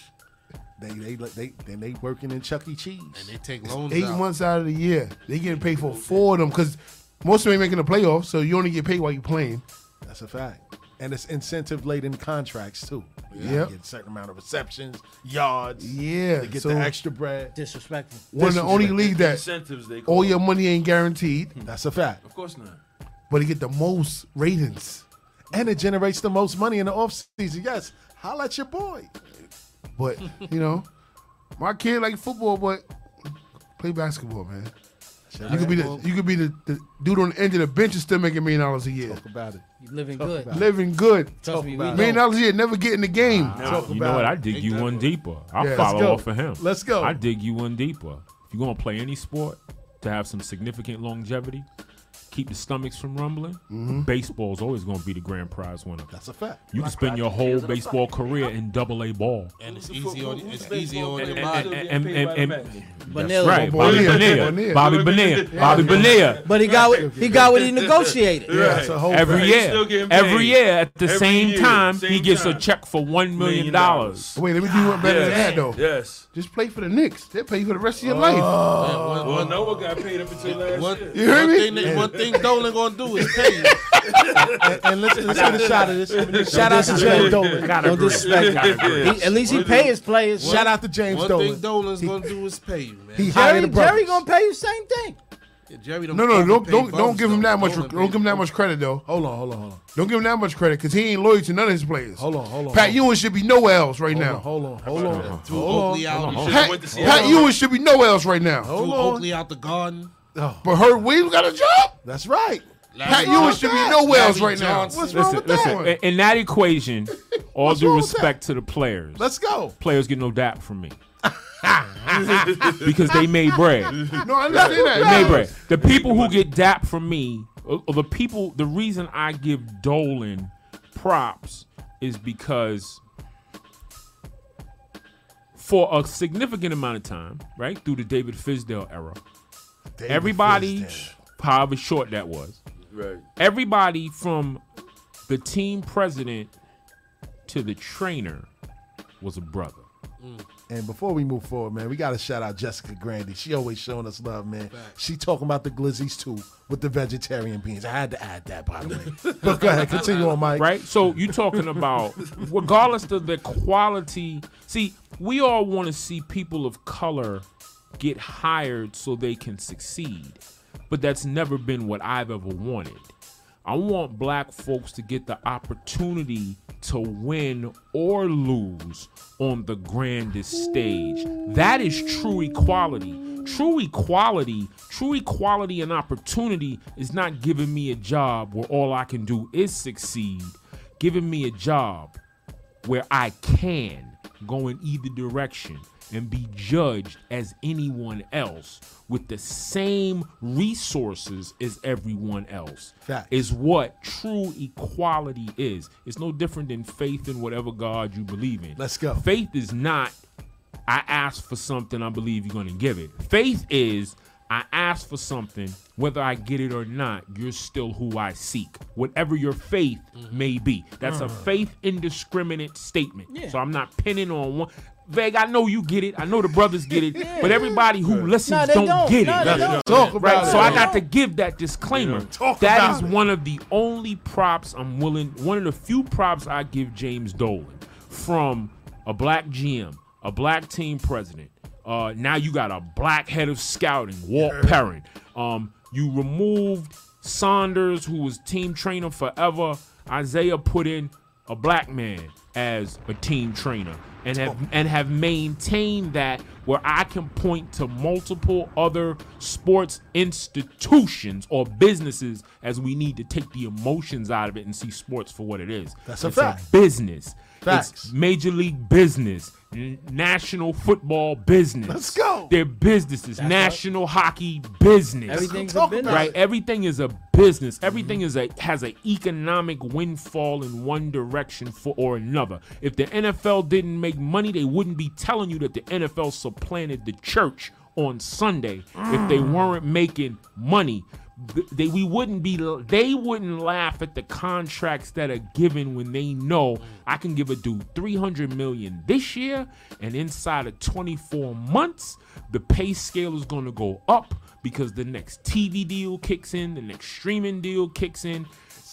[SPEAKER 5] They they they then they working in Chuck E. Cheese.
[SPEAKER 9] And they take
[SPEAKER 7] It's
[SPEAKER 9] loans
[SPEAKER 7] eight
[SPEAKER 9] out.
[SPEAKER 7] months out of the year. They getting paid for four of them because most of them ain't making the playoffs, so you only get paid while you're playing.
[SPEAKER 5] That's a fact. And it's incentive laden contracts too. You gotta
[SPEAKER 7] Yep.
[SPEAKER 5] Get a certain amount of receptions, yards.
[SPEAKER 7] Yeah,
[SPEAKER 5] To get
[SPEAKER 7] so-
[SPEAKER 5] the extra bread.
[SPEAKER 10] Disrespectful.
[SPEAKER 7] One of the only league
[SPEAKER 6] Incentives, they
[SPEAKER 7] that
[SPEAKER 6] call
[SPEAKER 7] all
[SPEAKER 6] it.
[SPEAKER 7] your money ain't guaranteed,
[SPEAKER 5] Hmm. That's a fact.
[SPEAKER 6] Of course not.
[SPEAKER 7] but they get the most ratings.
[SPEAKER 5] And it generates the most money in the offseason. Yes. Holla at your boy.
[SPEAKER 7] But you know, my kid like football, but play basketball, man. You could be the you could be the, the dude on the end of the bench and still making million dollars a year.
[SPEAKER 5] Talk about it.
[SPEAKER 10] You living
[SPEAKER 5] Talk
[SPEAKER 10] good.
[SPEAKER 5] about it.
[SPEAKER 7] Living good.
[SPEAKER 10] Trust me, we
[SPEAKER 7] Million
[SPEAKER 10] know.
[SPEAKER 7] dollars a year, never get in the game.
[SPEAKER 8] Nah, you know what? I dig you one deeper.
[SPEAKER 7] Yeah.
[SPEAKER 8] I
[SPEAKER 7] Let's
[SPEAKER 8] follow
[SPEAKER 7] go.
[SPEAKER 8] off of him.
[SPEAKER 7] Let's go.
[SPEAKER 8] I dig you one deeper. If you're gonna play any sport to have some significant longevity, keep the stomachs from rumbling. Baseball's always gonna be the grand prize winner.
[SPEAKER 5] That's a fact.
[SPEAKER 8] You can spend your whole baseball career in double A ball.
[SPEAKER 9] And it's easy on it's easy on your body.
[SPEAKER 8] And, and, and, and,
[SPEAKER 10] Bonilla.
[SPEAKER 8] that's right, Bobby
[SPEAKER 10] Bonilla.
[SPEAKER 8] Bonilla, Bobby Bonilla, Bobby Bonilla.
[SPEAKER 10] But he got what he got what he negotiated.
[SPEAKER 5] Yeah, it's a whole
[SPEAKER 8] Every
[SPEAKER 5] fact.
[SPEAKER 8] year, every year at the
[SPEAKER 6] Every
[SPEAKER 8] same
[SPEAKER 6] year,
[SPEAKER 8] time, he
[SPEAKER 6] same
[SPEAKER 8] gets a
[SPEAKER 6] time.
[SPEAKER 8] check for one million
[SPEAKER 6] Million
[SPEAKER 8] dollars.
[SPEAKER 7] Wait, let me do one better than that though.
[SPEAKER 6] Yes.
[SPEAKER 7] Just play for the Knicks. They'll pay you for the rest of
[SPEAKER 5] Oh.
[SPEAKER 7] your life.
[SPEAKER 6] Well, no one got paid up until last year.
[SPEAKER 7] You hear
[SPEAKER 9] one
[SPEAKER 7] me?
[SPEAKER 9] Thing that, One thing Dolan gonna do is pay you.
[SPEAKER 5] And, and let's, let's get a shot of this. Shout out to James Dolan.
[SPEAKER 8] Gotta
[SPEAKER 10] Don't
[SPEAKER 8] agree.
[SPEAKER 10] disrespect
[SPEAKER 8] Gotta
[SPEAKER 10] him.
[SPEAKER 8] agree.
[SPEAKER 10] He- At least he pay his players.
[SPEAKER 7] Shout out to James
[SPEAKER 9] One
[SPEAKER 7] Dolan.
[SPEAKER 9] thing Dolan's gonna do is pay you, man.
[SPEAKER 7] He
[SPEAKER 10] Jerry,
[SPEAKER 7] hired a
[SPEAKER 10] Jerry
[SPEAKER 7] brother.
[SPEAKER 10] gonna pay you same thing.
[SPEAKER 9] Yeah, Jerry don't
[SPEAKER 7] No, no, don't
[SPEAKER 9] overpay
[SPEAKER 7] don't don't
[SPEAKER 9] bums,
[SPEAKER 7] give him
[SPEAKER 9] though.
[SPEAKER 7] that much.
[SPEAKER 9] Dolan
[SPEAKER 7] Don't
[SPEAKER 9] paid
[SPEAKER 7] give him that much credit though.
[SPEAKER 5] Hold on, hold on, hold on.
[SPEAKER 7] Don't give him that much credit because he ain't loyal to none of his players.
[SPEAKER 5] Hold on, hold on.
[SPEAKER 7] Pat
[SPEAKER 5] hold on.
[SPEAKER 7] Ewing should be nowhere else right
[SPEAKER 5] Hold
[SPEAKER 7] now.
[SPEAKER 5] on, hold on, hold on.
[SPEAKER 9] threw
[SPEAKER 5] Hold
[SPEAKER 9] Oakley
[SPEAKER 5] on.
[SPEAKER 9] out.
[SPEAKER 6] on.
[SPEAKER 9] He
[SPEAKER 6] Pat-
[SPEAKER 9] should've went to
[SPEAKER 6] Pat
[SPEAKER 7] Pat
[SPEAKER 9] Seattle.
[SPEAKER 7] Ewing should be nowhere else right now.
[SPEAKER 5] Hold
[SPEAKER 9] Threw
[SPEAKER 5] on.
[SPEAKER 9] Oakley out the garden.
[SPEAKER 7] But her we got a job.
[SPEAKER 5] That's right.
[SPEAKER 7] Pat Ewing should be nowhere else right now.
[SPEAKER 9] Johnson.
[SPEAKER 7] What's wrong
[SPEAKER 8] Listen,
[SPEAKER 7] with that
[SPEAKER 8] listen.
[SPEAKER 7] one?
[SPEAKER 8] In, in that equation, all due
[SPEAKER 5] wrong with
[SPEAKER 8] respect to the players,
[SPEAKER 5] Let's go.
[SPEAKER 8] players get no dap from me because they made bread.
[SPEAKER 7] No, I understand that.
[SPEAKER 8] They made bread. The people who get dap from me, or or the people, the reason I give Dolan props is because for a significant amount of time, right through the David Fisdale era, everybody, however short that was,
[SPEAKER 6] Right.
[SPEAKER 8] everybody from the team president to the trainer was a brother.
[SPEAKER 5] And before we move forward, man, we got to shout out Jessica Grandy. She always showing us love, man. She talking about the glizzies too with the vegetarian beans. I had to add that, by the way. but go ahead, continue on, Mike.
[SPEAKER 8] Right? So you talking about regardless of the quality. See, we all want to see people of color get hired so they can succeed. But that's never been what I've ever wanted. I want black folks to get the opportunity to win or lose on the grandest stage. That is true equality. True equality, true equality and opportunity is not giving me a job where all I can do is succeed, giving me a job where I can go in either direction and be judged as anyone else with the same resources as everyone else
[SPEAKER 5] Facts.
[SPEAKER 8] is what true equality is. It's no different than faith in whatever God you believe in. Let's go. Faith is not I ask for something I believe you're going to give it. Faith is I ask for something, whether I get it or not, you're still who I seek, whatever your faith may be. That's a
[SPEAKER 16] Mm.
[SPEAKER 8] faith indiscriminate statement.
[SPEAKER 16] Yeah.
[SPEAKER 8] So I'm not pinning on one. Veg, I know you get it. I know the brothers get it, but everybody who listens
[SPEAKER 5] No, they
[SPEAKER 8] don't,
[SPEAKER 5] don't.
[SPEAKER 8] get
[SPEAKER 5] No,
[SPEAKER 8] it.
[SPEAKER 5] they don't. Talk about
[SPEAKER 8] right?
[SPEAKER 5] it.
[SPEAKER 8] So I got to give that disclaimer.
[SPEAKER 5] Talk
[SPEAKER 8] That
[SPEAKER 5] about
[SPEAKER 8] is one of the only props I'm willing, one of the few props I give James Dolan from a black GM, a black team president. Uh, now you got a black head of scouting, Walt Perrin. Um, you removed Saunders, who was team trainer forever. Isaiah put in a black man as a team trainer and have
[SPEAKER 5] Oh.
[SPEAKER 8] and have maintained that where I can point to multiple other sports institutions or businesses as we need to take the emotions out of it and see sports for what it is.
[SPEAKER 5] That's a
[SPEAKER 8] It's
[SPEAKER 5] fact.
[SPEAKER 8] business.
[SPEAKER 5] Facts.
[SPEAKER 8] It's major league business, n- national football business.
[SPEAKER 5] Let's go.
[SPEAKER 8] Their businesses, national hockey business.
[SPEAKER 10] Everything's a Talk about business. it.
[SPEAKER 8] Right? Everything is a business. Everything is a has an economic windfall in one direction for or another. If the NFL didn't make money, they wouldn't be telling you that the NFL supplanted the church on Sunday if they
[SPEAKER 16] Mm.
[SPEAKER 8] weren't making money. th- They we wouldn't be they wouldn't laugh at the contracts that are given when they know I can give a dude 300 million this year and inside of 24 months the pay scale is going to go up because the next TV deal kicks in, the next streaming deal kicks in,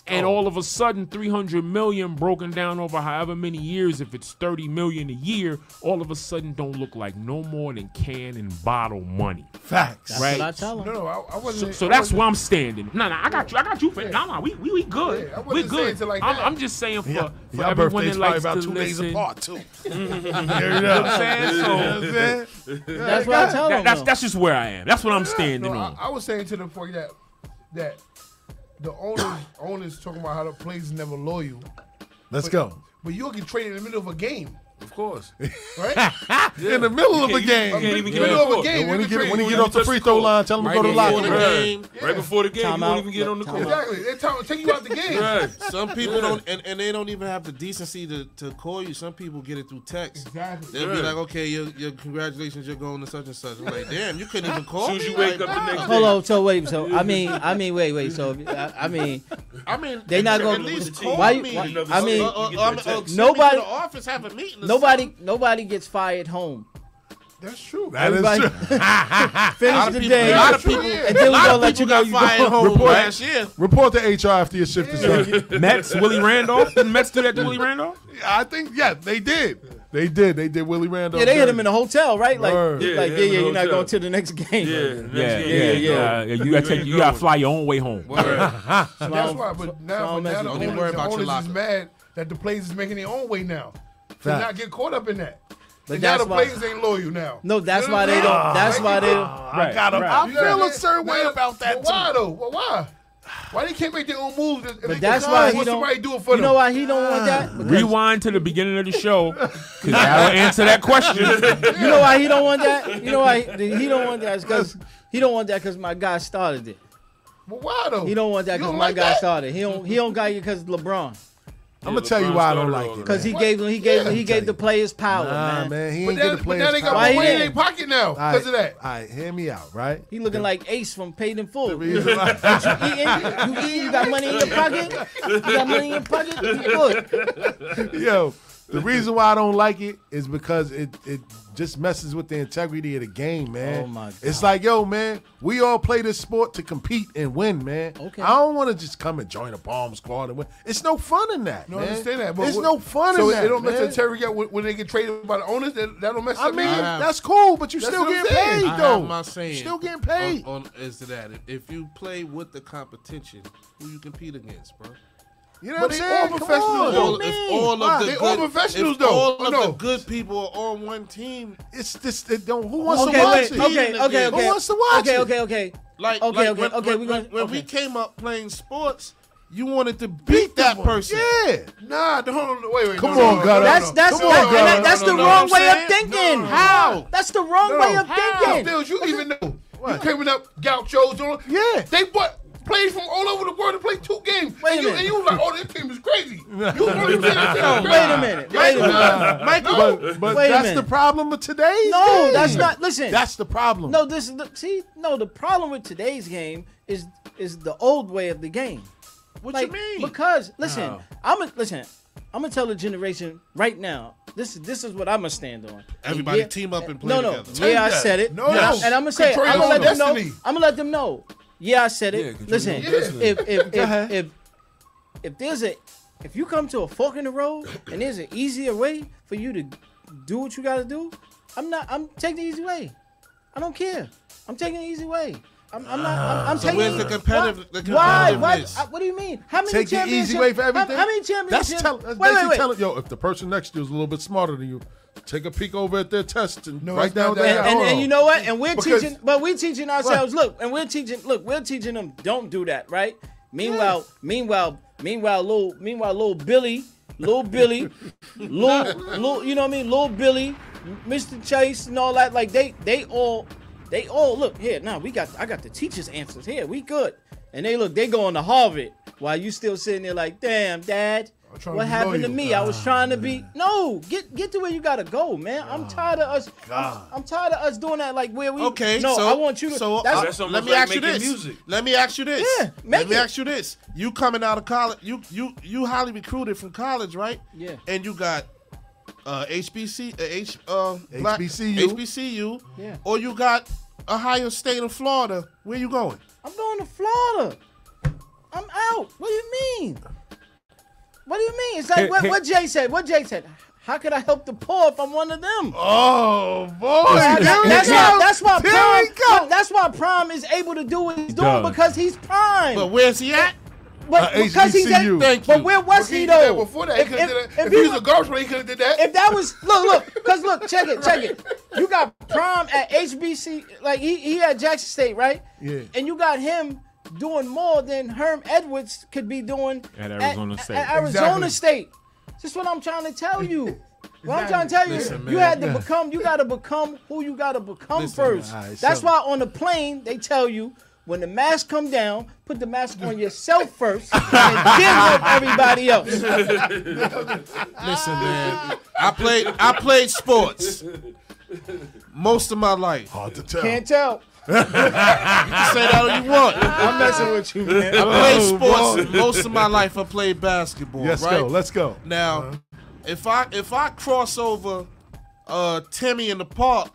[SPEAKER 8] and all of a sudden 300 million broken down over however many years if it's 30 million a year all of a sudden don't look like no more than can and bottle money
[SPEAKER 5] Facts.
[SPEAKER 8] right
[SPEAKER 7] No, no, I, I
[SPEAKER 8] so,
[SPEAKER 7] wasn't.
[SPEAKER 8] so
[SPEAKER 7] I
[SPEAKER 8] that's
[SPEAKER 7] wasn't-
[SPEAKER 8] where i'm standing no no i got you i got you for no no we we, we good
[SPEAKER 7] Yeah, I wasn't
[SPEAKER 8] we're
[SPEAKER 7] saying
[SPEAKER 8] good
[SPEAKER 7] it like
[SPEAKER 8] I'm,
[SPEAKER 7] that.
[SPEAKER 8] I'm just saying for,
[SPEAKER 7] Yeah.
[SPEAKER 8] for
[SPEAKER 7] Your
[SPEAKER 8] everyone
[SPEAKER 7] birthday's probably
[SPEAKER 8] that likes
[SPEAKER 7] about
[SPEAKER 8] to
[SPEAKER 7] two days
[SPEAKER 8] listen
[SPEAKER 7] apart, too.
[SPEAKER 8] You know what
[SPEAKER 7] There it is.
[SPEAKER 8] I'm saying?
[SPEAKER 7] You
[SPEAKER 8] So-
[SPEAKER 7] know what I'm saying?
[SPEAKER 8] That's what I tell them, That's- though. that's just where I am. That's what I'm standing
[SPEAKER 7] No, I-
[SPEAKER 8] on.
[SPEAKER 7] I, was saying to the point that that the owners owners talking about how the players never loyal.
[SPEAKER 5] Let's
[SPEAKER 7] But-
[SPEAKER 5] go.
[SPEAKER 7] But you'll get traded in the middle of a game.
[SPEAKER 6] Of course.
[SPEAKER 7] Right?
[SPEAKER 5] In the middle of
[SPEAKER 6] You
[SPEAKER 5] a
[SPEAKER 6] can't-
[SPEAKER 5] game.
[SPEAKER 6] you can't even get
[SPEAKER 5] middle
[SPEAKER 6] on
[SPEAKER 5] of
[SPEAKER 6] the
[SPEAKER 5] a
[SPEAKER 6] court.
[SPEAKER 5] game.
[SPEAKER 6] When
[SPEAKER 5] you can
[SPEAKER 6] he get-
[SPEAKER 5] trade-
[SPEAKER 6] when he
[SPEAKER 5] you
[SPEAKER 6] get
[SPEAKER 5] don't
[SPEAKER 6] off the
[SPEAKER 5] touch
[SPEAKER 6] free
[SPEAKER 5] court.
[SPEAKER 6] throw line, tell him to
[SPEAKER 5] Right
[SPEAKER 6] go to the
[SPEAKER 5] before
[SPEAKER 6] locker room.
[SPEAKER 5] game.
[SPEAKER 6] Right before the game, you won't
[SPEAKER 5] Timeout.
[SPEAKER 6] even get on the court.
[SPEAKER 7] Exactly. They tell, take you out the game.
[SPEAKER 6] Right.
[SPEAKER 9] Some people
[SPEAKER 6] Yeah.
[SPEAKER 9] don't, and, and they don't even have the decency to, to call you. Some people get it through text.
[SPEAKER 7] Exactly.
[SPEAKER 9] They'll be
[SPEAKER 6] Yeah.
[SPEAKER 9] like, okay, your, your congratulations, you're going to such and such. I'm like, damn, you couldn't even call
[SPEAKER 6] Soon as
[SPEAKER 9] me.
[SPEAKER 6] you wake
[SPEAKER 9] Like,
[SPEAKER 6] up the next
[SPEAKER 9] nah.
[SPEAKER 10] Hold on. So wait. So I mean, I mean, wait, wait. So I, I mean,
[SPEAKER 9] I mean,
[SPEAKER 10] they not
[SPEAKER 9] at
[SPEAKER 10] gonna.
[SPEAKER 9] least call
[SPEAKER 10] why? you-
[SPEAKER 9] me.
[SPEAKER 10] why-
[SPEAKER 9] Another
[SPEAKER 10] I mean,
[SPEAKER 9] city. Or- or- or- or send me to
[SPEAKER 10] nobody.
[SPEAKER 9] the office, have a meeting or
[SPEAKER 10] Nobody. Nobody gets fired home.
[SPEAKER 7] That's true.
[SPEAKER 5] That is
[SPEAKER 10] Everybody-
[SPEAKER 5] true.
[SPEAKER 10] Finish
[SPEAKER 9] lot of
[SPEAKER 10] the
[SPEAKER 9] people-
[SPEAKER 10] day.
[SPEAKER 9] a lot of people-
[SPEAKER 10] and then
[SPEAKER 9] a
[SPEAKER 10] we
[SPEAKER 9] lot
[SPEAKER 10] gonna
[SPEAKER 9] of
[SPEAKER 10] let you
[SPEAKER 9] people
[SPEAKER 10] know
[SPEAKER 9] got
[SPEAKER 10] you
[SPEAKER 9] fired
[SPEAKER 10] go.
[SPEAKER 9] home.
[SPEAKER 5] Report,
[SPEAKER 9] last year.
[SPEAKER 5] report to HR after your shift is done.
[SPEAKER 8] Mets, Willie Randolph. Didn't Mets do that to Willie Randolph?
[SPEAKER 5] I think, yeah, they did. They did. They did Willie Randolph.
[SPEAKER 10] Yeah, they hit him in the hotel, right? Like,
[SPEAKER 5] Word.
[SPEAKER 10] yeah,
[SPEAKER 5] Yeah,
[SPEAKER 10] like, yeah,
[SPEAKER 5] hit him in
[SPEAKER 10] yeah.
[SPEAKER 5] the
[SPEAKER 10] You're not
[SPEAKER 5] hotel.
[SPEAKER 10] going to the next game.
[SPEAKER 8] yeah, yeah, yeah. You gotta take, you gotta fly your own way home.
[SPEAKER 7] And that's why, but now, but now the
[SPEAKER 9] Don't even
[SPEAKER 7] owners,
[SPEAKER 9] worry
[SPEAKER 7] the
[SPEAKER 9] about your
[SPEAKER 7] owners is
[SPEAKER 9] locker.
[SPEAKER 7] mad that the players is making their own way now. To
[SPEAKER 10] Fact.
[SPEAKER 7] not get caught up in that.
[SPEAKER 10] But
[SPEAKER 7] and now
[SPEAKER 10] that's
[SPEAKER 7] the
[SPEAKER 10] why-
[SPEAKER 7] players ain't loyal now.
[SPEAKER 10] No, that's why they don't. That's why they.
[SPEAKER 5] I got him. I feel a certain way
[SPEAKER 7] about that. why though? Well, why? Why they can't make their own moves? if they
[SPEAKER 10] But that's
[SPEAKER 7] can
[SPEAKER 10] why
[SPEAKER 7] find
[SPEAKER 10] he
[SPEAKER 7] what
[SPEAKER 10] don't.
[SPEAKER 7] somebody do it for
[SPEAKER 10] you
[SPEAKER 7] them?
[SPEAKER 10] know why he don't want that?
[SPEAKER 8] Rewind to the beginning of the show because I'll answer that question.
[SPEAKER 10] You know why he don't want that? You know why he, he don't want that? Because he don't want that because my guy started it.
[SPEAKER 7] But why though?
[SPEAKER 10] He don't want that
[SPEAKER 7] You
[SPEAKER 10] because
[SPEAKER 7] don't
[SPEAKER 10] my
[SPEAKER 7] like
[SPEAKER 10] guy
[SPEAKER 7] that?
[SPEAKER 10] started. He don't. He don't got you because LeBron.
[SPEAKER 5] I'm gonna tell you why I don't like it.
[SPEAKER 10] Because he
[SPEAKER 5] man.
[SPEAKER 10] gave he gave
[SPEAKER 5] Yeah.
[SPEAKER 10] he gave the players power,
[SPEAKER 5] Nah,
[SPEAKER 10] man.
[SPEAKER 5] man, he
[SPEAKER 7] But
[SPEAKER 5] ain't
[SPEAKER 7] that-
[SPEAKER 5] get the
[SPEAKER 7] but
[SPEAKER 5] players.
[SPEAKER 7] now they got
[SPEAKER 5] power.
[SPEAKER 7] more Why he money in didn't? their pocket now 'cause of that.
[SPEAKER 5] All right, hear me out, right?
[SPEAKER 10] He looking like Ace from Paid in Full. you
[SPEAKER 5] reason
[SPEAKER 10] eating? You eating? You got money in your pocket? You got money in your pocket? You good.
[SPEAKER 5] Yo, the reason why I don't like it is because it it just messes with the integrity of the game, man.
[SPEAKER 10] Oh, my God.
[SPEAKER 5] It's like, yo, man, we all play this sport to compete and win, man. Okay. I don't want to just come and join a bomb squad and win. It's no fun in that.
[SPEAKER 7] No, I
[SPEAKER 5] man.
[SPEAKER 7] understand that. But
[SPEAKER 5] There's
[SPEAKER 7] what-
[SPEAKER 5] no fun
[SPEAKER 7] so
[SPEAKER 5] in that.
[SPEAKER 7] it don't mess
[SPEAKER 5] man.
[SPEAKER 7] up Terry yet when, when they get traded by the owners. That, that don't mess
[SPEAKER 5] I
[SPEAKER 7] up.
[SPEAKER 5] mean,
[SPEAKER 7] either.
[SPEAKER 5] that's cool, but you
[SPEAKER 7] That's
[SPEAKER 5] still
[SPEAKER 7] what I'm
[SPEAKER 5] getting
[SPEAKER 7] saying.
[SPEAKER 5] paid,
[SPEAKER 9] I
[SPEAKER 5] though.
[SPEAKER 9] have my saying.
[SPEAKER 5] Still getting paid.
[SPEAKER 9] On, on- is to that if- if you play with the competition, who you compete against, bro?
[SPEAKER 5] You know
[SPEAKER 7] But
[SPEAKER 5] what I'm
[SPEAKER 7] they
[SPEAKER 5] saying?
[SPEAKER 7] all professionals,
[SPEAKER 5] Come
[SPEAKER 7] though.
[SPEAKER 5] on.
[SPEAKER 9] All- if all of the
[SPEAKER 5] Why?
[SPEAKER 9] good, if all of
[SPEAKER 5] No.
[SPEAKER 9] the good people are on one team,
[SPEAKER 5] It's just it don't. Who wants
[SPEAKER 10] okay,
[SPEAKER 5] to watch
[SPEAKER 10] wait,
[SPEAKER 5] it?
[SPEAKER 10] okay, okay, okay.
[SPEAKER 5] Who wants to watch
[SPEAKER 10] okay,
[SPEAKER 5] it?
[SPEAKER 10] okay, okay.
[SPEAKER 9] Like,
[SPEAKER 10] okay,
[SPEAKER 9] like
[SPEAKER 10] okay,
[SPEAKER 9] when,
[SPEAKER 10] okay.
[SPEAKER 9] when,
[SPEAKER 10] we gonna,
[SPEAKER 9] when
[SPEAKER 10] okay.
[SPEAKER 9] we came up playing sports, You wanted to beat that person.
[SPEAKER 5] Yeah.
[SPEAKER 9] Nah, don't, wait, wait.
[SPEAKER 5] Come on, God.
[SPEAKER 10] That's that's
[SPEAKER 9] Come
[SPEAKER 10] the,
[SPEAKER 9] on,
[SPEAKER 10] and
[SPEAKER 9] Gunna.
[SPEAKER 10] that- that's
[SPEAKER 9] No,
[SPEAKER 10] the
[SPEAKER 9] no, no.
[SPEAKER 10] wrong
[SPEAKER 9] You know
[SPEAKER 10] way
[SPEAKER 9] what
[SPEAKER 10] of
[SPEAKER 9] I'm saying?
[SPEAKER 10] thinking.
[SPEAKER 9] No, no, no.
[SPEAKER 10] How? That's the wrong way of thinking.
[SPEAKER 7] Stills, you even know. You coming up, gauchos on.
[SPEAKER 5] Yeah.
[SPEAKER 7] They what? Played from all over the world to play two games. and, you, and you was like, oh, this team is crazy. You really think this team is
[SPEAKER 10] No,
[SPEAKER 7] crazy?
[SPEAKER 10] wait a minute.
[SPEAKER 7] Yeah,
[SPEAKER 10] Wait a
[SPEAKER 7] nah.
[SPEAKER 10] minute. Michael,
[SPEAKER 5] But, but
[SPEAKER 10] wait a
[SPEAKER 5] that's
[SPEAKER 10] minute.
[SPEAKER 5] the problem of today's
[SPEAKER 10] No,
[SPEAKER 5] game.
[SPEAKER 10] that's not. Listen,
[SPEAKER 5] That's the problem.
[SPEAKER 10] no. This is the, see. No, the problem with today's game is is the old way of the game.
[SPEAKER 9] What
[SPEAKER 10] Like,
[SPEAKER 9] you mean?
[SPEAKER 10] Because listen,
[SPEAKER 9] No.
[SPEAKER 10] I'm a, listen. I'm gonna tell the generation right now. This is this is what I'm gonna stand on. And
[SPEAKER 9] Everybody team up and play
[SPEAKER 10] No, no.
[SPEAKER 9] together.
[SPEAKER 10] Yeah, I
[SPEAKER 9] Take that.
[SPEAKER 10] said it.
[SPEAKER 9] No,
[SPEAKER 10] and, I,
[SPEAKER 9] no.
[SPEAKER 10] and I'm gonna say, it.
[SPEAKER 9] Control
[SPEAKER 10] I'm gonna
[SPEAKER 9] your
[SPEAKER 10] let them know.
[SPEAKER 9] destiny.
[SPEAKER 10] I'm gonna let them know. Yeah, I said
[SPEAKER 9] Yeah,
[SPEAKER 10] it.
[SPEAKER 9] control
[SPEAKER 10] listen,
[SPEAKER 9] your
[SPEAKER 10] if
[SPEAKER 9] destiny.
[SPEAKER 10] if if,
[SPEAKER 9] Go
[SPEAKER 10] if
[SPEAKER 9] ahead.
[SPEAKER 10] if if there's a if you come to a fork in the road and there's an easier way for you to do what you gotta do, I'm not. I'm taking the easy way. I don't care. I'm taking the easy way. I'm, I'm not. I'm, I'm
[SPEAKER 9] Ah, So
[SPEAKER 10] taking.
[SPEAKER 9] where's the competitive-
[SPEAKER 10] Why? Why?
[SPEAKER 9] the
[SPEAKER 10] Why?
[SPEAKER 9] competitiveness?
[SPEAKER 10] I- What do you mean? How many
[SPEAKER 5] Take the
[SPEAKER 10] championships?
[SPEAKER 5] easy way for
[SPEAKER 10] how-
[SPEAKER 5] everything.
[SPEAKER 10] How, many championships?
[SPEAKER 5] That's, tell, that's
[SPEAKER 10] wait,
[SPEAKER 5] basically
[SPEAKER 10] wait, wait.
[SPEAKER 5] telling yo if the person next to you is a little bit smarter than you, take a peek over at their test and write
[SPEAKER 7] it's not
[SPEAKER 5] down what
[SPEAKER 7] that.
[SPEAKER 5] they
[SPEAKER 10] and,
[SPEAKER 5] got.
[SPEAKER 10] and,
[SPEAKER 5] Hold
[SPEAKER 10] and
[SPEAKER 5] on.
[SPEAKER 10] you know what? And we're
[SPEAKER 5] Because-
[SPEAKER 10] teaching, but we're teaching ourselves. Look, and we're teaching. Look, we're teaching them. Don't do that, right? Meanwhile, meanwhile, meanwhile, little, meanwhile, little Billy, little Billy, little, little, you know what I mean? Little Billy, Mr. Chase, and all that. Like they, they all, they all look here. Now we got, I got the teachers' answers here. We good. And they look, they going to Harvard while you still sitting there like, damn, Dad.
[SPEAKER 7] trying to
[SPEAKER 10] What
[SPEAKER 7] be
[SPEAKER 10] happened to
[SPEAKER 7] loyal.
[SPEAKER 10] me? I was trying to be no. Get get to where you gotta go, man. I'm tired of us.
[SPEAKER 9] God.
[SPEAKER 10] I'm tired of us doing that. Like where we
[SPEAKER 9] Okay,
[SPEAKER 10] No,
[SPEAKER 9] so
[SPEAKER 10] I want you to.
[SPEAKER 9] So
[SPEAKER 10] that's,
[SPEAKER 9] uh, let me ask you this. Let me ask you this.
[SPEAKER 10] Yeah,
[SPEAKER 9] let
[SPEAKER 10] make
[SPEAKER 9] me
[SPEAKER 10] it.
[SPEAKER 9] ask you this. You coming out of college? You you you highly recruited from college, right?
[SPEAKER 10] Yeah.
[SPEAKER 9] And you got uh, HBC, uh, H, uh, black-
[SPEAKER 5] HBCU.
[SPEAKER 9] HBCU.
[SPEAKER 10] Yeah.
[SPEAKER 9] Or you got a higher state of Florida. Where you going?
[SPEAKER 10] I'm going to Florida. I'm out. What do you mean? What do you mean? It's like
[SPEAKER 8] Hey,
[SPEAKER 10] what,
[SPEAKER 8] hey.
[SPEAKER 10] what Jay said. What Jay said. How could I help the poor if I'm one of them?
[SPEAKER 5] Oh boy,
[SPEAKER 10] Yeah,
[SPEAKER 5] here
[SPEAKER 10] that-
[SPEAKER 5] we
[SPEAKER 10] that's
[SPEAKER 5] go.
[SPEAKER 10] why. That's why
[SPEAKER 5] Here we
[SPEAKER 10] Prime. That's why Prime is able to do what he's doing
[SPEAKER 5] Does.
[SPEAKER 10] because he's Prime.
[SPEAKER 9] But where's he at?
[SPEAKER 10] But
[SPEAKER 9] E
[SPEAKER 5] Uh,
[SPEAKER 10] because he's at,
[SPEAKER 5] HBCU.
[SPEAKER 9] Thank
[SPEAKER 10] but
[SPEAKER 9] you.
[SPEAKER 10] where was
[SPEAKER 7] If he
[SPEAKER 10] he
[SPEAKER 7] did that
[SPEAKER 10] though?
[SPEAKER 7] before that, he could've did that. If he was a
[SPEAKER 10] golfer,
[SPEAKER 7] he could've did that.
[SPEAKER 10] If that was look, look, cause look, check it, check it. You got Prime at HBC, like he he at Jackson State, right?
[SPEAKER 5] Yeah.
[SPEAKER 10] And you got him doing more than Herm Edwards could be doing
[SPEAKER 8] At Arizona State.
[SPEAKER 10] At Arizona
[SPEAKER 5] Exactly.
[SPEAKER 10] State. That's what I'm trying to tell you. What I'm trying to
[SPEAKER 5] Exactly.
[SPEAKER 10] tell you,
[SPEAKER 5] Listen,
[SPEAKER 10] you
[SPEAKER 5] man.
[SPEAKER 10] had to
[SPEAKER 5] Yeah.
[SPEAKER 10] become, you gotta become who you gotta become
[SPEAKER 5] Listen,
[SPEAKER 10] first.
[SPEAKER 5] all right,
[SPEAKER 10] That's
[SPEAKER 5] so-
[SPEAKER 10] why on the plane they tell you when the mask come down, put the mask on yourself first, and then help everybody else.
[SPEAKER 9] Listen, man. I played I played sports most of my life.
[SPEAKER 5] Hard to tell.
[SPEAKER 10] Can't tell.
[SPEAKER 9] You can say that all you want.
[SPEAKER 10] I'm messing with you, man.
[SPEAKER 9] I played
[SPEAKER 5] Oh,
[SPEAKER 9] sports
[SPEAKER 5] boy.
[SPEAKER 9] most of my life. I played basketball.
[SPEAKER 5] Let's
[SPEAKER 9] right?
[SPEAKER 5] go. Let's go. Uh-huh.
[SPEAKER 9] Now, if I if I cross over uh Timmy in the park,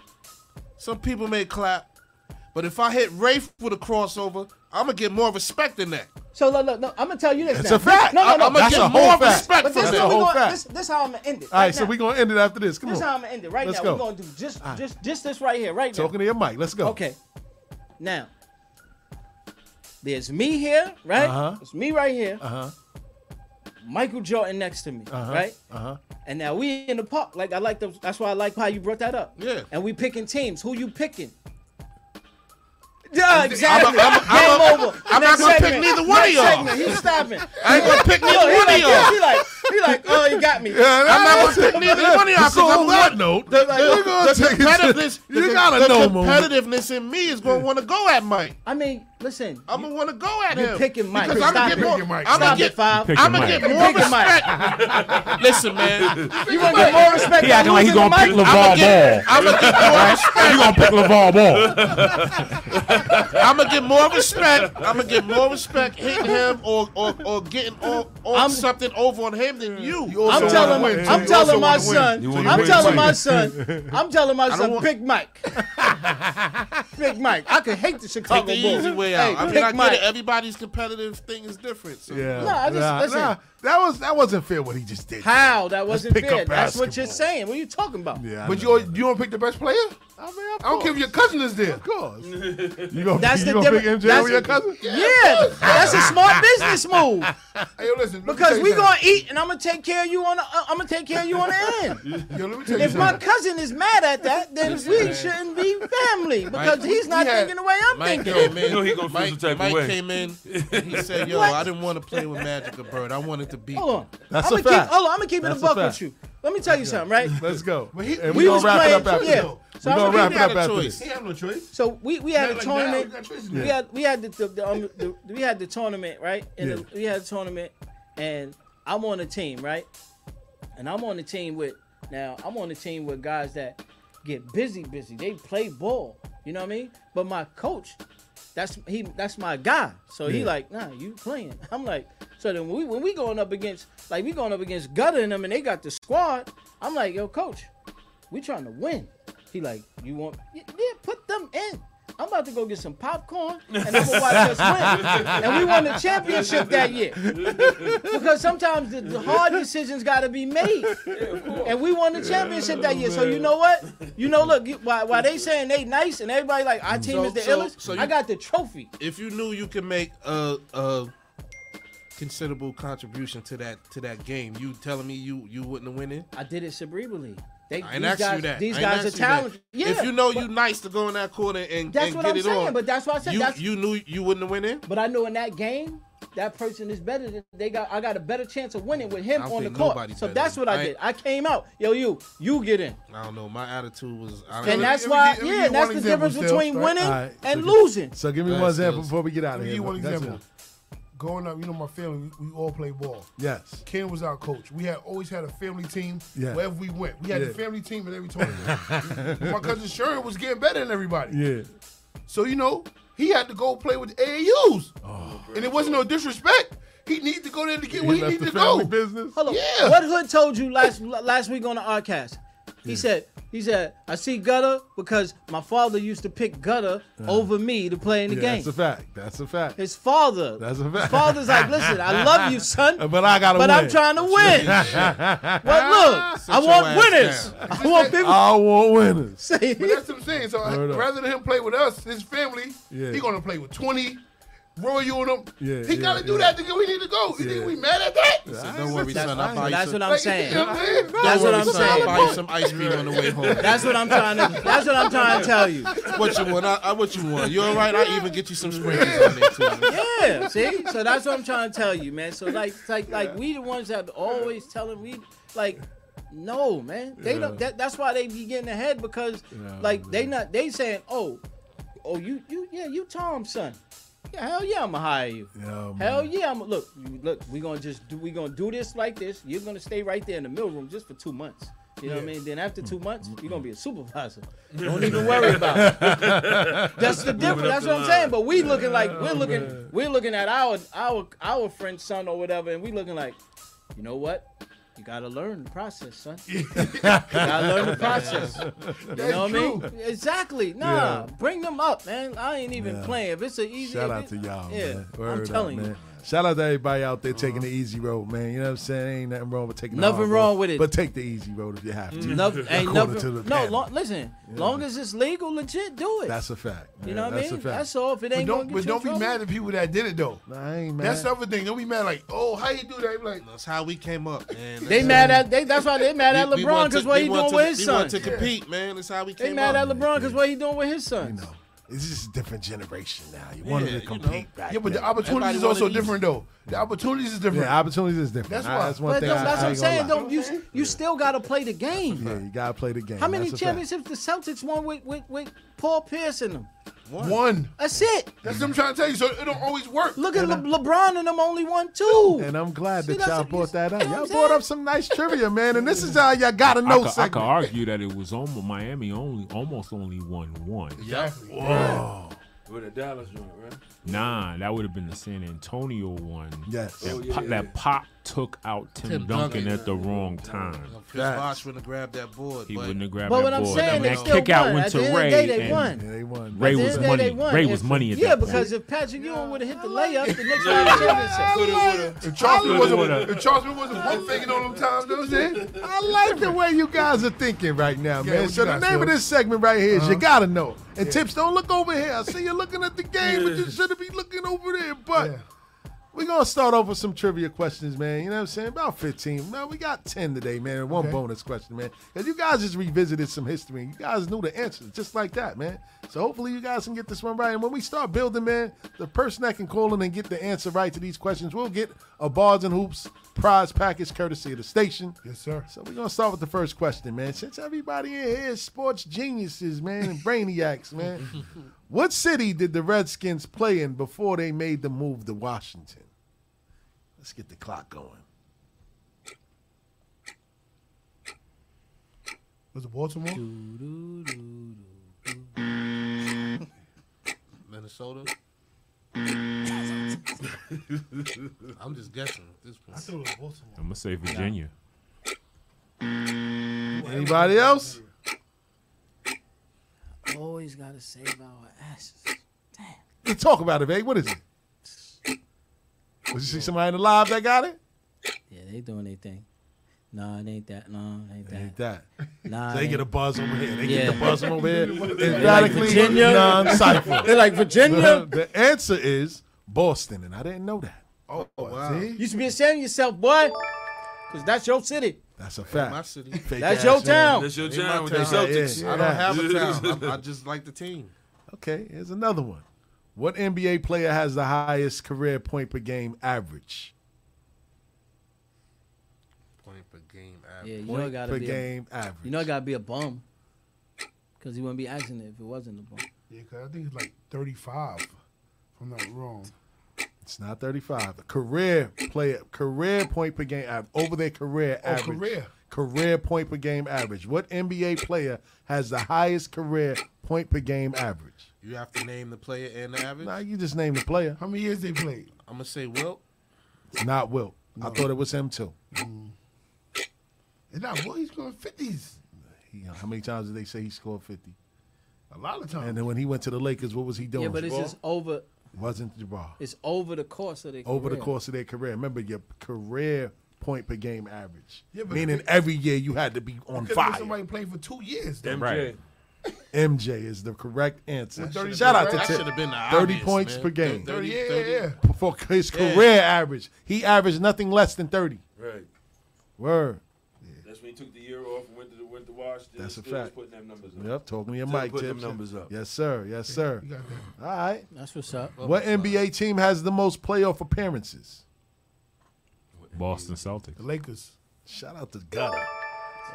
[SPEAKER 9] some people may clap. But if I hit Rafe with a crossover, I'm gonna get more respect than that.
[SPEAKER 10] So look, look, no, I'm gonna tell you this.
[SPEAKER 9] It's
[SPEAKER 10] now.
[SPEAKER 9] a fact.
[SPEAKER 10] No, no, no.
[SPEAKER 9] I'ma That's get a whole more fact. respect
[SPEAKER 10] But
[SPEAKER 9] for
[SPEAKER 10] this
[SPEAKER 9] that.
[SPEAKER 10] how we
[SPEAKER 9] That's a
[SPEAKER 10] gonna,
[SPEAKER 9] whole
[SPEAKER 10] this, this how I'm gonna end it.
[SPEAKER 5] All right, so
[SPEAKER 10] now.
[SPEAKER 5] we're gonna end it after this. Come
[SPEAKER 10] This
[SPEAKER 5] on.
[SPEAKER 10] how I'm gonna end it right
[SPEAKER 5] Let's
[SPEAKER 10] now.
[SPEAKER 5] go.
[SPEAKER 10] We're gonna do just,
[SPEAKER 5] All right.
[SPEAKER 10] just, just this right here, right
[SPEAKER 5] Talking to your mic. Let's go.
[SPEAKER 10] Okay. now. Now, there's me here, right?
[SPEAKER 5] Uh-huh.
[SPEAKER 10] It's me right here.
[SPEAKER 5] Uh huh.
[SPEAKER 10] Michael Jordan next to me,
[SPEAKER 5] Uh huh.
[SPEAKER 10] right?
[SPEAKER 5] Uh huh.
[SPEAKER 10] And now we in the park. Like I like the. That's why I like how you brought that up.
[SPEAKER 9] Yeah.
[SPEAKER 10] And we picking teams. Who you picking? Yeah,
[SPEAKER 9] I'm a-
[SPEAKER 10] exactly.
[SPEAKER 9] I'm a- I'm a-
[SPEAKER 10] Game over.
[SPEAKER 9] I'm not
[SPEAKER 10] Next
[SPEAKER 9] gonna pick
[SPEAKER 10] segment.
[SPEAKER 9] neither one of
[SPEAKER 10] Next
[SPEAKER 9] y'all.
[SPEAKER 10] segment. He's stopping.
[SPEAKER 9] I ain't gonna pick
[SPEAKER 10] Yo, he
[SPEAKER 9] neither one of
[SPEAKER 10] like,
[SPEAKER 9] y'all.
[SPEAKER 10] He like, he like, oh, he got me.
[SPEAKER 9] I'm not gonna pick neither one of y'all. 'cause
[SPEAKER 5] So
[SPEAKER 9] I'm
[SPEAKER 5] on that
[SPEAKER 9] not-
[SPEAKER 5] note,
[SPEAKER 9] The,
[SPEAKER 5] we're gonna
[SPEAKER 9] the, the
[SPEAKER 5] take it
[SPEAKER 9] competitiveness,
[SPEAKER 5] to, you
[SPEAKER 9] the,
[SPEAKER 5] gotta
[SPEAKER 9] the
[SPEAKER 5] know moment.
[SPEAKER 9] competitiveness in me is gonna want to go at Mike.
[SPEAKER 10] I mean, listen.
[SPEAKER 9] I'm gonna want to go at
[SPEAKER 10] You're
[SPEAKER 9] him.
[SPEAKER 10] picking Mike.
[SPEAKER 9] Because I'm
[SPEAKER 10] Stop
[SPEAKER 9] gonna
[SPEAKER 10] it.
[SPEAKER 9] get more.
[SPEAKER 10] Picking Mike.
[SPEAKER 9] I'm
[SPEAKER 10] Stop
[SPEAKER 9] gonna
[SPEAKER 10] it,
[SPEAKER 9] get.
[SPEAKER 10] Five.
[SPEAKER 9] I'm gonna
[SPEAKER 10] Picking
[SPEAKER 9] get more
[SPEAKER 10] Mike. Picking
[SPEAKER 9] respect. Listen, man.
[SPEAKER 10] You gonna get more respect?
[SPEAKER 8] He acting like he
[SPEAKER 10] he's
[SPEAKER 8] gonna pick
[SPEAKER 9] I'ma
[SPEAKER 8] LeVar Ball.
[SPEAKER 9] get, I'ma get more respect.
[SPEAKER 8] You gonna pick LeVar Ball?
[SPEAKER 9] I'm gonna get more respect. I'm gonna get more respect hitting him or or, or getting on, on
[SPEAKER 10] I'm-
[SPEAKER 9] something over on him than you.
[SPEAKER 10] I'm telling, I'm telling my son,
[SPEAKER 9] You
[SPEAKER 10] I'm
[SPEAKER 9] win.
[SPEAKER 10] telling my
[SPEAKER 9] Mike.
[SPEAKER 10] son, I'm telling my
[SPEAKER 9] don't
[SPEAKER 10] son,
[SPEAKER 9] want-
[SPEAKER 10] Big Mike, Big Mike. I could hate the
[SPEAKER 9] Take
[SPEAKER 10] Chicago
[SPEAKER 9] the
[SPEAKER 10] Bulls.
[SPEAKER 9] easy way
[SPEAKER 10] Hey,
[SPEAKER 9] out. I mean,
[SPEAKER 10] Big
[SPEAKER 9] I get
[SPEAKER 10] Mike.
[SPEAKER 9] it. Everybody's competitive thing is different. So.
[SPEAKER 5] Yeah.
[SPEAKER 10] No, I just- listen.
[SPEAKER 5] that was that wasn't fair. What he just did.
[SPEAKER 10] How that wasn't
[SPEAKER 5] pick
[SPEAKER 10] fair?
[SPEAKER 5] up
[SPEAKER 10] That's what you're
[SPEAKER 5] basketball.
[SPEAKER 10] saying. What are you talking about?
[SPEAKER 5] Yeah. I
[SPEAKER 7] But
[SPEAKER 5] know.
[SPEAKER 7] you you don't pick the best player?
[SPEAKER 5] I mean, of
[SPEAKER 7] I don't care if
[SPEAKER 5] course.
[SPEAKER 7] your cousin is there.
[SPEAKER 5] Of course.
[SPEAKER 7] You
[SPEAKER 5] gonna- That's you the gonna different- pick MJ that's- with your cousin?
[SPEAKER 10] Yeah, that's a smart business move.
[SPEAKER 7] Hey, yo, listen. let me tell
[SPEAKER 10] Because
[SPEAKER 7] you
[SPEAKER 10] we
[SPEAKER 7] something.
[SPEAKER 10] gonna eat, and I'm gonna take care of you on. The, uh, I'm gonna take care of you on the end.
[SPEAKER 7] Yo, let me tell you
[SPEAKER 10] If my
[SPEAKER 7] something.
[SPEAKER 10] cousin is mad at that, then
[SPEAKER 7] Listen,
[SPEAKER 10] we
[SPEAKER 7] man.
[SPEAKER 10] shouldn't be family because
[SPEAKER 9] Mike-
[SPEAKER 10] he's not
[SPEAKER 9] he had-
[SPEAKER 10] thinking the way I'm
[SPEAKER 9] Mike
[SPEAKER 10] thinking.
[SPEAKER 9] Came in,
[SPEAKER 6] You know he gonna feel
[SPEAKER 9] Mike,
[SPEAKER 6] some type of
[SPEAKER 9] Mike
[SPEAKER 6] way.
[SPEAKER 9] came in and he said, yo,
[SPEAKER 10] What?
[SPEAKER 9] I didn't want to play with Magic the Bird. I wanted to beat
[SPEAKER 10] Hold on.
[SPEAKER 9] him.
[SPEAKER 10] I'm gonna Keep, hold on, I'm gonna keep it a buck with you. Let me tell you something, right?
[SPEAKER 5] Let's go.
[SPEAKER 7] And we gonna wrap it up after
[SPEAKER 10] yeah.
[SPEAKER 7] this. We
[SPEAKER 10] I'm
[SPEAKER 7] gonna
[SPEAKER 10] gonna
[SPEAKER 7] wrap
[SPEAKER 10] keep-
[SPEAKER 7] it up He had a after choice. this. He had no choice.
[SPEAKER 10] So we, we had
[SPEAKER 7] Not
[SPEAKER 10] a
[SPEAKER 7] like now,
[SPEAKER 10] tournament.
[SPEAKER 7] we got choices
[SPEAKER 10] we
[SPEAKER 7] now.
[SPEAKER 10] had we had the, the, the, um, the we had the tournament right. And the, we had a tournament, and I'm on a team right, and I'm on the team with now I'm on the team with guys that get busy, busy. They play ball. You know what I mean? But my coach, that's he that's my guy. So he
[SPEAKER 16] Yeah.
[SPEAKER 10] like, nah, you playing. I'm like, so then we when we going up against like we going up against Gutter and them and they got the squad, I'm like, yo, coach, we trying to win. He like, you want yeah, yeah, put them in. I'm about to go get some popcorn and I'm gonna watch us win. And we won the championship that year. because sometimes the, the hard decisions gotta be made. And we won the championship that year. So you know what? You know, look, you, why, why they saying they nice and everybody like our team
[SPEAKER 9] Mm-hmm. So-
[SPEAKER 10] is the
[SPEAKER 9] so-
[SPEAKER 10] illest?
[SPEAKER 9] so
[SPEAKER 10] I
[SPEAKER 9] you-
[SPEAKER 10] got the trophy.
[SPEAKER 9] If you knew you could make a, a considerable contribution to that to that game, you telling me you you wouldn't have win it?
[SPEAKER 10] I did it cerebrally. They,
[SPEAKER 9] I ain't
[SPEAKER 10] these
[SPEAKER 9] asked
[SPEAKER 10] guys,
[SPEAKER 9] you that.
[SPEAKER 10] These
[SPEAKER 9] I ain't
[SPEAKER 10] guys are
[SPEAKER 9] asked you that.
[SPEAKER 10] talented. Yeah,
[SPEAKER 9] If you know you nice to go in that corner and,
[SPEAKER 10] That's
[SPEAKER 9] and
[SPEAKER 10] what
[SPEAKER 9] get
[SPEAKER 10] I'm
[SPEAKER 9] it
[SPEAKER 10] saying,
[SPEAKER 9] on,
[SPEAKER 10] but that's why I said
[SPEAKER 9] you,
[SPEAKER 10] that's-
[SPEAKER 9] you knew you wouldn't have went in.
[SPEAKER 10] but I know in that game, that person is better. Than, they got. I got a better chance of winning with him
[SPEAKER 9] I don't
[SPEAKER 10] on the
[SPEAKER 9] think
[SPEAKER 10] court.
[SPEAKER 9] nobody's
[SPEAKER 10] So
[SPEAKER 9] better
[SPEAKER 10] that's
[SPEAKER 9] than-
[SPEAKER 10] what I,
[SPEAKER 9] I ain't-
[SPEAKER 10] did. I came out. Yo, you, you get in.
[SPEAKER 9] I don't know. My attitude was, I don't
[SPEAKER 10] And
[SPEAKER 9] know.
[SPEAKER 10] that's why, Uh, yeah, that's the difference between winning and losing.
[SPEAKER 5] So give me
[SPEAKER 9] Right,
[SPEAKER 5] one example
[SPEAKER 9] Stills.
[SPEAKER 5] before we get out of
[SPEAKER 7] Give
[SPEAKER 5] here.
[SPEAKER 7] you one
[SPEAKER 5] bro. That's
[SPEAKER 7] example. Growing up, you know my family. We, we all play ball.
[SPEAKER 5] Yes.
[SPEAKER 7] Ken was our coach. We had always had a family team
[SPEAKER 5] Yeah.
[SPEAKER 7] wherever we went. We had
[SPEAKER 5] Yeah.
[SPEAKER 7] the family team at every tournament. my cousin Sharon was getting better than everybody.
[SPEAKER 5] Yeah.
[SPEAKER 7] So you know, he had to go play with the AAUs,
[SPEAKER 5] Oh.
[SPEAKER 7] and it wasn't no disrespect. He needed to go there to get where he needed to go.
[SPEAKER 5] Business.
[SPEAKER 10] Hold on. What Hood told you last last week on the podcast? He said, he said, I see gutter because my father used to pick gutter over me to play in the
[SPEAKER 5] Yeah,
[SPEAKER 10] game.
[SPEAKER 5] That's a fact. That's a fact.
[SPEAKER 10] His father.
[SPEAKER 5] That's a fact.
[SPEAKER 10] His father's like, listen, I love you, son.
[SPEAKER 5] But I gotta
[SPEAKER 10] But
[SPEAKER 5] win.
[SPEAKER 10] I'm trying to win.
[SPEAKER 5] Shit.
[SPEAKER 10] But look,
[SPEAKER 5] Sit
[SPEAKER 10] I
[SPEAKER 5] your
[SPEAKER 10] want
[SPEAKER 5] ass
[SPEAKER 10] winners.
[SPEAKER 5] down.
[SPEAKER 10] I want people.
[SPEAKER 5] I want winners.
[SPEAKER 7] but that's what I'm saying. So
[SPEAKER 5] Word up.
[SPEAKER 7] rather than him play with us, his family,
[SPEAKER 5] Yeah.
[SPEAKER 7] he gonna play with 20, Roy you and him.
[SPEAKER 5] Yeah,
[SPEAKER 7] he
[SPEAKER 5] yeah,
[SPEAKER 7] gotta do
[SPEAKER 5] yeah.
[SPEAKER 7] that to get where he need to go. You
[SPEAKER 5] Yeah.
[SPEAKER 7] think we mad at that?
[SPEAKER 9] Listen, don't worry, son. I'll buy you
[SPEAKER 10] That's
[SPEAKER 9] some-
[SPEAKER 10] what I'm
[SPEAKER 9] Like,
[SPEAKER 10] saying.
[SPEAKER 9] you know what I'm saying?
[SPEAKER 10] That's
[SPEAKER 9] Don't
[SPEAKER 10] what
[SPEAKER 9] worry,
[SPEAKER 10] I'm
[SPEAKER 9] son, I'll
[SPEAKER 10] saying.
[SPEAKER 9] buy you some ice cream on the way home.
[SPEAKER 10] That's what I'm trying to. That's what I'm trying to tell you.
[SPEAKER 9] What you want? I, I what you want. You all right? I even get you some sprinkles on there too.
[SPEAKER 10] Yeah, see, so that's what I'm trying to tell you, man. So like, it's like, like we the ones that always telling we like, no, man. They don't.
[SPEAKER 5] Yeah.
[SPEAKER 10] That, that's why they be getting ahead because
[SPEAKER 5] Yeah,
[SPEAKER 10] like they not they saying, oh, oh you you yeah you Tom's son. Yeah, hell yeah, I'ma hire you.
[SPEAKER 5] Yeah,
[SPEAKER 10] Hell yeah, I'm look, you- look, we're gonna just do we gonna do this like this. You're gonna stay right there in the mill room just for two months. You know what I
[SPEAKER 5] Yeah.
[SPEAKER 10] mean? Then after two months, you're gonna be a supervisor. Don't even worry about it. That's the
[SPEAKER 5] Moving
[SPEAKER 10] difference.
[SPEAKER 5] up
[SPEAKER 10] That's
[SPEAKER 5] the
[SPEAKER 10] what I'm saying.
[SPEAKER 5] line.
[SPEAKER 10] But we looking like we're
[SPEAKER 5] Oh,
[SPEAKER 10] looking
[SPEAKER 5] man.
[SPEAKER 10] we're looking at our our our friend's son or whatever, and we looking like, you know what? You gotta learn the process, son. you gotta learn the process. You
[SPEAKER 5] That's
[SPEAKER 10] know what I
[SPEAKER 5] true.
[SPEAKER 10] mean? Exactly. Nah,
[SPEAKER 5] Yeah.
[SPEAKER 10] bring them up, man. I ain't even
[SPEAKER 5] Yeah.
[SPEAKER 10] playing. If it's an easy,
[SPEAKER 5] Shout
[SPEAKER 10] if
[SPEAKER 5] out
[SPEAKER 10] it-
[SPEAKER 5] to y'all,
[SPEAKER 10] Yeah,
[SPEAKER 5] man. Word
[SPEAKER 10] I'm
[SPEAKER 5] up,
[SPEAKER 10] telling you.
[SPEAKER 5] man. Shout out to everybody out there taking the easy road, man. You know what I'm saying? Ain't nothing wrong with taking the
[SPEAKER 10] Nothing
[SPEAKER 5] hard
[SPEAKER 10] wrong
[SPEAKER 5] road,
[SPEAKER 10] with it.
[SPEAKER 5] But take the easy road if you have to.
[SPEAKER 10] No, Mm-hmm. ain't
[SPEAKER 5] According
[SPEAKER 10] nothing-
[SPEAKER 5] to the
[SPEAKER 10] no,
[SPEAKER 5] pattern.
[SPEAKER 10] lo- listen.
[SPEAKER 5] Yeah.
[SPEAKER 10] Long as it's legal, legit, do it.
[SPEAKER 5] That's a fact.
[SPEAKER 10] You
[SPEAKER 5] man.
[SPEAKER 10] know what I
[SPEAKER 5] That's
[SPEAKER 10] mean?
[SPEAKER 5] A fact.
[SPEAKER 10] That's all. If it
[SPEAKER 7] But
[SPEAKER 10] ain't
[SPEAKER 7] don't,
[SPEAKER 10] gonna get
[SPEAKER 7] but
[SPEAKER 10] you in
[SPEAKER 7] don't be
[SPEAKER 10] trouble.
[SPEAKER 7] mad at people that did it though.
[SPEAKER 5] I ain't
[SPEAKER 7] That's
[SPEAKER 5] mad.
[SPEAKER 7] the other thing. Don't be mad like, oh, how you do that? Be Like,
[SPEAKER 9] That's how we came up, man.
[SPEAKER 10] They
[SPEAKER 9] That's
[SPEAKER 10] mad
[SPEAKER 9] how-
[SPEAKER 10] at they. That's why they mad at
[SPEAKER 9] We- we
[SPEAKER 10] LeBron
[SPEAKER 9] want to-
[SPEAKER 10] because what
[SPEAKER 9] we
[SPEAKER 10] he
[SPEAKER 9] want
[SPEAKER 10] doing
[SPEAKER 9] to-
[SPEAKER 10] with his
[SPEAKER 9] we
[SPEAKER 10] son.
[SPEAKER 9] want to compete, man. That's how we
[SPEAKER 10] They
[SPEAKER 9] came
[SPEAKER 10] mad
[SPEAKER 9] up.
[SPEAKER 10] at LeBron because what he doing with his son.
[SPEAKER 5] It's just a different generation now. You wanted
[SPEAKER 9] Yeah,
[SPEAKER 5] to
[SPEAKER 9] you
[SPEAKER 5] compete
[SPEAKER 9] know.
[SPEAKER 5] back
[SPEAKER 7] yeah, but
[SPEAKER 5] then.
[SPEAKER 7] the opportunities is also different though. The opportunities is different.
[SPEAKER 5] Yeah, opportunities is different.
[SPEAKER 7] That's
[SPEAKER 5] I-
[SPEAKER 7] why.
[SPEAKER 5] That's one
[SPEAKER 10] but
[SPEAKER 5] thing.
[SPEAKER 10] that's,
[SPEAKER 5] I,
[SPEAKER 10] that's what
[SPEAKER 5] I
[SPEAKER 10] I'm
[SPEAKER 5] ain't gonna
[SPEAKER 10] saying.
[SPEAKER 5] lie.
[SPEAKER 10] Don't you? You still gotta play the game.
[SPEAKER 5] Yeah, you gotta play the game.
[SPEAKER 10] How many
[SPEAKER 5] That's a fact.
[SPEAKER 10] championships the Celtics won with with, with Paul Pierce in them?
[SPEAKER 7] One.
[SPEAKER 10] That's it.
[SPEAKER 7] That's what I'm trying to tell you. So it don't always work.
[SPEAKER 10] Look at Le- LeBron and them only won two.
[SPEAKER 5] And I'm glad
[SPEAKER 10] See,
[SPEAKER 5] that y'all
[SPEAKER 10] that's-
[SPEAKER 5] brought that up.
[SPEAKER 10] you know
[SPEAKER 5] Y'all
[SPEAKER 10] what I'm
[SPEAKER 5] brought up some nice trivia, man. And this is how y'all gotta
[SPEAKER 8] I
[SPEAKER 5] know
[SPEAKER 8] could, I could
[SPEAKER 5] segment.
[SPEAKER 8] argue that it was almost Miami only almost only won one.
[SPEAKER 6] Exactly.
[SPEAKER 8] Whoa.
[SPEAKER 6] With a Dallas joint, right?
[SPEAKER 8] Nah, that would have been the San Antonio one.
[SPEAKER 5] Yes.
[SPEAKER 8] That,
[SPEAKER 6] Oh, yeah,
[SPEAKER 8] pop,
[SPEAKER 6] yeah,
[SPEAKER 8] that
[SPEAKER 6] yeah.
[SPEAKER 8] pop took out Tim,
[SPEAKER 9] Tim
[SPEAKER 8] Duncan,
[SPEAKER 9] Duncan.
[SPEAKER 8] at the wrong time.
[SPEAKER 9] Chris Bosh wouldn't have grabbed that board.
[SPEAKER 8] He
[SPEAKER 9] but
[SPEAKER 8] wouldn't have grabbed
[SPEAKER 10] But
[SPEAKER 8] that
[SPEAKER 10] what I'm
[SPEAKER 8] ball.
[SPEAKER 10] saying,
[SPEAKER 8] that
[SPEAKER 10] they still
[SPEAKER 8] kick out
[SPEAKER 10] won.
[SPEAKER 8] went
[SPEAKER 10] At
[SPEAKER 8] to
[SPEAKER 10] the end of the
[SPEAKER 8] Ray.
[SPEAKER 10] day, they
[SPEAKER 8] and
[SPEAKER 10] won.
[SPEAKER 8] Ray
[SPEAKER 10] At the
[SPEAKER 8] was
[SPEAKER 10] end of the day,
[SPEAKER 8] money.
[SPEAKER 10] they won.
[SPEAKER 8] Ray
[SPEAKER 10] If-
[SPEAKER 8] was money at
[SPEAKER 10] yeah,
[SPEAKER 8] that point.
[SPEAKER 10] because if Patrick Ewing would have hit the layup, the Knicks would have
[SPEAKER 7] If Charleston
[SPEAKER 8] Would've-
[SPEAKER 7] wasn't,
[SPEAKER 8] would've.
[SPEAKER 7] if Charleston wasn't one thinking on them times, you know what I'm saying?
[SPEAKER 5] I like the way you guys are thinking right now,
[SPEAKER 7] Yeah,
[SPEAKER 5] man.
[SPEAKER 7] what
[SPEAKER 5] So
[SPEAKER 7] you
[SPEAKER 5] the
[SPEAKER 7] got,
[SPEAKER 5] name of
[SPEAKER 7] Sil?
[SPEAKER 5] this segment right here is you
[SPEAKER 7] Uh-huh.
[SPEAKER 5] gotta know. And tips, don't look over here. I see you looking at the game, but you shouldn't be looking over there. But we're gonna start off with some trivia questions, man. You know what I'm saying? About 15. Man, we got 10 today, man, and one
[SPEAKER 7] Okay.
[SPEAKER 5] bonus question, man. Because you guys just revisited some history and you guys knew the answers just like that, man. So hopefully you guys can get this one right. And when we start building, man, the person that can call in and get the answer right to these questions will get a bars and hoops prize package courtesy of the station. Yes, sir. So we're gonna start with the first question, man. Since everybody in here is sports geniuses, man, and brainiacs, man. What city did the Redskins play in before they made the move to Washington? Let's get the clock going.
[SPEAKER 7] Was it Baltimore?
[SPEAKER 9] Minnesota. I'm just guessing at this point. I
[SPEAKER 7] thought it was Baltimore.
[SPEAKER 8] I'm gonna say Virginia.
[SPEAKER 5] Anybody else?
[SPEAKER 10] Always gotta save our asses.
[SPEAKER 5] Let's talk about it, babe. What is it? Was you see somebody in the live that got it?
[SPEAKER 10] Yeah, they doing their thing. Nah, it ain't that. Nah, it ain't that.
[SPEAKER 5] ain't that.
[SPEAKER 10] Nah,
[SPEAKER 5] So
[SPEAKER 10] it
[SPEAKER 5] they get
[SPEAKER 10] ain't-
[SPEAKER 5] a buzz over here. They get
[SPEAKER 10] Yeah.
[SPEAKER 5] the buzz from over here.
[SPEAKER 10] They
[SPEAKER 5] It's
[SPEAKER 10] like
[SPEAKER 5] radically
[SPEAKER 10] Virginia.
[SPEAKER 5] non-cipher.
[SPEAKER 10] They like Virginia.
[SPEAKER 5] The, the answer is Boston, and I didn't know that.
[SPEAKER 10] Oh,
[SPEAKER 5] wow. see?
[SPEAKER 10] You should be ashamed of yourself, boy. Because that's your city.
[SPEAKER 5] That's a fact.
[SPEAKER 9] My city.
[SPEAKER 5] Fake
[SPEAKER 10] That's
[SPEAKER 5] ass
[SPEAKER 10] your
[SPEAKER 5] man.
[SPEAKER 10] town.
[SPEAKER 9] Ain't my
[SPEAKER 5] your
[SPEAKER 9] town.
[SPEAKER 5] Celtics.
[SPEAKER 9] I
[SPEAKER 5] Yeah.
[SPEAKER 9] don't have a town. I'm- I just like the team.
[SPEAKER 5] Okay, here's another one. What NBA player has the highest career point per game average?
[SPEAKER 9] Point per game
[SPEAKER 10] Yeah, you
[SPEAKER 9] average.
[SPEAKER 10] know it gotta
[SPEAKER 5] per
[SPEAKER 10] be
[SPEAKER 5] game
[SPEAKER 10] a,
[SPEAKER 5] average.
[SPEAKER 10] You know it gotta be a bum. Because he wouldn't be asking it if it wasn't a bum.
[SPEAKER 7] Yeah, 'cause I think it's like 35, if I'm not wrong.
[SPEAKER 5] It's not 35. The career player, career point per game average, over their career
[SPEAKER 7] Oh,
[SPEAKER 5] average.
[SPEAKER 7] career.
[SPEAKER 5] Career point per game average. What NBA player has the highest career point per game average?
[SPEAKER 9] You have to name the player and the average.
[SPEAKER 5] Now you just named the player.
[SPEAKER 7] How many years they played?
[SPEAKER 9] I'm gonna say Wilt.
[SPEAKER 5] It's not Wilt. I thought it was him too.
[SPEAKER 7] Mm. It's not, well, he's going 50s
[SPEAKER 5] He- uh, how many times did they say he scored 50?
[SPEAKER 7] a lot of times.
[SPEAKER 5] And then when he went to the Lakers, what was he doing?
[SPEAKER 10] Yeah, but it's just over.
[SPEAKER 5] Wasn't Jabbar.
[SPEAKER 10] It's over the course of the
[SPEAKER 5] over the
[SPEAKER 10] career.
[SPEAKER 5] course of their career. Remember your career point per game average.
[SPEAKER 7] Yeah, but-
[SPEAKER 5] Meaning every year you had to be on
[SPEAKER 7] Could've been
[SPEAKER 5] fire.
[SPEAKER 7] Somebody played for two years. though.
[SPEAKER 5] Right. MJ is the correct answer.
[SPEAKER 7] That should've
[SPEAKER 5] Shout
[SPEAKER 7] been
[SPEAKER 5] out to
[SPEAKER 7] right. That
[SPEAKER 5] Tip.
[SPEAKER 7] should've been the
[SPEAKER 5] 30
[SPEAKER 7] obvious,
[SPEAKER 5] points
[SPEAKER 7] man.
[SPEAKER 5] per game.
[SPEAKER 7] 30, Yeah, yeah, yeah.
[SPEAKER 5] For his
[SPEAKER 7] Yeah.
[SPEAKER 5] career average. He averaged nothing less than 30.
[SPEAKER 6] Right.
[SPEAKER 5] Word.
[SPEAKER 6] That's when he took the year off and went to the went to Washington.
[SPEAKER 5] That's a
[SPEAKER 6] Still was
[SPEAKER 5] fact.
[SPEAKER 6] Putting them numbers up.
[SPEAKER 5] Yep, talking to your
[SPEAKER 6] Still
[SPEAKER 5] mic,
[SPEAKER 6] putting
[SPEAKER 5] Tip.
[SPEAKER 6] them numbers up.
[SPEAKER 5] Yes, sir. Yes, sir. All right.
[SPEAKER 10] That's what's up.
[SPEAKER 5] What NBA team has the most playoff appearances?
[SPEAKER 8] Boston Celtics.
[SPEAKER 7] The Lakers.
[SPEAKER 5] Shout out to Gutter.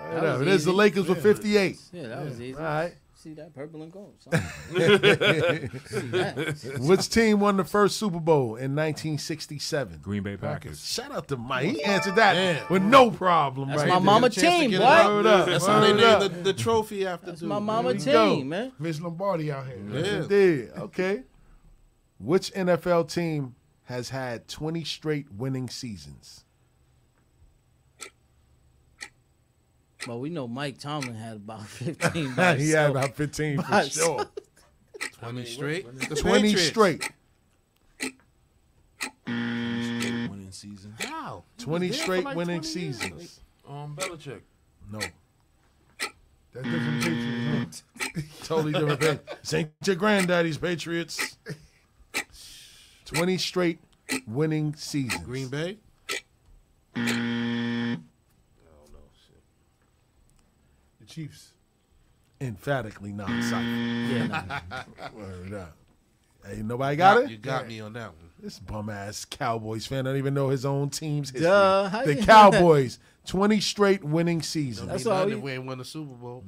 [SPEAKER 10] That was
[SPEAKER 5] It is the
[SPEAKER 10] easy.
[SPEAKER 5] Lakers with 58.
[SPEAKER 10] Yeah, that was easy.
[SPEAKER 5] All right.
[SPEAKER 10] See that purple and gold. son. See that?
[SPEAKER 5] Which team won the first Super Bowl in 1967?
[SPEAKER 8] Green Bay Packers.
[SPEAKER 5] Shout out to Mike. He answered that with no problem.
[SPEAKER 10] That's
[SPEAKER 5] right
[SPEAKER 10] my
[SPEAKER 5] there.
[SPEAKER 10] mama
[SPEAKER 5] Chance to
[SPEAKER 10] team,
[SPEAKER 5] get
[SPEAKER 10] boy.
[SPEAKER 5] it out. Word up,
[SPEAKER 9] That's how they
[SPEAKER 5] word
[SPEAKER 9] named
[SPEAKER 5] up.
[SPEAKER 9] the, the trophy after. That's
[SPEAKER 10] my mama
[SPEAKER 5] Here we go.
[SPEAKER 10] team, man.
[SPEAKER 7] Vince Lombardi out here.
[SPEAKER 5] Yes, indeed. Okay. Which NFL team has had 20 straight winning seasons?
[SPEAKER 10] Well, we know Mike Tomlin had about 15.
[SPEAKER 5] he
[SPEAKER 10] by
[SPEAKER 5] had
[SPEAKER 10] himself.
[SPEAKER 5] about 15 for
[SPEAKER 10] By
[SPEAKER 5] sure.
[SPEAKER 10] himself.
[SPEAKER 9] 20 straight.
[SPEAKER 5] 20 straight.
[SPEAKER 6] Winning season.
[SPEAKER 9] Wow.
[SPEAKER 5] 20 straight winning seasons.
[SPEAKER 6] Um, Belichick.
[SPEAKER 5] No.
[SPEAKER 7] That's different Patriots. huh?
[SPEAKER 5] Totally different. thing. This ain't your granddaddy's Patriots. 20 straight winning seasons.
[SPEAKER 9] Green Bay.
[SPEAKER 7] The Chiefs.
[SPEAKER 5] Emphatically non cycle.
[SPEAKER 7] Mm.
[SPEAKER 10] Yeah,
[SPEAKER 5] Word up. Ain't nobody got it?
[SPEAKER 9] You got me on that one.
[SPEAKER 5] This bum ass Cowboys fan don't even know his own team's history.
[SPEAKER 9] Duh, how
[SPEAKER 5] the
[SPEAKER 9] you-
[SPEAKER 5] Cowboys, 20 straight winning seasons.
[SPEAKER 9] That's all. We ain't won the Super Bowl.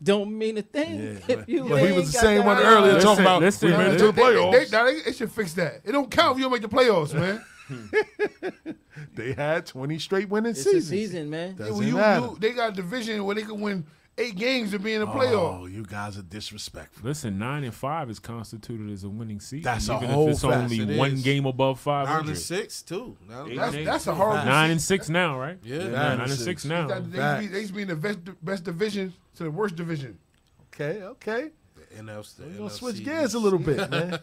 [SPEAKER 10] Don't mean a thing.
[SPEAKER 5] Yeah.
[SPEAKER 10] if you
[SPEAKER 5] But he
[SPEAKER 10] ain't
[SPEAKER 5] was the
[SPEAKER 10] got
[SPEAKER 5] same
[SPEAKER 10] that
[SPEAKER 5] one
[SPEAKER 10] right.
[SPEAKER 5] earlier
[SPEAKER 7] Listen,
[SPEAKER 5] talking about
[SPEAKER 7] listen,
[SPEAKER 5] we made it to the
[SPEAKER 7] They-
[SPEAKER 5] playoffs.
[SPEAKER 7] They, they- they- they should fix that. It don't count if you don't make the playoffs, man.
[SPEAKER 5] They had 20 straight winning
[SPEAKER 7] It's a
[SPEAKER 5] seasons.
[SPEAKER 7] season,
[SPEAKER 10] man.
[SPEAKER 5] Doesn't
[SPEAKER 7] You- you-
[SPEAKER 5] matter.
[SPEAKER 7] they got a division where they could win eight games of being in the playoff.
[SPEAKER 8] Oh,
[SPEAKER 7] you guys are disrespectful.
[SPEAKER 8] Listen, nine and five is constituted as a winning season.
[SPEAKER 7] That's a
[SPEAKER 8] even
[SPEAKER 7] whole
[SPEAKER 8] if it's
[SPEAKER 7] fact.
[SPEAKER 8] only
[SPEAKER 7] It
[SPEAKER 8] one
[SPEAKER 7] is.
[SPEAKER 8] game above five
[SPEAKER 9] Nine and
[SPEAKER 8] hundred.
[SPEAKER 9] six too. Nine-
[SPEAKER 7] That's- that's a horrible
[SPEAKER 8] Nine
[SPEAKER 7] season.
[SPEAKER 8] and six now, right?
[SPEAKER 9] Yeah.
[SPEAKER 8] nine, nine and six now.
[SPEAKER 7] They used to be- They used to be in the best, best division to the worst division.
[SPEAKER 5] Okay, okay.
[SPEAKER 9] The NLC, the
[SPEAKER 5] We're gonna
[SPEAKER 9] NFC
[SPEAKER 5] switch gears a little bit, man.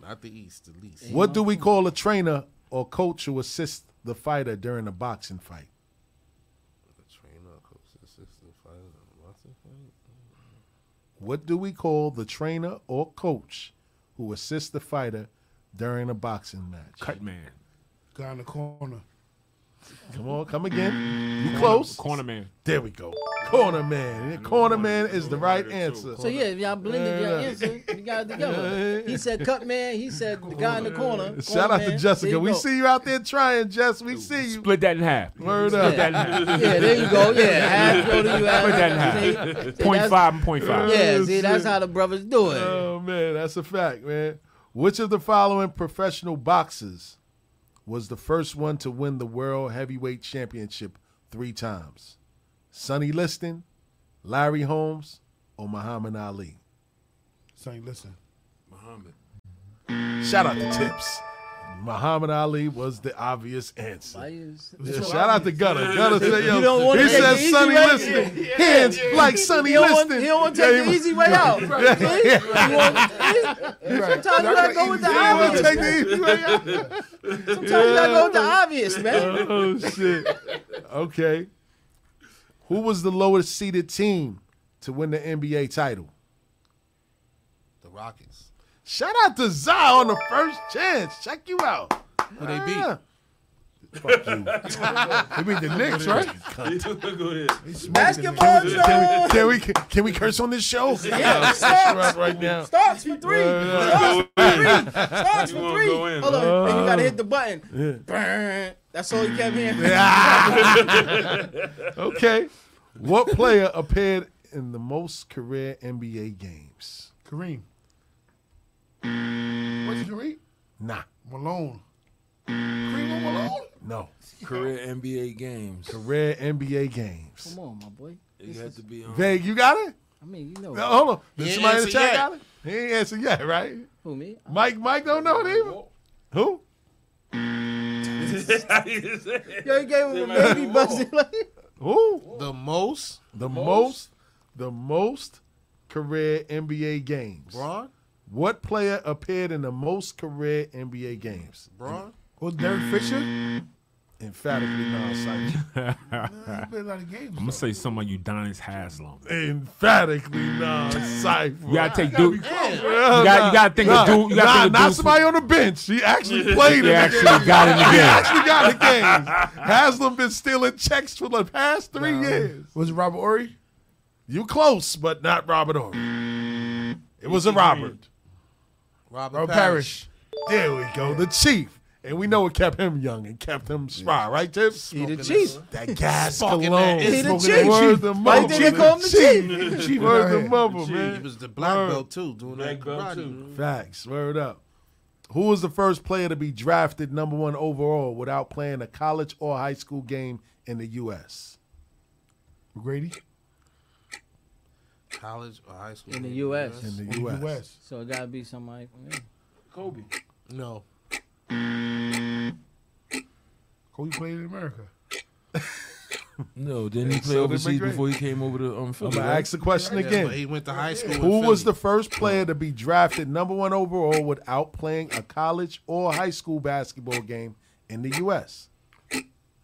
[SPEAKER 9] Not the East, the least.
[SPEAKER 5] What do we call a trainer or coach who assists the fighter during a boxing fight?
[SPEAKER 9] Trainer, coach, assistant, fighter, boxing fight.
[SPEAKER 5] What do we call the trainer or coach who assists the fighter during a boxing match?
[SPEAKER 8] Cut man.
[SPEAKER 7] Guy in the corner.
[SPEAKER 5] Come on, come again. You close.
[SPEAKER 8] Corner man.
[SPEAKER 5] There we go. Corner man. Corner man is the right answer.
[SPEAKER 10] So yeah, if y'all blended your
[SPEAKER 5] Yeah.
[SPEAKER 10] answer, you got it together. He said cut man, he said the guy in the corner.
[SPEAKER 5] Shout
[SPEAKER 10] corner
[SPEAKER 5] out to
[SPEAKER 10] man.
[SPEAKER 5] Jessica.
[SPEAKER 10] There you
[SPEAKER 5] We
[SPEAKER 10] go.
[SPEAKER 5] see you out there trying, Jess. We see you.
[SPEAKER 8] Split that in half.
[SPEAKER 5] Word
[SPEAKER 8] Split
[SPEAKER 5] up.
[SPEAKER 8] that in half.
[SPEAKER 10] Yeah, there you go. Yeah, half go to you. half-
[SPEAKER 8] Split that in
[SPEAKER 10] See,
[SPEAKER 8] half.
[SPEAKER 10] see,
[SPEAKER 8] Point
[SPEAKER 10] that's-
[SPEAKER 8] five and point five.
[SPEAKER 10] Yeah, see, that's how the brothers do it.
[SPEAKER 5] Oh man, that's a fact, man. Which of the following professional boxers was the first one to win the World Heavyweight Championship three times? Sonny Liston, Larry Holmes, or Muhammad Ali?
[SPEAKER 7] Sonny Liston.
[SPEAKER 6] Muhammad.
[SPEAKER 5] Shout out to Tips. Muhammad Ali was the obvious answer. Yeah,
[SPEAKER 7] so
[SPEAKER 5] shout out to Gunner. Gunner said, yo,
[SPEAKER 7] You don't wanna
[SPEAKER 5] he
[SPEAKER 7] take
[SPEAKER 5] said
[SPEAKER 7] the easy
[SPEAKER 5] Sonny
[SPEAKER 7] way-
[SPEAKER 5] Liston.
[SPEAKER 7] Yeah, yeah,
[SPEAKER 5] Hands
[SPEAKER 7] yeah.
[SPEAKER 5] like Sonny
[SPEAKER 7] He don't want-
[SPEAKER 5] Liston.
[SPEAKER 7] he don't wanna take
[SPEAKER 5] Yeah,
[SPEAKER 7] the
[SPEAKER 5] he-
[SPEAKER 7] easy way out.
[SPEAKER 5] Right.
[SPEAKER 7] See? You want-
[SPEAKER 10] Sometimes you gotta go with the obvious. Sometimes you gotta go with the obvious, man.
[SPEAKER 5] Oh shit. Okay. Who was the lowest seeded team to win the NBA title?
[SPEAKER 9] The Rockets.
[SPEAKER 5] Shout out to Zai on the first chance. Check you out.
[SPEAKER 9] Who they beat?
[SPEAKER 5] Ah.
[SPEAKER 7] They beat the Knicks, right?
[SPEAKER 5] Basketball can, can we can we curse on this show?
[SPEAKER 7] Yeah,
[SPEAKER 5] Subscribe right now.
[SPEAKER 10] Starts for three.
[SPEAKER 5] Word
[SPEAKER 10] Starts
[SPEAKER 5] up.
[SPEAKER 10] for three. Starts
[SPEAKER 5] You wanna
[SPEAKER 10] for three.
[SPEAKER 5] go in,
[SPEAKER 10] Hold
[SPEAKER 5] huh?
[SPEAKER 10] on, and you gotta hit the button.
[SPEAKER 5] Yeah.
[SPEAKER 10] Brrrr. That's all you kept hearing.
[SPEAKER 5] okay. What player appeared in the most career NBA games?
[SPEAKER 7] Kareem. What's Kareem?
[SPEAKER 5] Nah.
[SPEAKER 7] Malone. Kareem or Malone?
[SPEAKER 5] No.
[SPEAKER 6] Career NBA games.
[SPEAKER 5] Career NBA games.
[SPEAKER 10] Come on, my boy.
[SPEAKER 6] You have to be on.
[SPEAKER 5] Vague, you got it?
[SPEAKER 10] I mean, you know.
[SPEAKER 5] Now, hold on. Did
[SPEAKER 10] He
[SPEAKER 5] somebody in the
[SPEAKER 10] ain't
[SPEAKER 5] chat
[SPEAKER 10] answer
[SPEAKER 5] got it? He ain't answer yet, right?
[SPEAKER 10] Who me?
[SPEAKER 5] Mike, Mike don't know it either. Who?
[SPEAKER 10] Yo, he gave him a baby buzzer.
[SPEAKER 5] Who?
[SPEAKER 9] The most.
[SPEAKER 5] The most, the most career NBA games.
[SPEAKER 9] Braun?
[SPEAKER 5] What player appeared in the most career NBA games?
[SPEAKER 9] Braun?
[SPEAKER 5] Well, Derek Fisher? Emphatically non-cite.
[SPEAKER 8] I'm gonna say someone Udonis Haslam.
[SPEAKER 5] Emphatically non-cipher.
[SPEAKER 8] You gotta take dude. You gotta, you gotta think
[SPEAKER 5] nah,
[SPEAKER 8] of dude. You gotta
[SPEAKER 5] nah,
[SPEAKER 8] think of
[SPEAKER 5] not
[SPEAKER 8] dude.
[SPEAKER 5] somebody on the bench. He actually played
[SPEAKER 8] He
[SPEAKER 5] in
[SPEAKER 8] actually
[SPEAKER 5] the game.
[SPEAKER 8] got in the
[SPEAKER 5] He
[SPEAKER 8] game.
[SPEAKER 5] actually got in the game. Haslam been stealing checks for the past three years.
[SPEAKER 7] Was it Robert Ory?
[SPEAKER 5] You close, but not Robert Ory. It was a Robert.
[SPEAKER 9] Robert,
[SPEAKER 5] Robert Parrish. There we go. The chief. And we know it kept him young and kept him spry, right, Tips? He the
[SPEAKER 10] chief.
[SPEAKER 5] That gas
[SPEAKER 9] Smoking
[SPEAKER 5] cologne.
[SPEAKER 9] that- He the
[SPEAKER 5] Smoking that
[SPEAKER 9] chief.
[SPEAKER 5] Word the
[SPEAKER 9] Why
[SPEAKER 5] mother.
[SPEAKER 9] did they call him the chief?
[SPEAKER 5] The
[SPEAKER 9] Chief
[SPEAKER 5] chief. Word
[SPEAKER 9] out
[SPEAKER 5] the
[SPEAKER 9] here.
[SPEAKER 5] mother,
[SPEAKER 9] Chief.
[SPEAKER 5] man.
[SPEAKER 9] He was the black
[SPEAKER 5] Word.
[SPEAKER 9] belt, too, doing that
[SPEAKER 6] belt,
[SPEAKER 9] karate,
[SPEAKER 6] too.
[SPEAKER 9] man.
[SPEAKER 5] Facts. Word up. Who was the first player to be drafted number one overall without playing a college or high school game in the U.S.?
[SPEAKER 7] McGrady?
[SPEAKER 9] College or high school?
[SPEAKER 10] In the U.S.
[SPEAKER 5] In the US.
[SPEAKER 10] So it gotta be somebody from there.
[SPEAKER 6] Kobe.
[SPEAKER 9] No.
[SPEAKER 7] Kobe played in America.
[SPEAKER 6] No, didn't he
[SPEAKER 5] So
[SPEAKER 6] play
[SPEAKER 5] did
[SPEAKER 6] overseas
[SPEAKER 5] McGrady.
[SPEAKER 6] before he came over to um,
[SPEAKER 5] I'm
[SPEAKER 6] Philly?
[SPEAKER 5] gonna
[SPEAKER 6] right?
[SPEAKER 5] ask the question
[SPEAKER 9] Yeah,
[SPEAKER 5] again.
[SPEAKER 9] but he went to high school in
[SPEAKER 5] Who was
[SPEAKER 9] Philly.
[SPEAKER 5] the first player to be drafted number one overall without playing a college or high school basketball game in the U.S.?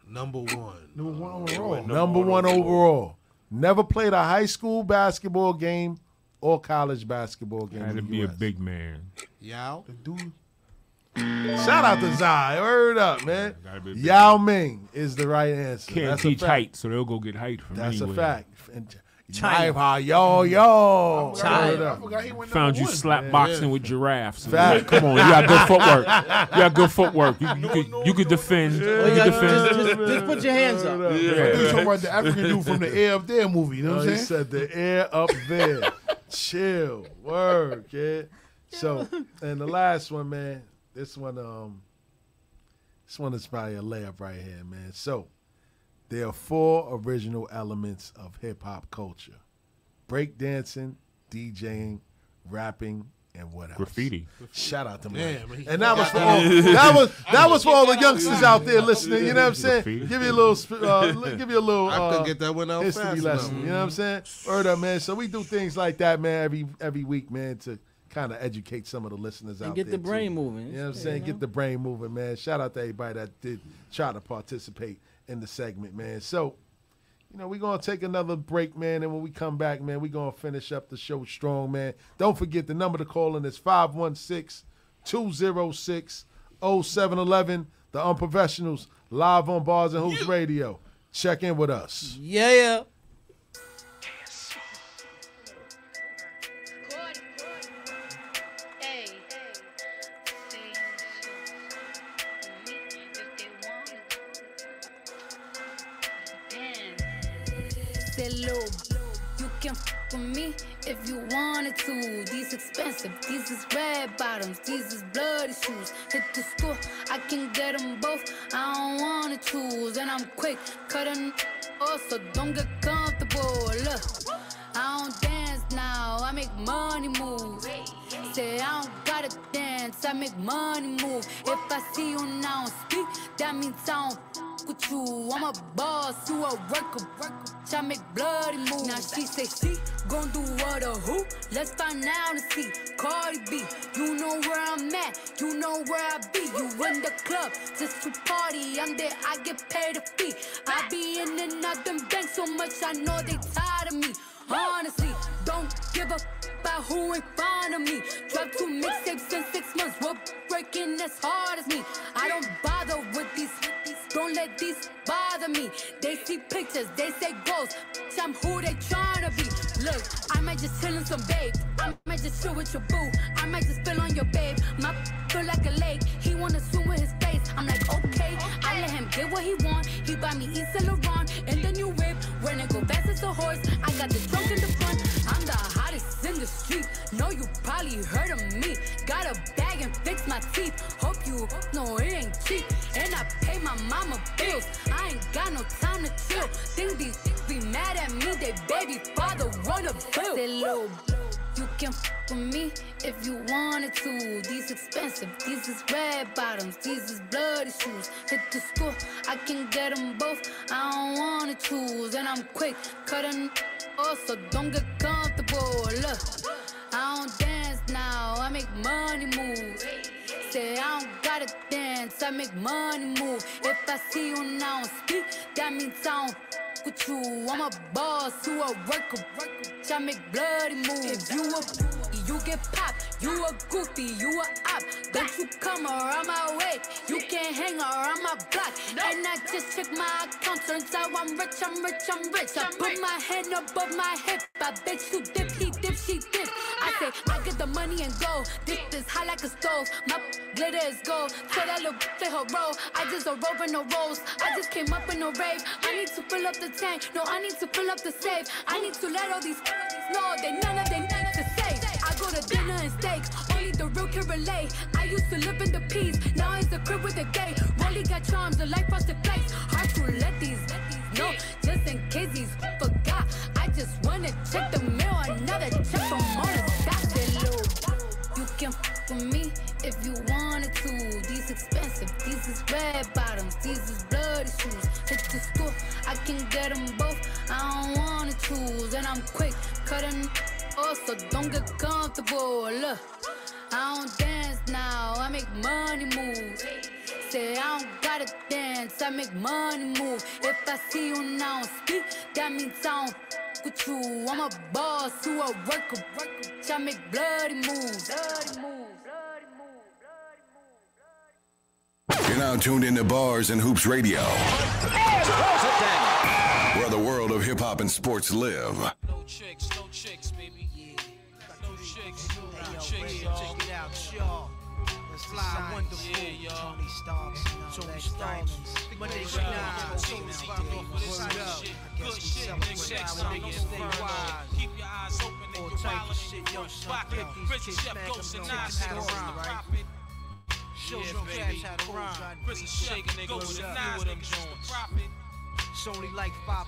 [SPEAKER 9] Number one.
[SPEAKER 7] Number one overall.
[SPEAKER 5] Number, one overall. Never played a high school basketball game or college basketball game.
[SPEAKER 8] Had to
[SPEAKER 5] in the
[SPEAKER 8] be a
[SPEAKER 5] US.
[SPEAKER 8] big man.
[SPEAKER 9] Yao. The
[SPEAKER 7] dude.
[SPEAKER 5] Shout out to Zai. Word up, man.
[SPEAKER 8] gotta be a big
[SPEAKER 5] Yao Ming is the right answer.
[SPEAKER 8] Can't
[SPEAKER 5] That's a
[SPEAKER 8] teach
[SPEAKER 5] fact.
[SPEAKER 8] height, so they'll go get height from
[SPEAKER 5] That's
[SPEAKER 8] anywhere.
[SPEAKER 5] a fact. And
[SPEAKER 8] China.
[SPEAKER 5] China. Yo, yo.
[SPEAKER 8] I forgot-
[SPEAKER 5] Word
[SPEAKER 8] I
[SPEAKER 5] up.
[SPEAKER 7] forgot he went
[SPEAKER 8] Found you slap boxing with giraffes.
[SPEAKER 5] Fact.
[SPEAKER 8] Come on, you got good footwork. You got good footwork. You, you could you could defend. You
[SPEAKER 10] you
[SPEAKER 8] could
[SPEAKER 10] gotta
[SPEAKER 8] defend.
[SPEAKER 10] just, just, just put your hands up.
[SPEAKER 7] I think you talking about the African dude from the Air Up There movie. You know what
[SPEAKER 5] Oh,
[SPEAKER 7] I'm
[SPEAKER 5] he
[SPEAKER 7] saying?
[SPEAKER 5] said the air up there. Chill. Word, kid. So, and the last one, man. This one, um, this one is probably a layup right here, man. So, there are four original elements of hip hop culture. breakdancing, DJing, rapping, and what else?
[SPEAKER 8] Graffiti.
[SPEAKER 5] Shout out to Mike.
[SPEAKER 9] Damn, he-
[SPEAKER 5] and that was for
[SPEAKER 9] Yeah.
[SPEAKER 5] all, that was that was for all the youngsters out there
[SPEAKER 9] Yeah.
[SPEAKER 5] listening. You know what I'm saying?
[SPEAKER 9] Graffiti.
[SPEAKER 5] Give you a little, sp- uh, li- give you a little.
[SPEAKER 9] I couldn't
[SPEAKER 5] uh,
[SPEAKER 9] get that one out
[SPEAKER 5] history
[SPEAKER 9] fast
[SPEAKER 5] lesson.
[SPEAKER 9] enough.
[SPEAKER 5] You know what I'm saying? Word up, man. So we do things like that, man. Every every week, man, to kind of educate some of the listeners
[SPEAKER 10] And
[SPEAKER 5] out
[SPEAKER 10] get the
[SPEAKER 5] there too.
[SPEAKER 10] brain moving.
[SPEAKER 5] You know what I'm
[SPEAKER 10] Yeah,
[SPEAKER 5] saying?
[SPEAKER 10] you
[SPEAKER 5] Get
[SPEAKER 10] know?
[SPEAKER 5] the brain moving, man. Shout out to everybody that did try to participate in the segment, man. So you know, we're going to take another break, man. And when we come back, man, we're going to finish up the show strong, man. Don't forget the number to call in is 516 206 0711. The Unprofessionals, live on Bars and Hoops Radio. Check in with us.
[SPEAKER 10] Yeah, yeah.
[SPEAKER 16] Said Lil, you can f with me if you wanted to. These expensive, these is red bottoms, these is bloody shoes. Hit the school, I can get them both. I don't wanna choose, and I'm quick cutting off, so don't get comfortable. Look, I don't dance now, I make money moves. Say I don't gotta dance, I make money move. If I see you now and speak, that means I don't f- with you. I'm a boss, you a worker, worker. I make bloody moves. Now she say she gon' do what or who? Let's find out and see. Cardi B, you know where I'm at, you know where I be. You in the club just to party. I'm there, I get paid a fee. I be in and out them banks so much, I know they tired of me. Honestly, don't give a f- about who in front of me. Drop two mixtapes in six months. We're breaking as hard as me. I don't bother with these. Don't let these bother me. They see pictures, they say goals. Bitch, I'm who they tryna be. Look, I might just chill on some babe. I might just chill with your boo. I might just spill on your babe. My f- feel like a lake. He wanna swim with his face. I'm like, okay. I let him get what he want. He buy me East and Laurent and the new whip. When it go fast as a horse, I got the trunk in the front. I'm the hottest in the street. Know you probably heard of me. Got a bag and fix my teeth. Hope you know it ain't cheap. And I pay my mama bills. I ain't got no time to chill. Think these be mad at me. They baby father wanna bill. Say, "Lil, you can f with me if you wanted to. These expensive, these is red bottoms, these is bloody shoes. Hit the school, I can get them both. I don't wanna choose, and I'm quick cutting off, so don't get comfortable. Look, I don't dance now, I make money moves. Say I don't gotta dance, I make money move. If I see you now and speak, that means I don't f- with you. I'm a boss, you a worker, worker. I make bloody moves. If you a b- you get popped. You a goofy, you a op. Don't you come around my way. You can't hang around my block. And I just check my account. Turns out I'm rich, I'm rich, I'm rich. I put my hand above my hip. I bitch you dip, he dip, she dip. I say I get the money and go. This is hot like a stove. My glitter is gold. Tell that little play her role. I just a rope and no rolls. I just came up in a rave. I need to fill up the tank. No, I need to fill up the safe. I need to let all these know they none of them the same. I go to dinner and steaks. Only the real can relate. I used to live in the peace. Now it's the crib with the gay. Rolly got charms, the life across the place. Hard to let these know. Just in case these forgot. I just wanna check the mail. Another check from on the doctor. You can f with me if you wanted to. These expensive, these is red bottoms, these is bloody shoes. Hit the school, I can get them both. I don't wanna choose, and I'm quick cutting off, so don't get comfortable. Look, I don't dance now, I make money moves. Say I don't gotta dance, I make money move. If I see you now and speak, that means I don't f- with you. I'm a boss, you a worker, worker. I make bloody moves. Bloody moves.
[SPEAKER 2] You're now tuned into Bars and Hoops Radio, where the world of hip hop and sports live.
[SPEAKER 17] Fly wonderful. Tony Starks. Tony Starks. Monday night. So it's about me. What's up? I guess we celebrate Friday and stay wise. Keep your eyes open and your wallet shit yo pocket. Rich chef goes and I still profit. Shows your cash how to rhyme. Prison shaking niggas goes and I still profit. It's only like 5%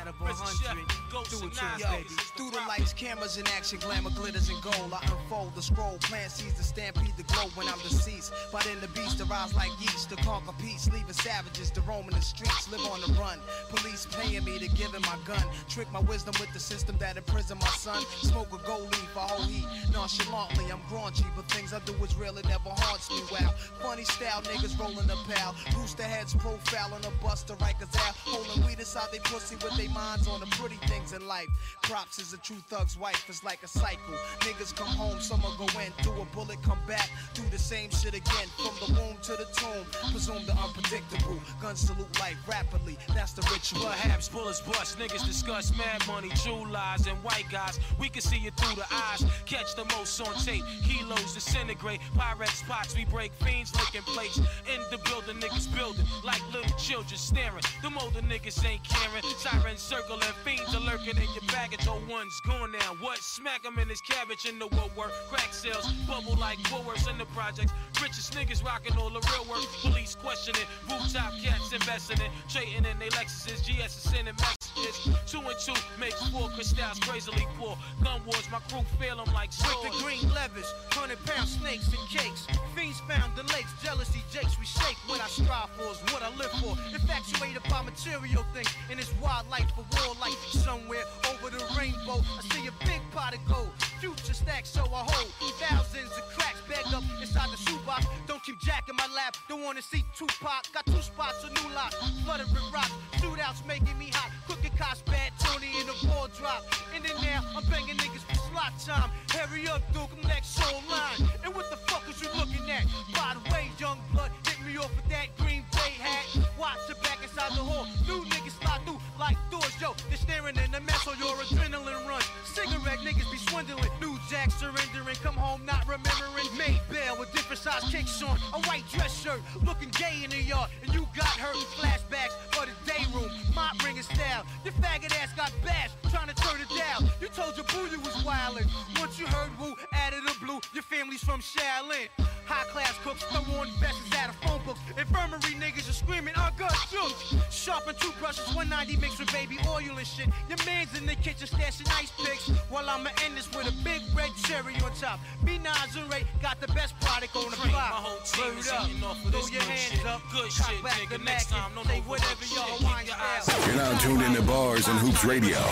[SPEAKER 17] out of 100. Do it to us, baby.
[SPEAKER 18] Through the lights, cameras in action, glamour glitters and gold. I unfold the scroll, plant seeds to stampede the glow when I'm deceased. But in the beast, to rise like yeast, to conquer peace, leaving savages to roam in the streets, live on the run. Police paying me to give him my gun. Trick my wisdom with the system that imprison my son. Smoke a gold leaf, I hold heat. Nonchalantly, I'm graunchy, but things I do is real, it never haunts me. Wow, funny style, niggas rolling a pal. Rooster heads profiling a buster, Rikers out. Holding weed inside they pussy with their minds on the pretty things in life. Props is a true thug's wife, it's like a cycle. Niggas come home, some will go in, do a bullet, come back, do the same shit again. From the womb to the tomb, presume the unpredictable. Guns salute life rapidly, that's the ritual.
[SPEAKER 17] Perhaps bullets bust, niggas discuss mad money, true lies, and white guys. We can see it through the eyes. Catch the most on tape, kilos disintegrate. Pyrex pots, we break fiends, licking plates. In the building, niggas building like little children staring. Them older niggas ain't caring. Sirens circling, fiends are lurking in your baggage. Oh, one's gone now. What? Smack him in his cabbage in the woodwork. Crack sales bubble like Woolworths in the projects. Richest niggas rocking all the real work. Police questioning, rooftop cats investing in, trading in they Lexuses, GS is sending messages. Two and two makes four. Crystals crazily poor. Gun wars, my crew feel 'em like swords.
[SPEAKER 18] With the
[SPEAKER 17] green levers, hundred pound snakes and cakes.
[SPEAKER 18] Fiends found the lakes, jealousy jakes. We shake what I strive for is what I live for. Infatuated by material things in this wild life for war life. Somewhere over the rainbow, I see a big pot of gold. Future stacks, so I hold thousands of cracks bagged up inside the shoebox. Don't keep Jack in my lap, don't wanna see Tupac. Got two spots of new locks, fluttering rocks. Shootouts making me hot. Crooked cops, bad Tony in the ball drop. And then now I'm banging niggas for slot time. Hurry up, Duke, I'm next on line. And what the fuck is you looking at? By the way, young blood, hit me off with that Green Bay hat. Watch it back inside the hall. New niggas slide through like doors, yo. They're staring in the mess on your adrenaline run. Cigarette niggas be swindling. New Jack surrendering. Come home not remembering. Maybell with different size kicks on. A white dress shirt. Looking gay in the yard. And you got hurt. Flashbacks for the day room. My ringing style. Your faggot ass got bashed. Trying to turn it down. You told your boo you was wildin'. Once you heard woo, out of the blue. Your family's from Shaolin. High class cooks, throw on vests out of phone books. Infirmary niggas are screaming, I got shook. Sharpen toothbrushes, 190 mixed with baby oil and shit. Your man's in the kitchen stashing ice picks. While I'ma end this with a big red cherry on top. B Nas and Ray got the best product on the
[SPEAKER 17] Drink,
[SPEAKER 18] block.
[SPEAKER 17] my whole
[SPEAKER 18] Word
[SPEAKER 17] team is
[SPEAKER 18] up.
[SPEAKER 17] eating off of
[SPEAKER 18] Throw
[SPEAKER 17] this
[SPEAKER 18] your
[SPEAKER 17] good
[SPEAKER 18] hands
[SPEAKER 17] shit.
[SPEAKER 18] up,
[SPEAKER 17] Good
[SPEAKER 18] cock
[SPEAKER 17] shit,
[SPEAKER 18] back
[SPEAKER 17] nigga.
[SPEAKER 18] the
[SPEAKER 17] Next
[SPEAKER 18] Mac
[SPEAKER 17] time,
[SPEAKER 18] and
[SPEAKER 17] no
[SPEAKER 18] say
[SPEAKER 17] no
[SPEAKER 18] whatever
[SPEAKER 17] shit.
[SPEAKER 18] your
[SPEAKER 17] Keep
[SPEAKER 18] Hawaiian
[SPEAKER 17] your
[SPEAKER 18] style.
[SPEAKER 2] You're now tuned into bars and hoops radio,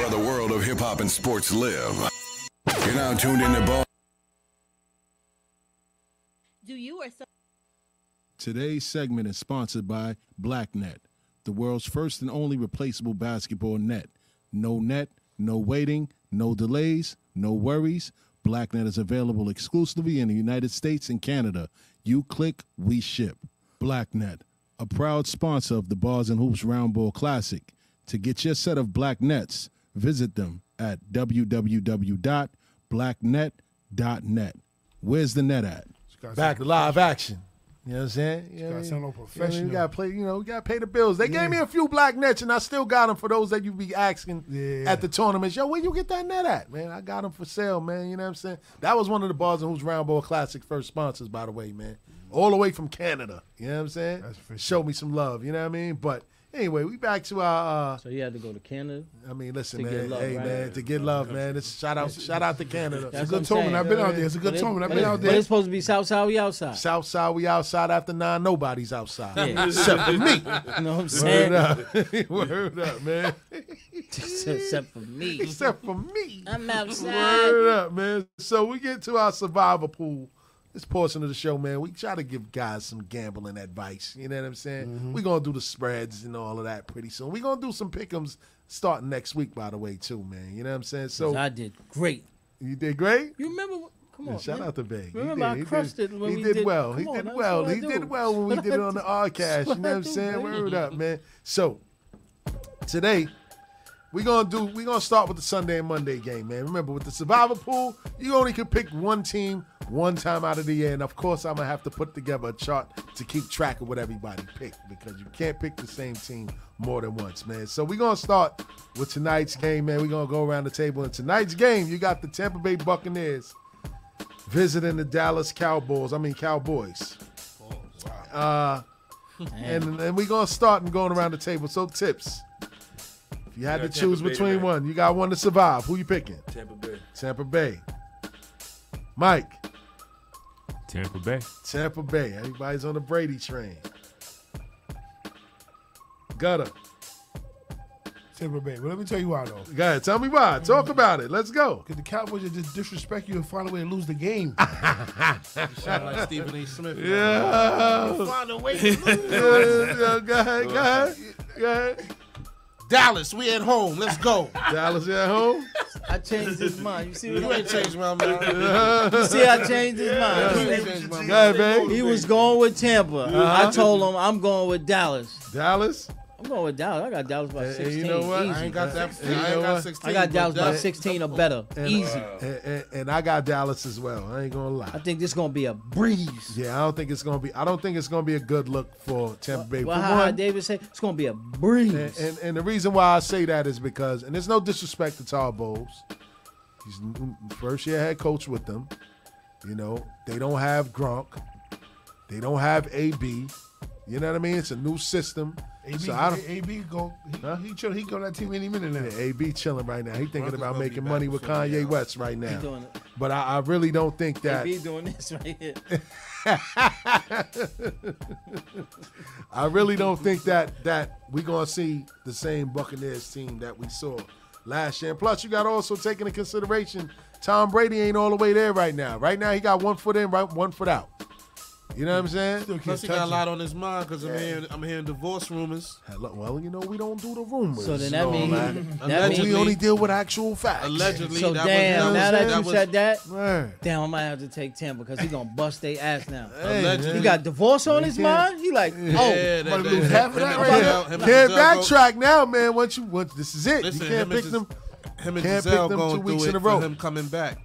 [SPEAKER 2] where the world of hip hop and sports live. You're now tuned into bars.
[SPEAKER 15] Do you or some
[SPEAKER 5] Today's segment is sponsored by BlackNet, the world's first and only replaceable basketball net. No net, no waiting, no delays, no worries. BlackNet is available exclusively in the United States and Canada. You click, we ship. BlackNet, a proud sponsor of the Bars and Hoops Roundball Classic. To get your set of black nets, visit them at www.blacknet.net. Where's the net at?
[SPEAKER 7] Back
[SPEAKER 5] to live action. You know what I'm saying?
[SPEAKER 7] You gotta
[SPEAKER 5] what I
[SPEAKER 7] sound all
[SPEAKER 5] mean? You know what I mean?
[SPEAKER 7] professional.
[SPEAKER 5] You gotta play. You know, you gotta pay the bills. They gave me a few black nets, and I still got them for those that you be asking at the tournaments. Yo, where you get that net at, man? I got them for sale, man. You know what I'm saying? That was one of the bars and who's round ball classic first sponsors, by the way, man. All the way from Canada. You know what I'm saying? Show me some love. You know what I mean? But anyway, we back to our. Uh, so
[SPEAKER 10] you had to go to Canada.
[SPEAKER 5] I mean, listen,
[SPEAKER 10] to
[SPEAKER 5] man.
[SPEAKER 10] get love,
[SPEAKER 5] hey,
[SPEAKER 10] right?
[SPEAKER 5] man, to get love, man. It's shout out, shout out to Canada.
[SPEAKER 10] That's what I'm saying. But it- but it- but it's supposed to be south side. We outside.
[SPEAKER 5] South side, we outside after nine. Nobody's outside
[SPEAKER 10] Yeah.
[SPEAKER 5] except for me. uh,
[SPEAKER 10] You know what I'm saying?
[SPEAKER 5] Word up, Word up man.
[SPEAKER 10] Except for me.
[SPEAKER 5] Except for me.
[SPEAKER 10] I'm outside.
[SPEAKER 5] Word up, man. So we get to our survivor pool. This portion of the show, man, we try to give guys some gambling advice. You know what I'm saying? We're gonna do the spreads and all of that pretty soon. We're gonna do some pickums starting next week, by the way, too, man. You know what I'm saying? So
[SPEAKER 10] I did great.
[SPEAKER 5] You did great?
[SPEAKER 10] You remember? what- Come
[SPEAKER 5] Yeah,
[SPEAKER 10] on.
[SPEAKER 5] shout
[SPEAKER 10] man.
[SPEAKER 5] out to Big. He
[SPEAKER 10] Remember,
[SPEAKER 5] did,
[SPEAKER 10] I
[SPEAKER 5] he
[SPEAKER 10] crushed
[SPEAKER 5] did,
[SPEAKER 10] it when
[SPEAKER 5] he
[SPEAKER 10] we
[SPEAKER 5] did,
[SPEAKER 10] did.
[SPEAKER 5] well.
[SPEAKER 10] Come
[SPEAKER 5] he
[SPEAKER 10] on,
[SPEAKER 5] did
[SPEAKER 10] that's
[SPEAKER 5] well.
[SPEAKER 10] what I
[SPEAKER 5] He
[SPEAKER 10] do.
[SPEAKER 5] did well when we
[SPEAKER 10] That's
[SPEAKER 5] did it on the
[SPEAKER 10] what I
[SPEAKER 5] RCast. You know what I'm
[SPEAKER 10] do,
[SPEAKER 5] saying?
[SPEAKER 10] baby.
[SPEAKER 5] Word up, man. So today we're gonna do. We're gonna start with the Sunday and Monday game, man. Remember, with the survivor pool, you only can pick one team one time out of the year, and of course, I'm gonna have to put together a chart to keep track of what everybody picked because you can't pick the same team more than once, man. So we're gonna start with tonight's game, man. We're gonna go around the table, and tonight's game, you got the Tampa Bay Buccaneers visiting the Dallas Cowboys. I mean Cowboys. Uh, and, and we're going to start and going around the table. So, tips. If you had to
[SPEAKER 6] Yeah, Tampa
[SPEAKER 5] choose
[SPEAKER 6] Bay
[SPEAKER 5] between
[SPEAKER 6] tonight.
[SPEAKER 5] one, you got one to survive. Who you picking?
[SPEAKER 6] Tampa Bay.
[SPEAKER 5] Tampa Bay. Mike.
[SPEAKER 8] Tampa Bay.
[SPEAKER 5] Tampa Bay. Everybody's on the Brady train. Gutter.
[SPEAKER 7] Tampa Bay. But let me tell you why, though.
[SPEAKER 5] Go ahead. Tell me why. Talk about it. Let's go.
[SPEAKER 7] Because the Cowboys will just disrespect you and find a way to lose the game.
[SPEAKER 9] sound like
[SPEAKER 5] E.
[SPEAKER 9] Stephen A. Smith.
[SPEAKER 5] Yeah.
[SPEAKER 9] You find a way to lose.
[SPEAKER 5] Yeah, yeah, go ahead, go ahead, go ahead.
[SPEAKER 9] Dallas, we at home. Let's go.
[SPEAKER 5] Dallas, you at home?
[SPEAKER 10] I changed his mind. You see what
[SPEAKER 9] You
[SPEAKER 10] I
[SPEAKER 9] ain't
[SPEAKER 10] did?
[SPEAKER 9] changed my mind.
[SPEAKER 10] You see, I changed his mind.
[SPEAKER 9] You ain't changed my mind.
[SPEAKER 10] He was going with Tampa.
[SPEAKER 5] Uh-huh.
[SPEAKER 10] I told him I'm going with Dallas.
[SPEAKER 5] Dallas?
[SPEAKER 10] I'm going with Dallas. I got Dallas by 16.
[SPEAKER 5] And you know what?
[SPEAKER 10] Easy.
[SPEAKER 5] And you know what?
[SPEAKER 10] I got Dallas by 16 or better.
[SPEAKER 5] And- uh,
[SPEAKER 10] Easy.
[SPEAKER 5] And, and- and I got Dallas as well. I ain't gonna lie. I
[SPEAKER 10] think this gonna be a breeze.
[SPEAKER 5] Yeah, I don't think it's gonna be. I don't think it's gonna be a good look for Tampa Bay.
[SPEAKER 10] Well,
[SPEAKER 5] For
[SPEAKER 10] how
[SPEAKER 5] one,
[SPEAKER 10] hard David say it's gonna be a breeze.
[SPEAKER 5] And, and, and the reason why I say that is because, and there's no disrespect to Todd Bowles. He's n- first year head coach with them. You know, they don't have Gronk. They don't have AB. You know what I mean? It's a new system.
[SPEAKER 7] AB,
[SPEAKER 5] so I don't,
[SPEAKER 7] AB go. He, he chill. He go that team any minute now.
[SPEAKER 5] yeah, AB chilling right now. He thinking
[SPEAKER 7] Broncos
[SPEAKER 5] about
[SPEAKER 7] gonna be
[SPEAKER 5] making
[SPEAKER 7] back
[SPEAKER 5] money with
[SPEAKER 7] before
[SPEAKER 5] Kanye West right now.
[SPEAKER 10] doing it.
[SPEAKER 5] But I, I really don't think that.
[SPEAKER 10] AB doing this right here.
[SPEAKER 5] I really don't think that that we gonna see the same Buccaneers team that we saw last year. And plus, you got to also take into consideration Tom Brady ain't all the way there right now. Right now, he got one foot in, right one foot out. You know what I'm saying?
[SPEAKER 9] Plus, he got a lot on his mind because I'm hearing, I'm hearing divorce rumors.
[SPEAKER 5] Hello. Well, you know we don't do the rumors.
[SPEAKER 10] So then that means- that means-
[SPEAKER 5] we only deal with actual facts.
[SPEAKER 9] Allegedly,
[SPEAKER 10] So
[SPEAKER 9] that
[SPEAKER 10] damn,
[SPEAKER 9] was,
[SPEAKER 10] now
[SPEAKER 9] that,
[SPEAKER 10] that, you
[SPEAKER 9] was,
[SPEAKER 10] said that, damn, I might have to take Tampa because he gonna bust their ass now.
[SPEAKER 9] Hey, Allegedly.
[SPEAKER 10] You got divorce on his
[SPEAKER 9] Yeah.
[SPEAKER 10] mind? He like, oh,
[SPEAKER 9] Yeah, that-
[SPEAKER 10] about to
[SPEAKER 9] that-
[SPEAKER 10] lose
[SPEAKER 9] that-
[SPEAKER 10] half of
[SPEAKER 9] that-
[SPEAKER 10] that
[SPEAKER 9] that-
[SPEAKER 10] right
[SPEAKER 9] that-
[SPEAKER 10] now.
[SPEAKER 9] him and
[SPEAKER 5] Can't
[SPEAKER 9] Giselle
[SPEAKER 5] backtrack now, man. Once you once this is it.
[SPEAKER 9] Listen,
[SPEAKER 5] you can't
[SPEAKER 9] him and
[SPEAKER 5] pick
[SPEAKER 9] Gis-
[SPEAKER 5] them.
[SPEAKER 9] Him and
[SPEAKER 5] can't
[SPEAKER 9] Giselle
[SPEAKER 5] pick them
[SPEAKER 9] going
[SPEAKER 5] two
[SPEAKER 9] through
[SPEAKER 5] weeks
[SPEAKER 9] it
[SPEAKER 5] in a row.
[SPEAKER 9] for him coming back.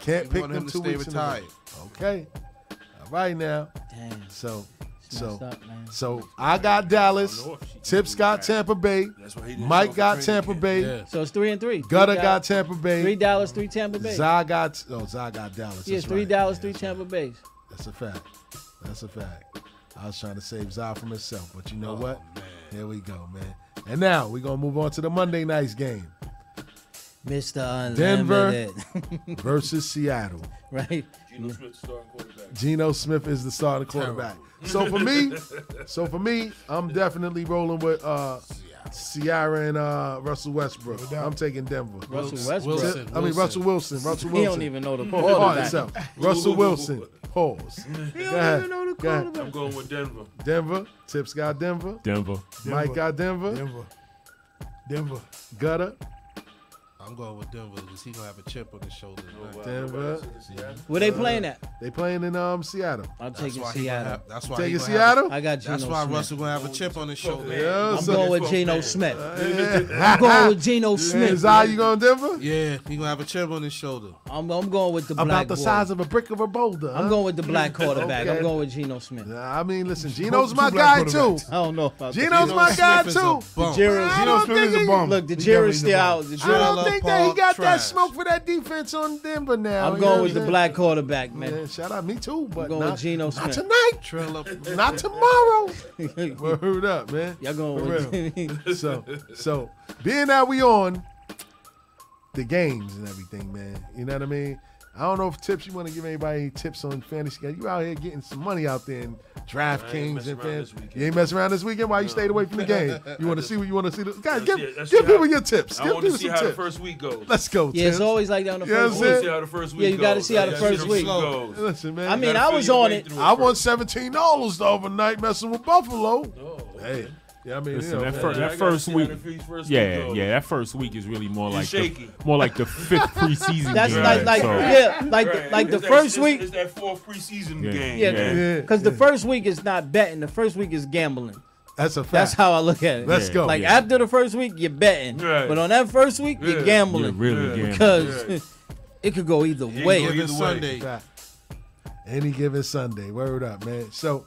[SPEAKER 5] Can't
[SPEAKER 9] We
[SPEAKER 5] pick
[SPEAKER 9] want
[SPEAKER 5] them
[SPEAKER 9] him to
[SPEAKER 5] two
[SPEAKER 9] stay
[SPEAKER 5] weeks In
[SPEAKER 9] retired.
[SPEAKER 5] a row. Okay. All right now.
[SPEAKER 10] Damn.
[SPEAKER 5] So
[SPEAKER 10] It's
[SPEAKER 5] so
[SPEAKER 10] messed up, man.
[SPEAKER 5] so I got Dallas. Tips got Tampa Bay. Mike got Tampa Bay.
[SPEAKER 10] So it's three and three.
[SPEAKER 5] Gutter
[SPEAKER 10] Three
[SPEAKER 5] got
[SPEAKER 10] Dallas-
[SPEAKER 5] Tampa Bay.
[SPEAKER 10] Three Dallas, three Tampa Bay.
[SPEAKER 5] Zai got oh Zai got Dallas.
[SPEAKER 10] yeah,
[SPEAKER 5] That's
[SPEAKER 10] three
[SPEAKER 5] right.
[SPEAKER 10] Dallas, three Tampa Bays.
[SPEAKER 5] That's a fact. That's a fact. I was trying to save Zai from himself, but you
[SPEAKER 6] Oh,
[SPEAKER 5] know what? Here we go, man. And now we're gonna move on to the Monday night's game.
[SPEAKER 10] Mr.
[SPEAKER 5] Denver
[SPEAKER 10] Unlimited.
[SPEAKER 5] versus Seattle.
[SPEAKER 10] right?
[SPEAKER 6] Geno Smith starting quarterback.
[SPEAKER 5] Geno Smith is the starting quarterback. So for me, so for me, I'm definitely rolling with uh Ciara and uh, Russell Westbrook. I'm taking Denver.
[SPEAKER 10] Russell Westbrook. Wilson,
[SPEAKER 5] I mean Russell Wilson. Russell
[SPEAKER 10] He
[SPEAKER 5] Wilson.
[SPEAKER 10] don't even know the
[SPEAKER 5] Pause
[SPEAKER 10] quarterback.
[SPEAKER 5] itself. Russell Wilson. Pause.
[SPEAKER 6] He
[SPEAKER 5] Go ahead. Go ahead.
[SPEAKER 6] I'm going with Denver.
[SPEAKER 5] Denver. Tips got Denver.
[SPEAKER 8] Denver.
[SPEAKER 5] Mike got Denver.
[SPEAKER 7] Denver. Denver.
[SPEAKER 5] Gutter.
[SPEAKER 9] I'm going with Denver because he gonna have a chip on his shoulder. tonight.
[SPEAKER 5] Denver.
[SPEAKER 10] Where they playing at?
[SPEAKER 5] They playing in um Seattle.
[SPEAKER 10] I'm
[SPEAKER 9] That's
[SPEAKER 10] taking
[SPEAKER 9] why he gonna
[SPEAKER 10] Seattle.
[SPEAKER 9] have- That's why
[SPEAKER 5] Taking
[SPEAKER 9] he gonna have a-
[SPEAKER 5] Seattle?
[SPEAKER 10] I got
[SPEAKER 9] That's
[SPEAKER 10] Geno
[SPEAKER 9] why
[SPEAKER 10] Smith.
[SPEAKER 9] Russell gonna have a chip on his shoulder.
[SPEAKER 5] Yeah,
[SPEAKER 10] I'm
[SPEAKER 5] so-
[SPEAKER 10] going with Geno Smith.
[SPEAKER 5] Yeah.
[SPEAKER 10] I'm going with Geno Smith.
[SPEAKER 5] Is I you going Denver?
[SPEAKER 9] Yeah, he gonna have a chip on his shoulder.
[SPEAKER 10] I'm, I'm going with the
[SPEAKER 5] About
[SPEAKER 10] black
[SPEAKER 5] the
[SPEAKER 10] boy.
[SPEAKER 5] size of a brick of a boulder.
[SPEAKER 10] I'm
[SPEAKER 5] huh?
[SPEAKER 10] going with the black quarterback.
[SPEAKER 5] Okay.
[SPEAKER 10] I'm going with Geno Smith.
[SPEAKER 5] Nah, I mean, listen, Geno's
[SPEAKER 10] Two
[SPEAKER 5] my guy
[SPEAKER 10] black
[SPEAKER 5] too.
[SPEAKER 10] quarterbacks. I don't know about
[SPEAKER 5] Geno's
[SPEAKER 10] that.
[SPEAKER 5] my
[SPEAKER 10] Geno
[SPEAKER 5] guy
[SPEAKER 10] Smith is a
[SPEAKER 5] too.
[SPEAKER 10] bum. Geno
[SPEAKER 5] I don't
[SPEAKER 10] Smith
[SPEAKER 5] think
[SPEAKER 10] is a
[SPEAKER 5] he-
[SPEAKER 10] bum. Look, the He jury's still definitely is a bum.
[SPEAKER 5] I
[SPEAKER 10] out. The
[SPEAKER 5] don't
[SPEAKER 10] jury-
[SPEAKER 5] think that he got that
[SPEAKER 10] Trash.
[SPEAKER 5] smoke for that defense on Denver now.
[SPEAKER 10] I'm
[SPEAKER 5] you
[SPEAKER 10] going
[SPEAKER 5] know
[SPEAKER 10] with the
[SPEAKER 5] what I'm
[SPEAKER 10] black quarterback, man.
[SPEAKER 5] saying? Yeah, shout out me too, but
[SPEAKER 10] going with
[SPEAKER 5] not,
[SPEAKER 10] Geno
[SPEAKER 5] not
[SPEAKER 10] Smith.
[SPEAKER 5] tonight.
[SPEAKER 9] Trail up.
[SPEAKER 5] Not tomorrow. Word up, man.
[SPEAKER 10] Y'all going
[SPEAKER 5] For
[SPEAKER 10] with
[SPEAKER 5] real. so so being that we on the games and everything, man. You know what I mean? I don't know if tips you want to give anybody any tips on fantasy. You out here getting some money out there in DraftKings
[SPEAKER 6] messing
[SPEAKER 5] and
[SPEAKER 6] around
[SPEAKER 5] fans.
[SPEAKER 6] this weekend.
[SPEAKER 5] You ain't messing around this weekend. Why you
[SPEAKER 6] No.
[SPEAKER 5] stayed away from the game? You want to see what you want to see. The, guys, give,
[SPEAKER 6] it. Let's
[SPEAKER 5] give
[SPEAKER 6] see
[SPEAKER 5] people
[SPEAKER 6] how-
[SPEAKER 5] your tips.
[SPEAKER 6] I
[SPEAKER 5] give
[SPEAKER 6] wanna
[SPEAKER 5] people
[SPEAKER 6] see
[SPEAKER 5] some
[SPEAKER 6] how the
[SPEAKER 5] tips.
[SPEAKER 6] first week goes.
[SPEAKER 5] Let's go.
[SPEAKER 10] Yeah, it's
[SPEAKER 5] tips.
[SPEAKER 10] always like that on the
[SPEAKER 5] You know
[SPEAKER 10] first
[SPEAKER 5] what I'm
[SPEAKER 10] week.
[SPEAKER 5] saying?
[SPEAKER 6] See how the first
[SPEAKER 10] Yeah,
[SPEAKER 6] week
[SPEAKER 10] you gotta
[SPEAKER 6] goes.
[SPEAKER 10] see how the
[SPEAKER 6] Yeah, see how
[SPEAKER 10] first
[SPEAKER 6] the
[SPEAKER 10] week
[SPEAKER 6] week
[SPEAKER 10] goes.
[SPEAKER 6] goes.
[SPEAKER 5] Listen, man.
[SPEAKER 10] I mean,
[SPEAKER 5] gotta
[SPEAKER 10] I
[SPEAKER 5] feel
[SPEAKER 10] was
[SPEAKER 5] your
[SPEAKER 10] on
[SPEAKER 5] way
[SPEAKER 10] it.
[SPEAKER 5] through I won seventeen dollars the other night messing with Buffalo.
[SPEAKER 6] Oh,
[SPEAKER 5] Hey, yeah, I mean,
[SPEAKER 8] Listen,
[SPEAKER 5] you know,
[SPEAKER 8] that, fir-
[SPEAKER 5] man.
[SPEAKER 8] that first
[SPEAKER 6] see
[SPEAKER 8] week,
[SPEAKER 6] how the first- first
[SPEAKER 8] yeah,
[SPEAKER 6] week goes.
[SPEAKER 8] yeah, that first week is really more
[SPEAKER 6] It's
[SPEAKER 8] like
[SPEAKER 6] shaky.
[SPEAKER 8] the, more like the fifth preseason
[SPEAKER 10] That's
[SPEAKER 8] game.
[SPEAKER 10] like- like-
[SPEAKER 8] so.
[SPEAKER 10] yeah, like the- like the
[SPEAKER 6] It's that-
[SPEAKER 10] first
[SPEAKER 6] it's-
[SPEAKER 10] week-
[SPEAKER 6] It's that fourth preseason
[SPEAKER 8] Yeah.
[SPEAKER 6] game.
[SPEAKER 8] Yeah.
[SPEAKER 6] man.
[SPEAKER 10] Because the first week is not betting. The first week is gambling.
[SPEAKER 5] That's a fact.
[SPEAKER 10] That's how I look at it.
[SPEAKER 5] Let's go.
[SPEAKER 10] Like
[SPEAKER 5] Yeah.
[SPEAKER 10] after the first week, you're betting.
[SPEAKER 5] Right.
[SPEAKER 10] But on that first week,
[SPEAKER 5] Yeah.
[SPEAKER 10] you're gambling.
[SPEAKER 5] You're really Yeah. gambling.
[SPEAKER 10] Because
[SPEAKER 5] Yeah.
[SPEAKER 10] it could go either
[SPEAKER 5] Any
[SPEAKER 10] way.
[SPEAKER 5] given Fact. Any given Sunday. Word up, man. So,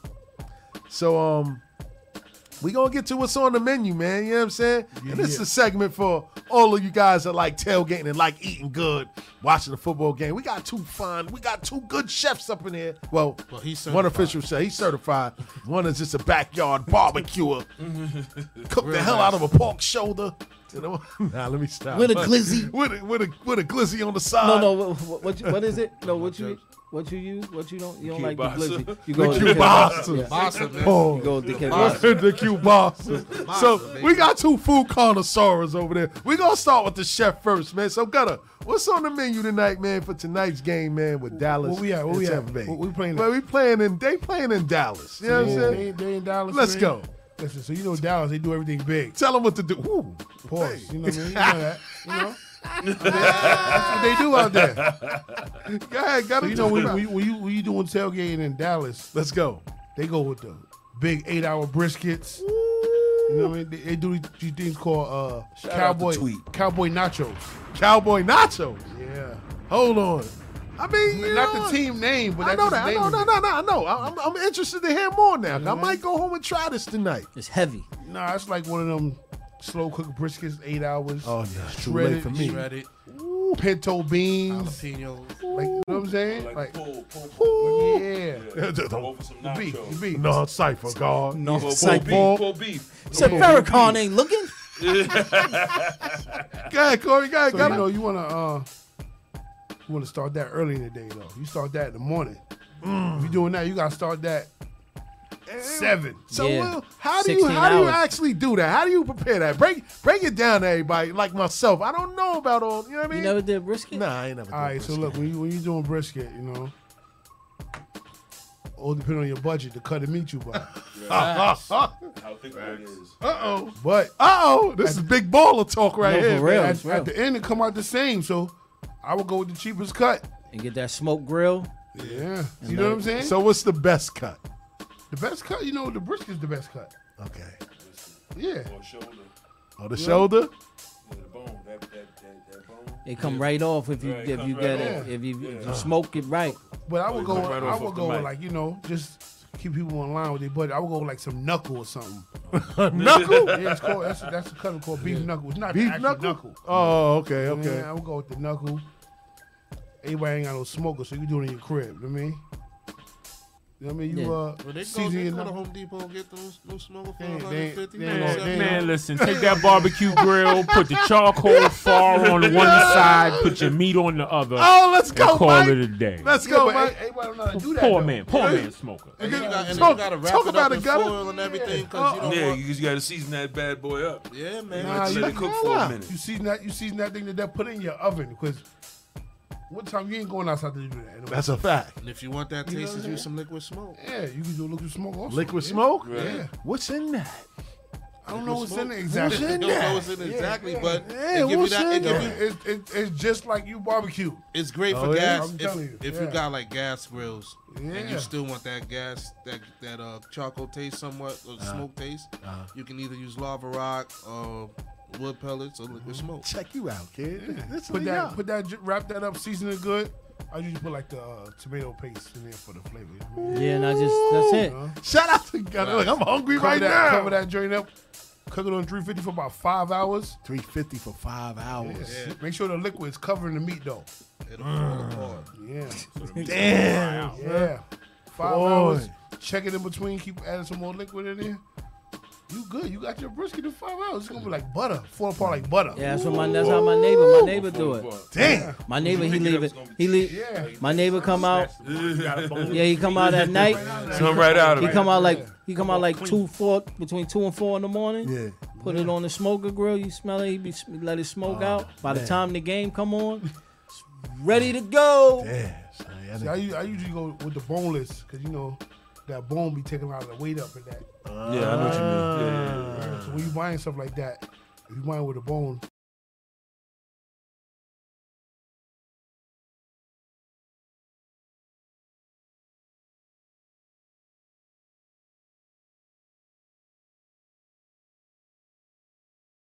[SPEAKER 5] so um, We gonna get to what's on the menu, man. You know what I'm saying? and this is a segment for all of you guys that like tailgating and like eating good, watching the football game. We got two fine, we got two good chefs up in here. Well,
[SPEAKER 9] Well, he's
[SPEAKER 5] one
[SPEAKER 9] certified.
[SPEAKER 5] official said he's certified. one is just a backyard barbecuer. Cook the
[SPEAKER 9] Real
[SPEAKER 5] hell
[SPEAKER 9] nice.
[SPEAKER 5] out of a pork shoulder. You know? nah, let me stop.
[SPEAKER 10] With a glizzy.
[SPEAKER 5] With a, with a with a glizzy on the side.
[SPEAKER 10] No, no. What, what, what, you- what is it? No, what you what you use? What you don't? You don't like the
[SPEAKER 5] Kielbasa.
[SPEAKER 10] glizzy. You
[SPEAKER 5] the
[SPEAKER 10] with
[SPEAKER 5] kielbasa.
[SPEAKER 10] yeah.
[SPEAKER 5] Oh,
[SPEAKER 10] You go with the kielbasa.
[SPEAKER 5] the kielbasa. So we got two food connoisseurs over there. We're gonna start with the chef first, man. So Gunner, what's on the menu tonight, man, for tonight's game, man, with Dallas?
[SPEAKER 7] where we at? Where
[SPEAKER 5] and
[SPEAKER 7] we at?
[SPEAKER 5] Tampa Bay?
[SPEAKER 7] Where we playing
[SPEAKER 5] Well, we playing in they playing in Dallas. You know what I'm
[SPEAKER 7] Yeah.
[SPEAKER 5] saying?
[SPEAKER 7] They, they in Dallas.
[SPEAKER 5] Let's
[SPEAKER 7] man.
[SPEAKER 5] go.
[SPEAKER 7] Listen, so you know Dallas, they do everything big.
[SPEAKER 5] Tell them what to do. Ooh,
[SPEAKER 7] pause. You know what I mean? You know that. You know. That's what they do out there.
[SPEAKER 5] Go ahead, got
[SPEAKER 7] so
[SPEAKER 5] it.
[SPEAKER 7] You know when, when, you- when you when you doing tailgating in Dallas?
[SPEAKER 5] Let's go.
[SPEAKER 7] They go with the big eight hour briskets. You know what I mean? They, they do these- these things called uh,
[SPEAKER 5] Shout out to
[SPEAKER 7] cowboy
[SPEAKER 5] Tweet.
[SPEAKER 7] cowboy nachos.
[SPEAKER 5] Cowboy nachos.
[SPEAKER 7] Yeah.
[SPEAKER 5] Hold on. I mean, you
[SPEAKER 7] Not
[SPEAKER 5] know,
[SPEAKER 7] the team name, but
[SPEAKER 5] I
[SPEAKER 7] that's
[SPEAKER 5] know
[SPEAKER 7] just
[SPEAKER 5] that.
[SPEAKER 7] the
[SPEAKER 5] I
[SPEAKER 7] name
[SPEAKER 5] know,
[SPEAKER 7] of it.
[SPEAKER 5] no, no, no, I know. I- I'm, I'm interested to hear more now. I might go home and try this tonight.
[SPEAKER 10] It's heavy.
[SPEAKER 7] Nah, it's like one of them slow cook briskets, eight hours.
[SPEAKER 5] Oh, yeah, it's too late
[SPEAKER 7] Shredded,
[SPEAKER 5] for me.
[SPEAKER 7] Shredded. Pinto beans.
[SPEAKER 9] Jalapeno.
[SPEAKER 7] Like, you know what I'm saying? Like, yeah.
[SPEAKER 5] Over
[SPEAKER 9] some
[SPEAKER 7] The beef, the beef.
[SPEAKER 5] No cipher, God.
[SPEAKER 7] No,
[SPEAKER 5] Yeah.
[SPEAKER 7] Cypher.
[SPEAKER 5] Football.
[SPEAKER 7] Full beef.
[SPEAKER 10] Said
[SPEAKER 7] Full
[SPEAKER 10] Farrakhan
[SPEAKER 7] beef.
[SPEAKER 10] ain't looking.
[SPEAKER 5] Go ahead, Corey. Go ahead,
[SPEAKER 7] so, You
[SPEAKER 5] go ahead.
[SPEAKER 7] know, you wanna uh, you wanna start that early in the day though. You start that in the morning.
[SPEAKER 5] Mm.
[SPEAKER 7] If you doing that, you gotta start that seven.
[SPEAKER 5] So Will, how do you how do you actually do that? How do you prepare that? Break break it down to everybody, like myself. I don't know about all. You know what I mean?
[SPEAKER 10] never did brisket.
[SPEAKER 5] Nah, I ain't never.
[SPEAKER 7] All right, so look, when you when you doing brisket, you know, all depending on your budget, the cut of meat you buy.
[SPEAKER 5] Uh
[SPEAKER 7] oh, but
[SPEAKER 5] uh oh, this is big baller talk right
[SPEAKER 7] No,
[SPEAKER 5] here.
[SPEAKER 7] for
[SPEAKER 5] man.
[SPEAKER 7] real,
[SPEAKER 5] At-
[SPEAKER 7] at, at the end, it come out the same. So I would go with the cheapest cut.
[SPEAKER 10] And get that smoke grill.
[SPEAKER 7] Yeah,
[SPEAKER 10] And
[SPEAKER 7] you know
[SPEAKER 10] let it-
[SPEAKER 7] what I'm saying.
[SPEAKER 5] So what's the best cut?
[SPEAKER 7] the best cut, you know, the brisket's the best cut.
[SPEAKER 5] Okay.
[SPEAKER 7] Yeah.
[SPEAKER 5] Oh, the
[SPEAKER 7] Yeah.
[SPEAKER 5] shoulder.
[SPEAKER 10] It come right off if you
[SPEAKER 7] Right, it
[SPEAKER 10] if
[SPEAKER 7] comes
[SPEAKER 10] you
[SPEAKER 7] right
[SPEAKER 10] get
[SPEAKER 7] off.
[SPEAKER 10] it if you if
[SPEAKER 7] Yeah.
[SPEAKER 10] you smoke it right.
[SPEAKER 7] But I would go.
[SPEAKER 10] Right
[SPEAKER 7] I
[SPEAKER 10] off
[SPEAKER 7] would
[SPEAKER 10] of the
[SPEAKER 7] go
[SPEAKER 10] mic.
[SPEAKER 7] like you know, just keep people in line with their budget. I would go like some knuckle or something.
[SPEAKER 5] Knuckle?
[SPEAKER 7] Yeah, it's called. That's that's a cutting called beef knuckle. It's not
[SPEAKER 5] Beef
[SPEAKER 7] the actual
[SPEAKER 5] knuckle?
[SPEAKER 7] knuckle.
[SPEAKER 5] Oh, okay, okay.
[SPEAKER 7] Yeah, I would go with the knuckle. Everybody ain't got no smoker, so you can do it in your crib. You know what I mean? You know what I mean? You
[SPEAKER 9] Yeah.
[SPEAKER 7] uh,
[SPEAKER 9] Well, they go,
[SPEAKER 7] season
[SPEAKER 9] they
[SPEAKER 7] your
[SPEAKER 9] go to
[SPEAKER 7] knuckle.
[SPEAKER 9] Home Depot and get those little smoker for
[SPEAKER 7] They- they-
[SPEAKER 9] 150
[SPEAKER 7] they-
[SPEAKER 9] bucks.
[SPEAKER 7] they-
[SPEAKER 8] Man, listen, take that barbecue grill, put the charcoal far on one side, put your meat on the other.
[SPEAKER 5] Oh, let's
[SPEAKER 8] and
[SPEAKER 5] go,
[SPEAKER 8] call
[SPEAKER 5] Mike.
[SPEAKER 8] it a day.
[SPEAKER 5] Let's
[SPEAKER 7] Yeah,
[SPEAKER 5] go,
[SPEAKER 7] but
[SPEAKER 5] Mike.
[SPEAKER 7] Everybody don't know how to do that.
[SPEAKER 8] Poor
[SPEAKER 7] though.
[SPEAKER 8] man, poor man smoker.
[SPEAKER 9] And you gotta- and you
[SPEAKER 5] Talk-
[SPEAKER 9] gotta wrap
[SPEAKER 5] talk
[SPEAKER 9] it
[SPEAKER 5] about
[SPEAKER 9] up
[SPEAKER 5] it,
[SPEAKER 9] in
[SPEAKER 5] Gunner.
[SPEAKER 9] foil and everything 'cause you don't
[SPEAKER 6] yeah,
[SPEAKER 9] want-
[SPEAKER 6] you just gotta season that bad boy up.
[SPEAKER 9] Yeah,
[SPEAKER 6] You
[SPEAKER 9] man.
[SPEAKER 6] have to
[SPEAKER 7] you-
[SPEAKER 6] let it cook for
[SPEAKER 7] nah.
[SPEAKER 6] a minute.
[SPEAKER 7] You season that. You season that thing that they put in your oven because what time you ain't going outside to do that. anyway.
[SPEAKER 5] That's a fact.
[SPEAKER 9] And if you want that
[SPEAKER 7] You know
[SPEAKER 9] taste,
[SPEAKER 7] what
[SPEAKER 9] just
[SPEAKER 7] I'm
[SPEAKER 9] use
[SPEAKER 7] saying?
[SPEAKER 9] some liquid smoke.
[SPEAKER 7] Yeah, you can do liquid smoke also.
[SPEAKER 5] Liquid
[SPEAKER 7] yeah.
[SPEAKER 5] smoke.
[SPEAKER 7] Yeah.
[SPEAKER 5] What's in that?
[SPEAKER 7] I don't know what's in it
[SPEAKER 5] What's
[SPEAKER 7] exactly.
[SPEAKER 5] in
[SPEAKER 7] I
[SPEAKER 9] don't know that? what's in it
[SPEAKER 7] Yeah,
[SPEAKER 9] exactly,
[SPEAKER 7] yeah.
[SPEAKER 9] but
[SPEAKER 7] yeah,
[SPEAKER 9] it give you
[SPEAKER 7] what's
[SPEAKER 9] that-
[SPEAKER 7] in
[SPEAKER 9] it give
[SPEAKER 7] there? It- it- it's just like you barbecue.
[SPEAKER 9] It's great for
[SPEAKER 7] Oh, yeah?
[SPEAKER 9] gas
[SPEAKER 7] I'm
[SPEAKER 9] if,
[SPEAKER 7] telling you,
[SPEAKER 9] if
[SPEAKER 7] yeah.
[SPEAKER 9] you got like gas grills and
[SPEAKER 7] Yeah.
[SPEAKER 9] you still want that gas that that uh charcoal taste somewhat or
[SPEAKER 5] Uh-huh.
[SPEAKER 9] smoke taste.
[SPEAKER 5] Uh-huh.
[SPEAKER 9] You can either use lava rock or wood pellets or
[SPEAKER 7] Mm-hmm.
[SPEAKER 9] liquid smoke.
[SPEAKER 5] Check you out, kid. This
[SPEAKER 7] put
[SPEAKER 5] is
[SPEAKER 7] that,
[SPEAKER 5] young.
[SPEAKER 7] put that, j- wrap that up, season it good. I usually put like the uh, tomato paste in there for the flavor. you know what I mean?
[SPEAKER 10] Yeah, and I just that's it.
[SPEAKER 7] Huh?
[SPEAKER 5] Shout out to God. Look, I'm hungry
[SPEAKER 7] cover
[SPEAKER 5] right
[SPEAKER 7] that,
[SPEAKER 5] now.
[SPEAKER 7] Cover that joint up. Cook it on 350 for about five hours.
[SPEAKER 5] 350 for five hours.
[SPEAKER 7] Yeah. Make sure the liquid is covering the meat though.
[SPEAKER 9] It'll fall apart.
[SPEAKER 7] Yeah.
[SPEAKER 5] Damn.
[SPEAKER 7] Yeah. Five
[SPEAKER 5] Boy.
[SPEAKER 7] hours. Check it in between. Keep adding some more liquid in there. You good? You got your brisket in five hours. It's gonna be like butter, fall apart like butter.
[SPEAKER 10] Yeah, that's what my that's how my neighbor my neighbor do it.
[SPEAKER 7] Damn.
[SPEAKER 10] My neighbor he
[SPEAKER 7] Pick it
[SPEAKER 10] leave
[SPEAKER 7] up,
[SPEAKER 10] it. He leave. My neighbor come out. Yeah, he come out at night.
[SPEAKER 6] Come right out of
[SPEAKER 10] He
[SPEAKER 6] it.
[SPEAKER 10] come out like he come out like two four between two and four in the morning.
[SPEAKER 5] Yeah. Oh,
[SPEAKER 10] Put it on the smoker grill. You smell it. He be sm- let it smoke out. By the
[SPEAKER 7] man.
[SPEAKER 10] time the game come on, it's ready to go.
[SPEAKER 7] See, I, u- I usually go with the boneless because you know that bone be taking a lot of the weight up in that.
[SPEAKER 6] Yeah, I know what you mean. Yeah, yeah, yeah.
[SPEAKER 7] So when you buying stuff like that, if you buying with a bone,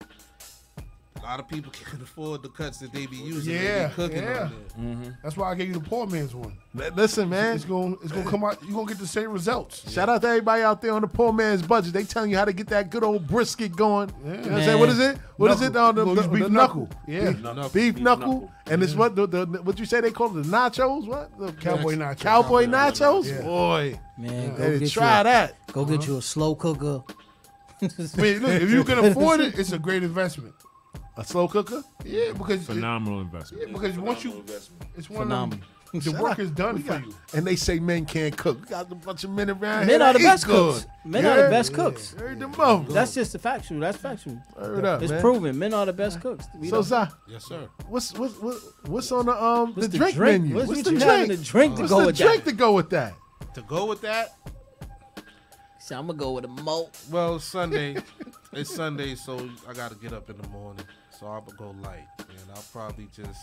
[SPEAKER 9] A lot of people can afford the cuts that they be using. they be
[SPEAKER 7] Yeah,
[SPEAKER 9] cooking
[SPEAKER 7] yeah.
[SPEAKER 9] on there.
[SPEAKER 7] That's why I gave you the poor man's one.
[SPEAKER 5] Listen, man.
[SPEAKER 7] It's gonna, it's gonna come out. You are gonna get the same results.
[SPEAKER 5] Shout out to everybody out there on the poor man's budget. They telling you how to get that good old brisket going. You know what I'm saying? What is it? What is it?
[SPEAKER 7] Knuckle.
[SPEAKER 5] Uh, the,
[SPEAKER 7] Well,
[SPEAKER 5] the-
[SPEAKER 7] use beef
[SPEAKER 5] the
[SPEAKER 7] knuckle.
[SPEAKER 5] knuckle.
[SPEAKER 7] Yeah.
[SPEAKER 5] Beef
[SPEAKER 7] Beef knuckle.
[SPEAKER 5] knuckle.
[SPEAKER 7] Beef knuckle.
[SPEAKER 5] And it's what the, the, the- what you say they call it, the nachos? What? The
[SPEAKER 7] Cowboy nachos.
[SPEAKER 5] Cowboy nachos?
[SPEAKER 7] Yeah.
[SPEAKER 5] Boy.
[SPEAKER 10] Man,
[SPEAKER 5] They
[SPEAKER 10] go get
[SPEAKER 5] try
[SPEAKER 10] you a-
[SPEAKER 5] that. Uh-huh.
[SPEAKER 10] Go get you a slow cooker.
[SPEAKER 7] I mean, look, if you can afford it, it's a great investment.
[SPEAKER 5] A slow cooker?
[SPEAKER 7] Yeah, because
[SPEAKER 8] Phenomenal
[SPEAKER 7] Yeah,
[SPEAKER 8] investment.
[SPEAKER 7] because once you, it's one of them. The
[SPEAKER 5] Shout
[SPEAKER 7] work
[SPEAKER 5] out.
[SPEAKER 7] is done
[SPEAKER 5] We
[SPEAKER 7] for
[SPEAKER 5] got-
[SPEAKER 7] you.
[SPEAKER 5] And they say men can't cook. We got a bunch of men around here.
[SPEAKER 10] Men are
[SPEAKER 5] that
[SPEAKER 10] the
[SPEAKER 5] eat
[SPEAKER 10] best
[SPEAKER 5] good.
[SPEAKER 10] cooks. Men are
[SPEAKER 5] Yeah.
[SPEAKER 10] the best cooks.
[SPEAKER 5] Yeah. Heard them up.
[SPEAKER 10] That's just the factual. That's factual.
[SPEAKER 5] Heard up,
[SPEAKER 10] it's
[SPEAKER 5] man.
[SPEAKER 10] proven. Men are the best cooks. We
[SPEAKER 5] So
[SPEAKER 10] don't-
[SPEAKER 5] Zai,
[SPEAKER 9] Yes, sir.
[SPEAKER 5] what's what's what, what's on the um
[SPEAKER 10] What's
[SPEAKER 5] the,
[SPEAKER 10] the
[SPEAKER 5] drink,
[SPEAKER 10] drink?
[SPEAKER 5] menu?
[SPEAKER 10] What's
[SPEAKER 5] what's
[SPEAKER 10] what
[SPEAKER 5] the
[SPEAKER 10] you having
[SPEAKER 5] drink?
[SPEAKER 10] to drink to
[SPEAKER 5] what's
[SPEAKER 10] go
[SPEAKER 5] the
[SPEAKER 10] with that?
[SPEAKER 5] drink to go with that?
[SPEAKER 9] To go with that,
[SPEAKER 10] So I'm gonna go with a malt.
[SPEAKER 9] well, Sunday, it's Sunday, so I gotta get up in the morning. So I'm gonna go light, and I'll probably just